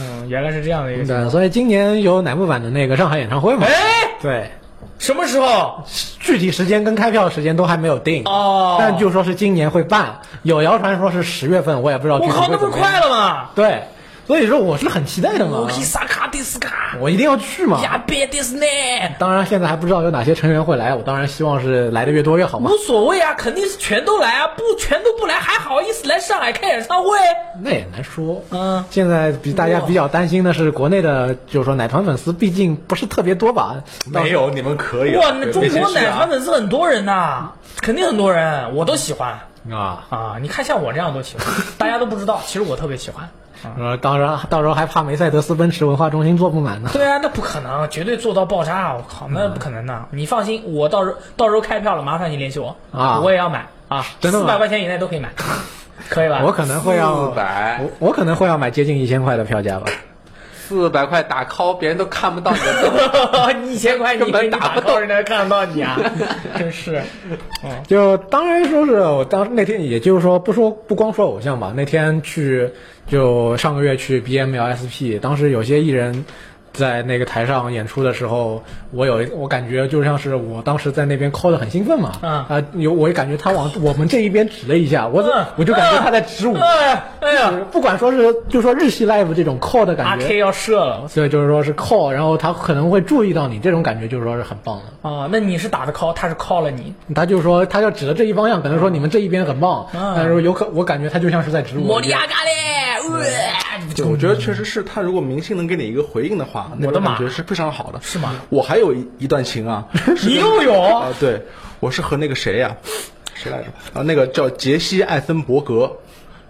Speaker 1: 嗯，原来是这样的一个情况。
Speaker 2: 对，所以今年有乃木坂的那个上海演唱会嘛？
Speaker 1: 哎，
Speaker 2: 对，
Speaker 1: 什么时候？
Speaker 2: 具体时间跟开票时间都还没有定
Speaker 1: 哦
Speaker 2: 但就说是今年会办，有谣传说是十月份，我也不知道具
Speaker 1: 我
Speaker 2: 体
Speaker 1: 靠，
Speaker 2: 会
Speaker 1: 那
Speaker 2: 怎
Speaker 1: 么
Speaker 2: 么样
Speaker 1: 快。了吗？
Speaker 2: <laughs> 对，所以说我是很期待的嘛
Speaker 1: 乌，皮萨卡迪斯卡，
Speaker 2: 我一定要去嘛。
Speaker 1: 亚别迪斯内。
Speaker 2: 当然现在还不知道有哪些成员会来，我当然希望是来的越多越好嘛
Speaker 1: 无。所谓啊，肯定是全都来啊，不全都不来还好意思来上海开演唱会？
Speaker 2: 那也难说。
Speaker 1: 嗯，
Speaker 2: 现在比大家比较担心的是，国内的就是说奶团粉丝毕竟不是特别多吧？
Speaker 5: 没有，你们
Speaker 2: 哎
Speaker 5: 可以啊。
Speaker 1: 哇，那中
Speaker 5: 别谦
Speaker 1: 国
Speaker 5: 虚啊
Speaker 1: 奶茶粉丝很多人呐、肯定很多人，我都喜欢
Speaker 2: 啊，
Speaker 1: 啊！你看像我这样都喜
Speaker 2: <laughs>
Speaker 1: 欢，大家都不知道，其实我特别喜欢。
Speaker 2: 呃，当然到时候还怕梅赛德斯奔驰文化中心坐不满呢。
Speaker 1: 对啊，那不可能，绝对做到爆炸！我
Speaker 2: 嗯
Speaker 1: 靠，那不可能的。你放心，我到时候到时候开票了，麻烦你联系我
Speaker 2: 啊
Speaker 1: 我也要买啊，
Speaker 2: 真的
Speaker 1: 四
Speaker 2: 吗
Speaker 1: 百块钱以内都可
Speaker 2: <laughs>
Speaker 1: 以买，可以吧？
Speaker 2: 我可能会要
Speaker 4: 四百
Speaker 2: 我我可能会要买接近一千块的票价吧。
Speaker 4: 四百块打 call，别人都看不到你的灯。
Speaker 1: 你 <laughs> 一千块，你
Speaker 4: 根本
Speaker 1: 你
Speaker 4: 打不
Speaker 1: 不到人家看得到你啊，真
Speaker 2: <laughs>
Speaker 1: 是。
Speaker 2: 就当然说是我当那天，也就是说不说不光说偶像吧，那天去就上个月去 BMLSP，当时有些艺人在那个台上演出的时候，我有一我感觉就像是我当时在那边 call 的很兴奋嘛，
Speaker 1: 嗯
Speaker 2: 啊、有我也感觉他往我们这一边指了一下，我怎
Speaker 1: 嗯
Speaker 2: 我就感觉他在指舞，
Speaker 1: 哎呀，哎呀，
Speaker 2: 不管说是就说日系 live 这种 call 的
Speaker 1: 阿
Speaker 2: 感
Speaker 1: K
Speaker 2: 觉。
Speaker 1: 要射了
Speaker 2: 对，就是说是 call，然后他可能会注意到你，这种感觉就是说是很棒的。
Speaker 1: 啊！那你是打的 call，他是 call 了你。
Speaker 2: 他就说，他就指着这一方向，可能说你们这一边很棒，
Speaker 1: 嗯
Speaker 2: 但是有可我感觉他就像是在指我
Speaker 1: 莫
Speaker 2: 一
Speaker 1: 利
Speaker 2: 样。
Speaker 1: 亚嘎嘞，呃
Speaker 3: 对，我觉得确实是他，如果明星能给你一个回应的话，那
Speaker 1: 我的
Speaker 3: 种
Speaker 1: 妈
Speaker 3: 感觉是非常好的。是
Speaker 1: 吗？
Speaker 3: 我还有一一段
Speaker 1: <laughs>
Speaker 3: 情啊，是
Speaker 1: 你
Speaker 3: 跟
Speaker 1: 又有
Speaker 3: 啊？对，我是和那个谁呀、谁来着？啊，那个叫杰西·艾森伯格，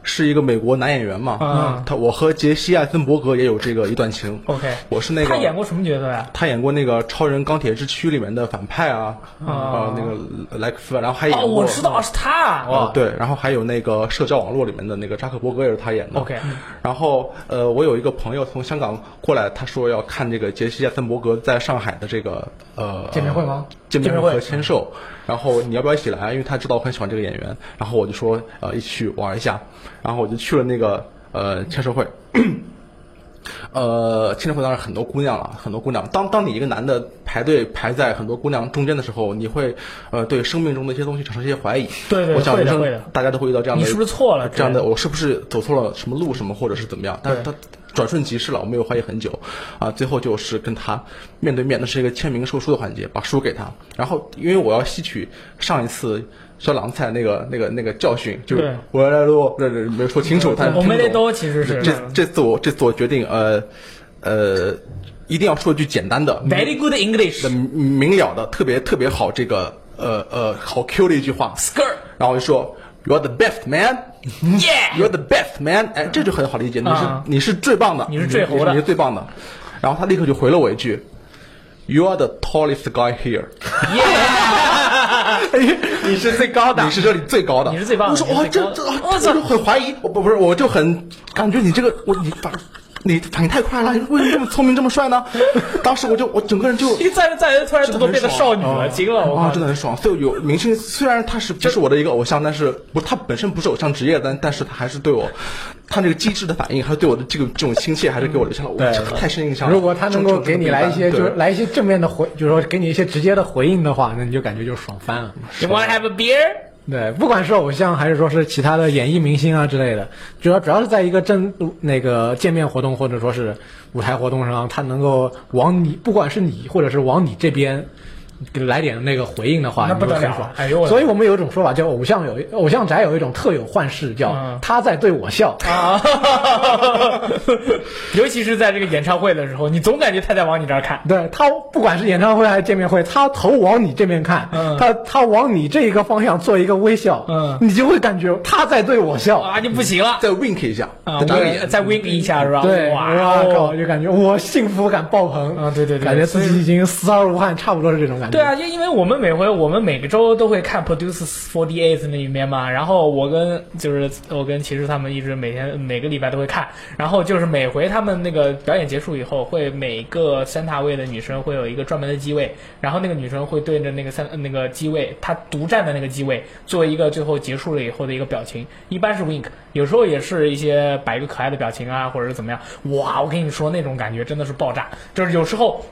Speaker 3: 是一个美国男演员嘛，
Speaker 1: 嗯
Speaker 3: 他我和杰西·艾森伯格也有这个一段情。
Speaker 1: OK，
Speaker 3: 我是那个
Speaker 1: 他演过什么角色呀？
Speaker 3: 他演过那个《超人钢铁之躯》里面的反派啊，啊、
Speaker 1: 哦
Speaker 3: 那个莱克斯，然后还演
Speaker 1: 哦，
Speaker 3: 过，
Speaker 1: 我知道是他啊。
Speaker 3: 哦，对，然后还有那个《社交网络》里面的那个扎克伯格也是他演的。
Speaker 1: OK
Speaker 3: 然后呃，我有一个朋友从香港过来，他说要看这个杰西·艾森伯格在上海的这个呃
Speaker 2: 见面会吗？
Speaker 3: 见面
Speaker 1: 见面会
Speaker 3: 和签售，然后你要不要一起来？因为他知道我很喜欢这个演员，然后我就说呃一起去玩一下，然后我就去了那个呃签售会。呃，签售会当然很多姑娘了，很多姑娘。当当你一个男的排队排在很多姑娘中间的时候，你会呃对生命中的一些东西产生一些怀疑。
Speaker 1: 对对
Speaker 3: 我想
Speaker 1: 会
Speaker 3: 人
Speaker 1: 的
Speaker 3: 生
Speaker 1: 会的
Speaker 3: 大家都会遇到这样的，
Speaker 1: 你是不是错了之类的
Speaker 3: 啊这样的，我是不是走错了什么路什么，或者是怎么样？但是
Speaker 1: 对
Speaker 3: 他转瞬即逝了，我没有怀疑很久啊。最后就是跟他面对面，那是一个签名售书的环节，把书给他。然后因为我要吸取上一次小狼菜那个那个那个教训，就
Speaker 1: 对
Speaker 3: 我来录，这这没说清楚，他
Speaker 1: 我没得
Speaker 3: 听懂
Speaker 1: 多，其实是嗯
Speaker 3: 这这次我这次我决定，呃呃，一定要说一句简单的，
Speaker 1: very good English
Speaker 3: 的明了的，特别特别好，这个呃呃好 Q 的一句话，
Speaker 1: skirt
Speaker 3: 然后我就说 You're the best man, <laughs>
Speaker 1: yeah。
Speaker 3: You're the best man，哎，这就很好理解，你是
Speaker 1: 啊
Speaker 3: 你是最棒的，
Speaker 1: 你是最猴的
Speaker 3: 你是最棒的。然后他立刻就回了我一句，You are the tallest guy
Speaker 1: <laughs>
Speaker 3: here，
Speaker 4: 你是最高
Speaker 3: 你是这里最高的，
Speaker 1: 你是最棒的
Speaker 3: 我说
Speaker 1: 你是
Speaker 3: 哇，
Speaker 1: 最
Speaker 3: 这
Speaker 1: 高的
Speaker 3: 这
Speaker 1: 我
Speaker 3: 我
Speaker 1: 操
Speaker 3: 就很怀疑，我不不是，我就很感觉你这个我你反你反应太快了，你为什么这么聪明这么帅呢？ <laughs> 当时我就我整个人就
Speaker 1: <laughs> 一赞人赞人突然怎么都变得少女了，
Speaker 3: 啊
Speaker 1: 惊了！我
Speaker 3: 啊，
Speaker 1: 靠
Speaker 3: 真的很爽。所以有明星，虽然他是不是我的一个偶像，但是不，他本身不是偶像职业，但但是他还是对我，他这个机智的反应，还有对我的这个这种亲切，还是给我留下了我
Speaker 2: 嗯对对
Speaker 3: 太深印象了。
Speaker 2: 如果他能
Speaker 3: 这
Speaker 2: 够
Speaker 3: 种
Speaker 2: 给你来一些，
Speaker 3: 这
Speaker 2: 就
Speaker 3: 种
Speaker 2: 是
Speaker 3: 陪伴
Speaker 2: 来一些正面的回，就是说给你一些直接的回应的话，那你就感觉就爽翻了。
Speaker 1: You wanna have a beer？
Speaker 2: 对，不管是偶像还是说是其他的演艺明星啊之类的，主要主要是在一个正那个见面活动或者说是舞台活动上，他能够往你，不管是你或者是往你这边。给来点那个回应的话，
Speaker 1: 那不
Speaker 2: 你就
Speaker 1: 得了
Speaker 2: 很爽
Speaker 1: 哎呦我的
Speaker 2: 所以我们有一种说法叫“偶像有偶像宅”，有一种特有幻视叫
Speaker 1: 嗯
Speaker 2: “他在对我笑”。
Speaker 1: 啊， <laughs> 尤其是在这个演唱会的时候，你总感觉他在往你这儿看。
Speaker 2: 对他，不管是演唱会还是见面会，他头往你这边看，
Speaker 1: 嗯
Speaker 2: 他他往你这一个方向做一个微笑，
Speaker 1: 嗯
Speaker 2: 你就会感觉他在对我笑。
Speaker 1: 啊，就不行了
Speaker 3: 再 wink 一下，
Speaker 1: 啊！
Speaker 3: 瞪着
Speaker 1: 我
Speaker 3: 眼，
Speaker 1: 再 wink 一下是吧？
Speaker 2: 对，
Speaker 1: 哇
Speaker 2: 哇
Speaker 1: 哦
Speaker 2: 靠，就感觉我幸福感爆棚
Speaker 1: 啊对对对
Speaker 2: 感觉自
Speaker 1: 所以
Speaker 2: 己已经死而无憾，差不多是这种感觉。
Speaker 1: 对啊，，因因为我们每回我们每个周都会看 Produce Forty Eight 那一面嘛，然后我跟就是我跟骑士他们一直每天每个礼拜都会看，然后就是每回他们那个表演结束以后，会每个三塔位的女生会有一个专门的机位，然后那个女生会对着那个三那个机位，她独占的那个机位做一个最后结束了以后的一个表情，一般是 wink，有时候也是一些摆个可爱的表情啊，或者是怎么样，哇，我跟你说那种感觉真的是爆炸，就是有时候。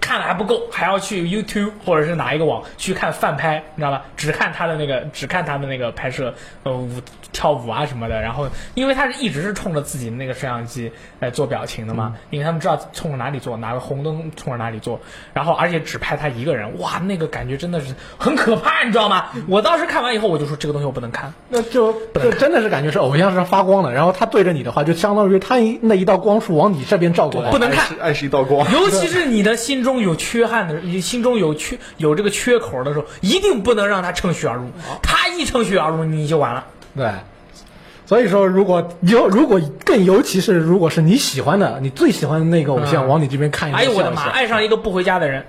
Speaker 1: 看了还不够，还要去 YouTube 或者是哪一个网去看翻拍，你知道吧？只看他的那个，只看他的那个拍摄，呃，舞跳舞啊什么的。然后，因为他是一直是冲着自己的那个摄像机来做表情的嘛，因为他们知道冲着哪里做，哪个红灯冲着哪里做。然后，而且只拍他一个人，哇，那个感觉真的是很可怕，你知道吗？我当时看完以后，我就说这个东西我不能看，
Speaker 2: 那就就真的是感觉是偶像是发光的，然后他对着你的话，就相当于他一那一道光束往你这边照过来
Speaker 1: 不。能看
Speaker 3: 爱。是爱是一道光。
Speaker 1: 尤其是你的心中有缺憾的，你心中有缺有这个缺口的时候，一定不能让他乘虚而入。他一乘虚而入，你就完了。
Speaker 2: 对，所以说，如果有如果更尤其是如果是你喜欢的，你最喜欢的那个偶像
Speaker 1: 嗯
Speaker 2: 往你这边看一
Speaker 1: <laughs>
Speaker 2: 下，
Speaker 1: 哎呦我的
Speaker 2: 笑一
Speaker 1: 妈！
Speaker 2: 笑
Speaker 1: 爱上一个不回家的人，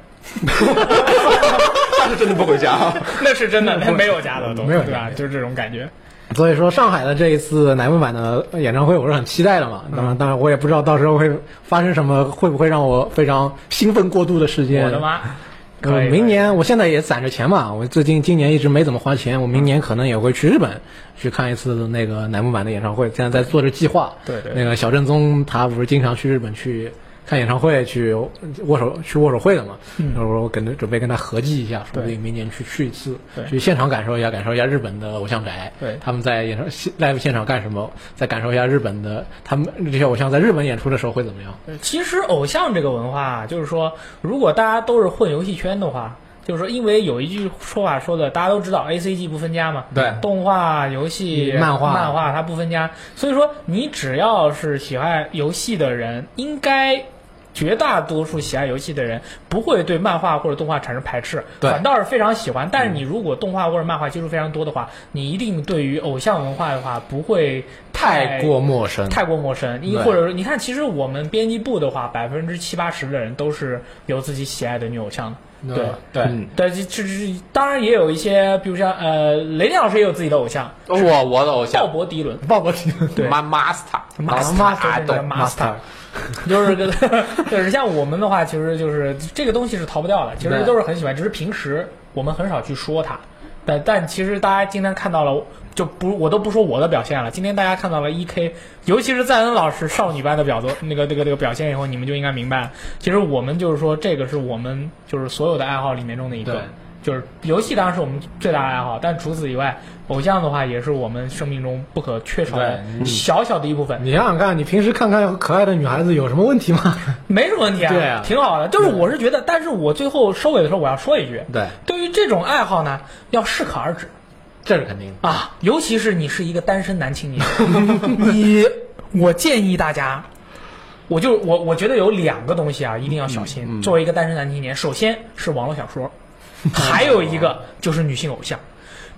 Speaker 3: 那是真的不回家。
Speaker 1: <laughs>
Speaker 3: 啊
Speaker 2: <laughs>
Speaker 1: 那是真的，那 <laughs> 没有家的都
Speaker 2: 没有家
Speaker 1: 对吧？就是这种感觉。
Speaker 2: 所以说，上海的这一次乃木坂的演唱会，我是很期待的嘛。那么，
Speaker 1: 嗯
Speaker 2: 当然我也不知道到时候会发生什么，会不会让我非常兴奋过度的事件。
Speaker 1: 我的妈！
Speaker 2: 呃
Speaker 1: 可以
Speaker 2: 明年我现在也攒着钱嘛，我最近今年一直没怎么花钱，
Speaker 1: 嗯
Speaker 2: 我明年可能也会去日本去看一次那个乃木坂的演唱会，现在在做着计划。
Speaker 1: 对对
Speaker 2: 那个小正宗他不是经常去日本去看演唱会、去握手、去握手会的嘛？嗯，我我跟准备跟他合计一下，说不定明年去去一次
Speaker 1: 对，
Speaker 2: 去现场感受一下，感受一下日本的偶像宅。
Speaker 1: 对
Speaker 2: 他们在演唱 live 现场干什么？再感受一下日本的他们这些偶像在日本演出的时候会怎么样？
Speaker 1: 对其实偶像这个文化啊，就是说，如果大家都是混游戏圈的话，就是说，因为有一句说法说的，大家都知道 A C G 不分家嘛，
Speaker 2: 对
Speaker 1: 动画、游戏、
Speaker 2: 嗯漫画
Speaker 1: 漫画它不分家，所以说你只要是喜欢游戏的人，应该。绝大多数喜爱游戏的人不会对漫画或者动画产生排斥，
Speaker 2: 对嗯
Speaker 1: 反倒是非常喜欢。但是你如果动画或者漫画接触非常多的话，你一定对于偶像文化的话不会太
Speaker 2: 太过陌生，
Speaker 1: 太过陌生，你
Speaker 2: 对
Speaker 1: 或者说你看，其实我们编辑部的话，百分之七八十的人都是有自己喜爱的女偶像的。
Speaker 2: 嗯
Speaker 1: 对
Speaker 2: 对，
Speaker 3: 嗯，
Speaker 1: 但是这这当然也有一些，比如像呃，雷电老师也有自己的偶像，
Speaker 4: 我我的偶
Speaker 1: 鲍
Speaker 4: 像
Speaker 1: 勃迪伦
Speaker 2: 鲍勃迪伦
Speaker 1: 对
Speaker 4: 妈 master
Speaker 2: 哎
Speaker 1: ，master 对
Speaker 4: 懂
Speaker 1: master，就是个就是像我们的话，其实就是这个东西是逃不掉的，其实
Speaker 2: 对
Speaker 1: 都是很喜欢，只是平时我们很少去说它。但但其实大家今天看到了，就不我都不说我的表现了。今天大家看到了 E K，尤其是赞恩老师少女般的表作，那个这个这个表现以后，你们就应该明白，其实我们就是说这个是我们就是所有的爱好里面中的一
Speaker 2: 对
Speaker 1: 个。就是游戏当然是我们最大的爱好，但除此以外，偶像的话也是我们生命中不可缺少的
Speaker 2: 对嗯
Speaker 1: 小小的一部分。
Speaker 2: 你想想看，你平时看看可爱的女孩子有什么问题吗？
Speaker 1: 没什么问题啊，
Speaker 2: 对啊
Speaker 1: 挺好的。就是我是觉得，但是我最后收尾的时候，我要说一句，
Speaker 2: 对，
Speaker 1: <laughs> 对于这种爱好呢，要适可而止
Speaker 2: 这是肯定的。
Speaker 1: 啊，尤其是你是一个单身男青年，你我建议大家。我就我我觉得有两个东西啊，一定要小心。作为一个单身男青年，首先是网络小说，还有一个就是女性偶像，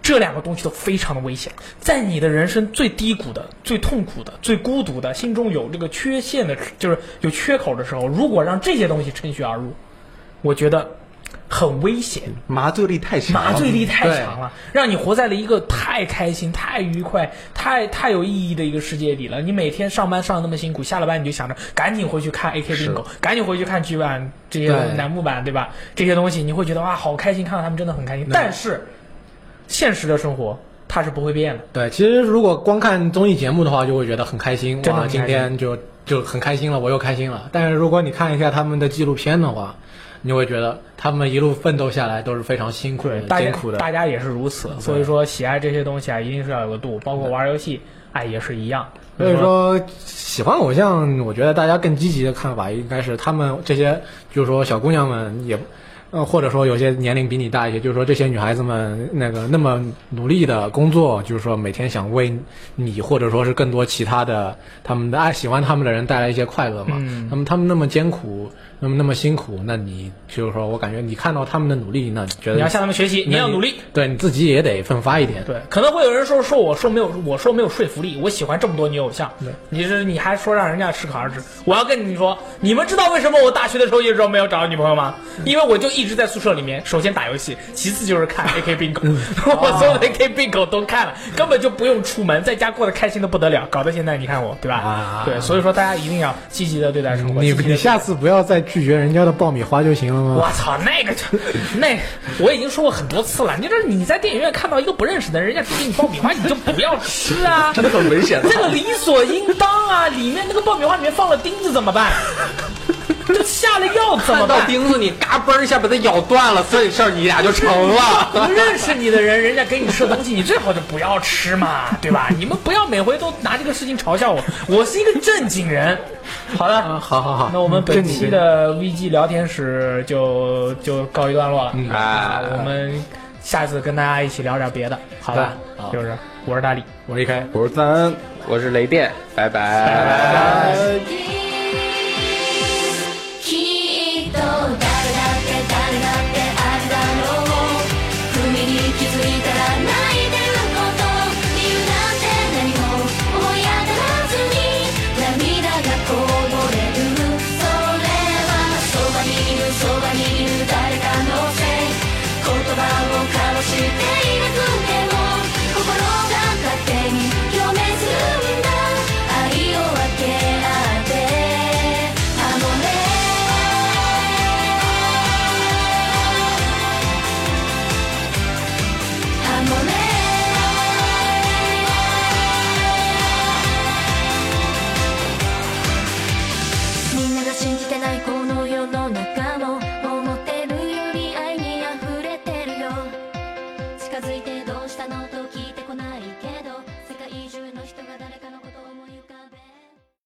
Speaker 1: 这两个东西都非常的危险。在你的人生最低谷的、最痛苦的、最孤独的、心中有这个缺陷的，就是有缺口的时候，如果让这些东西趁虚而入，我觉得很危险。
Speaker 5: 麻醉力太强了，
Speaker 1: 麻醉力太强了，让你活在了一个太开心、太愉快、太太有意义的一个世界里了。你每天上班上的那么辛苦，下了班你就想着赶紧回去看 AK
Speaker 2: 是
Speaker 1: bingo，赶紧回去看剧版这些
Speaker 2: 对
Speaker 1: 楠木版，对吧？这些东西你会觉得哇，好开心，看到他们真的很开心。
Speaker 2: 嗯
Speaker 1: 但是现实的生活它是不会变的，
Speaker 2: 对，其实如果光看综艺节目的话，就会觉得很开心，
Speaker 1: 真的
Speaker 2: 哇，
Speaker 1: 很开心
Speaker 2: 今天就就很开心了，我又开心了。但是如果你看一下他们的纪录片的话，你会觉得他们一路奋斗下来都是非常辛苦的、
Speaker 1: 大家
Speaker 2: 艰苦的。
Speaker 1: 大家也是如此。所以说，喜爱这些东西啊，一定是要有个度，包括玩游戏，哎，也是一样。
Speaker 2: 所以说，喜欢偶像，我觉得大家更积极的看法应该是，他们这些就是说小姑娘们也，呃，或者说有些年龄比你大一些，就是说这些女孩子们那个那么努力的工作，就是说每天想为你或者说是更多其他的他们的爱喜欢他们的人带来一些快乐嘛。
Speaker 1: 嗯
Speaker 2: 那么他们那么艰苦，那么那么辛苦，那你就是说我感觉你看到他们的努力，那你觉得
Speaker 1: 你要向他们学习，你要努力。，
Speaker 2: 对你自己也得奋发一点。
Speaker 1: 对，可能会有人说说我说没有，我说没有说服力。我喜欢这么多女偶像，你是你还说让人家适可而止。我要跟你说，你们知道为什么我大学的时候一直都没有找到女朋友吗？
Speaker 2: 嗯
Speaker 1: 因为我就一直在宿舍里面，首先打游戏，其次就是
Speaker 2: <laughs>
Speaker 1: 看 AK bingo，我
Speaker 2: 哦
Speaker 1: 所有的 AK bingo 都看了，根本就不用出门，在家过得开心的不得了，搞得现在你看我，对吧
Speaker 2: 啊？
Speaker 1: 对，所以说大家一定要积极的对待生活。
Speaker 2: 你
Speaker 1: 积极地
Speaker 2: 你下次不要再拒绝人家的爆米花就行了吗？
Speaker 1: 我操，那个就那，我已经说过很多次了。你这你在电影院看到一个不认识的人，人家给你爆米花，你就不要吃啊，
Speaker 5: 真的很危险的。
Speaker 1: 这个理所应当啊。里面那个爆米花里面放了钉子怎么办？这下了药怎么
Speaker 4: 看到
Speaker 1: 办？
Speaker 4: 钉子你嘎嘣一下把它咬断了，所以事儿你俩就成了。
Speaker 1: 不认识你的人，人家给你吃的东西，你最好就不要吃嘛，对吧？你们不要每回都拿这个事情嘲笑我，我是一个正经人。好的，
Speaker 2: 啊，好好好，
Speaker 1: 那我们本期
Speaker 2: 正经
Speaker 1: 的 VG 聊天室就就告一段落了。嗯
Speaker 4: 哎
Speaker 1: 我们下次跟大家一起聊点别的，好吧？
Speaker 2: 嗯
Speaker 1: 就是我是大力。
Speaker 2: 我离开。
Speaker 3: 我是赞恩。
Speaker 4: 我是雷电，拜拜
Speaker 3: 拜
Speaker 6: 一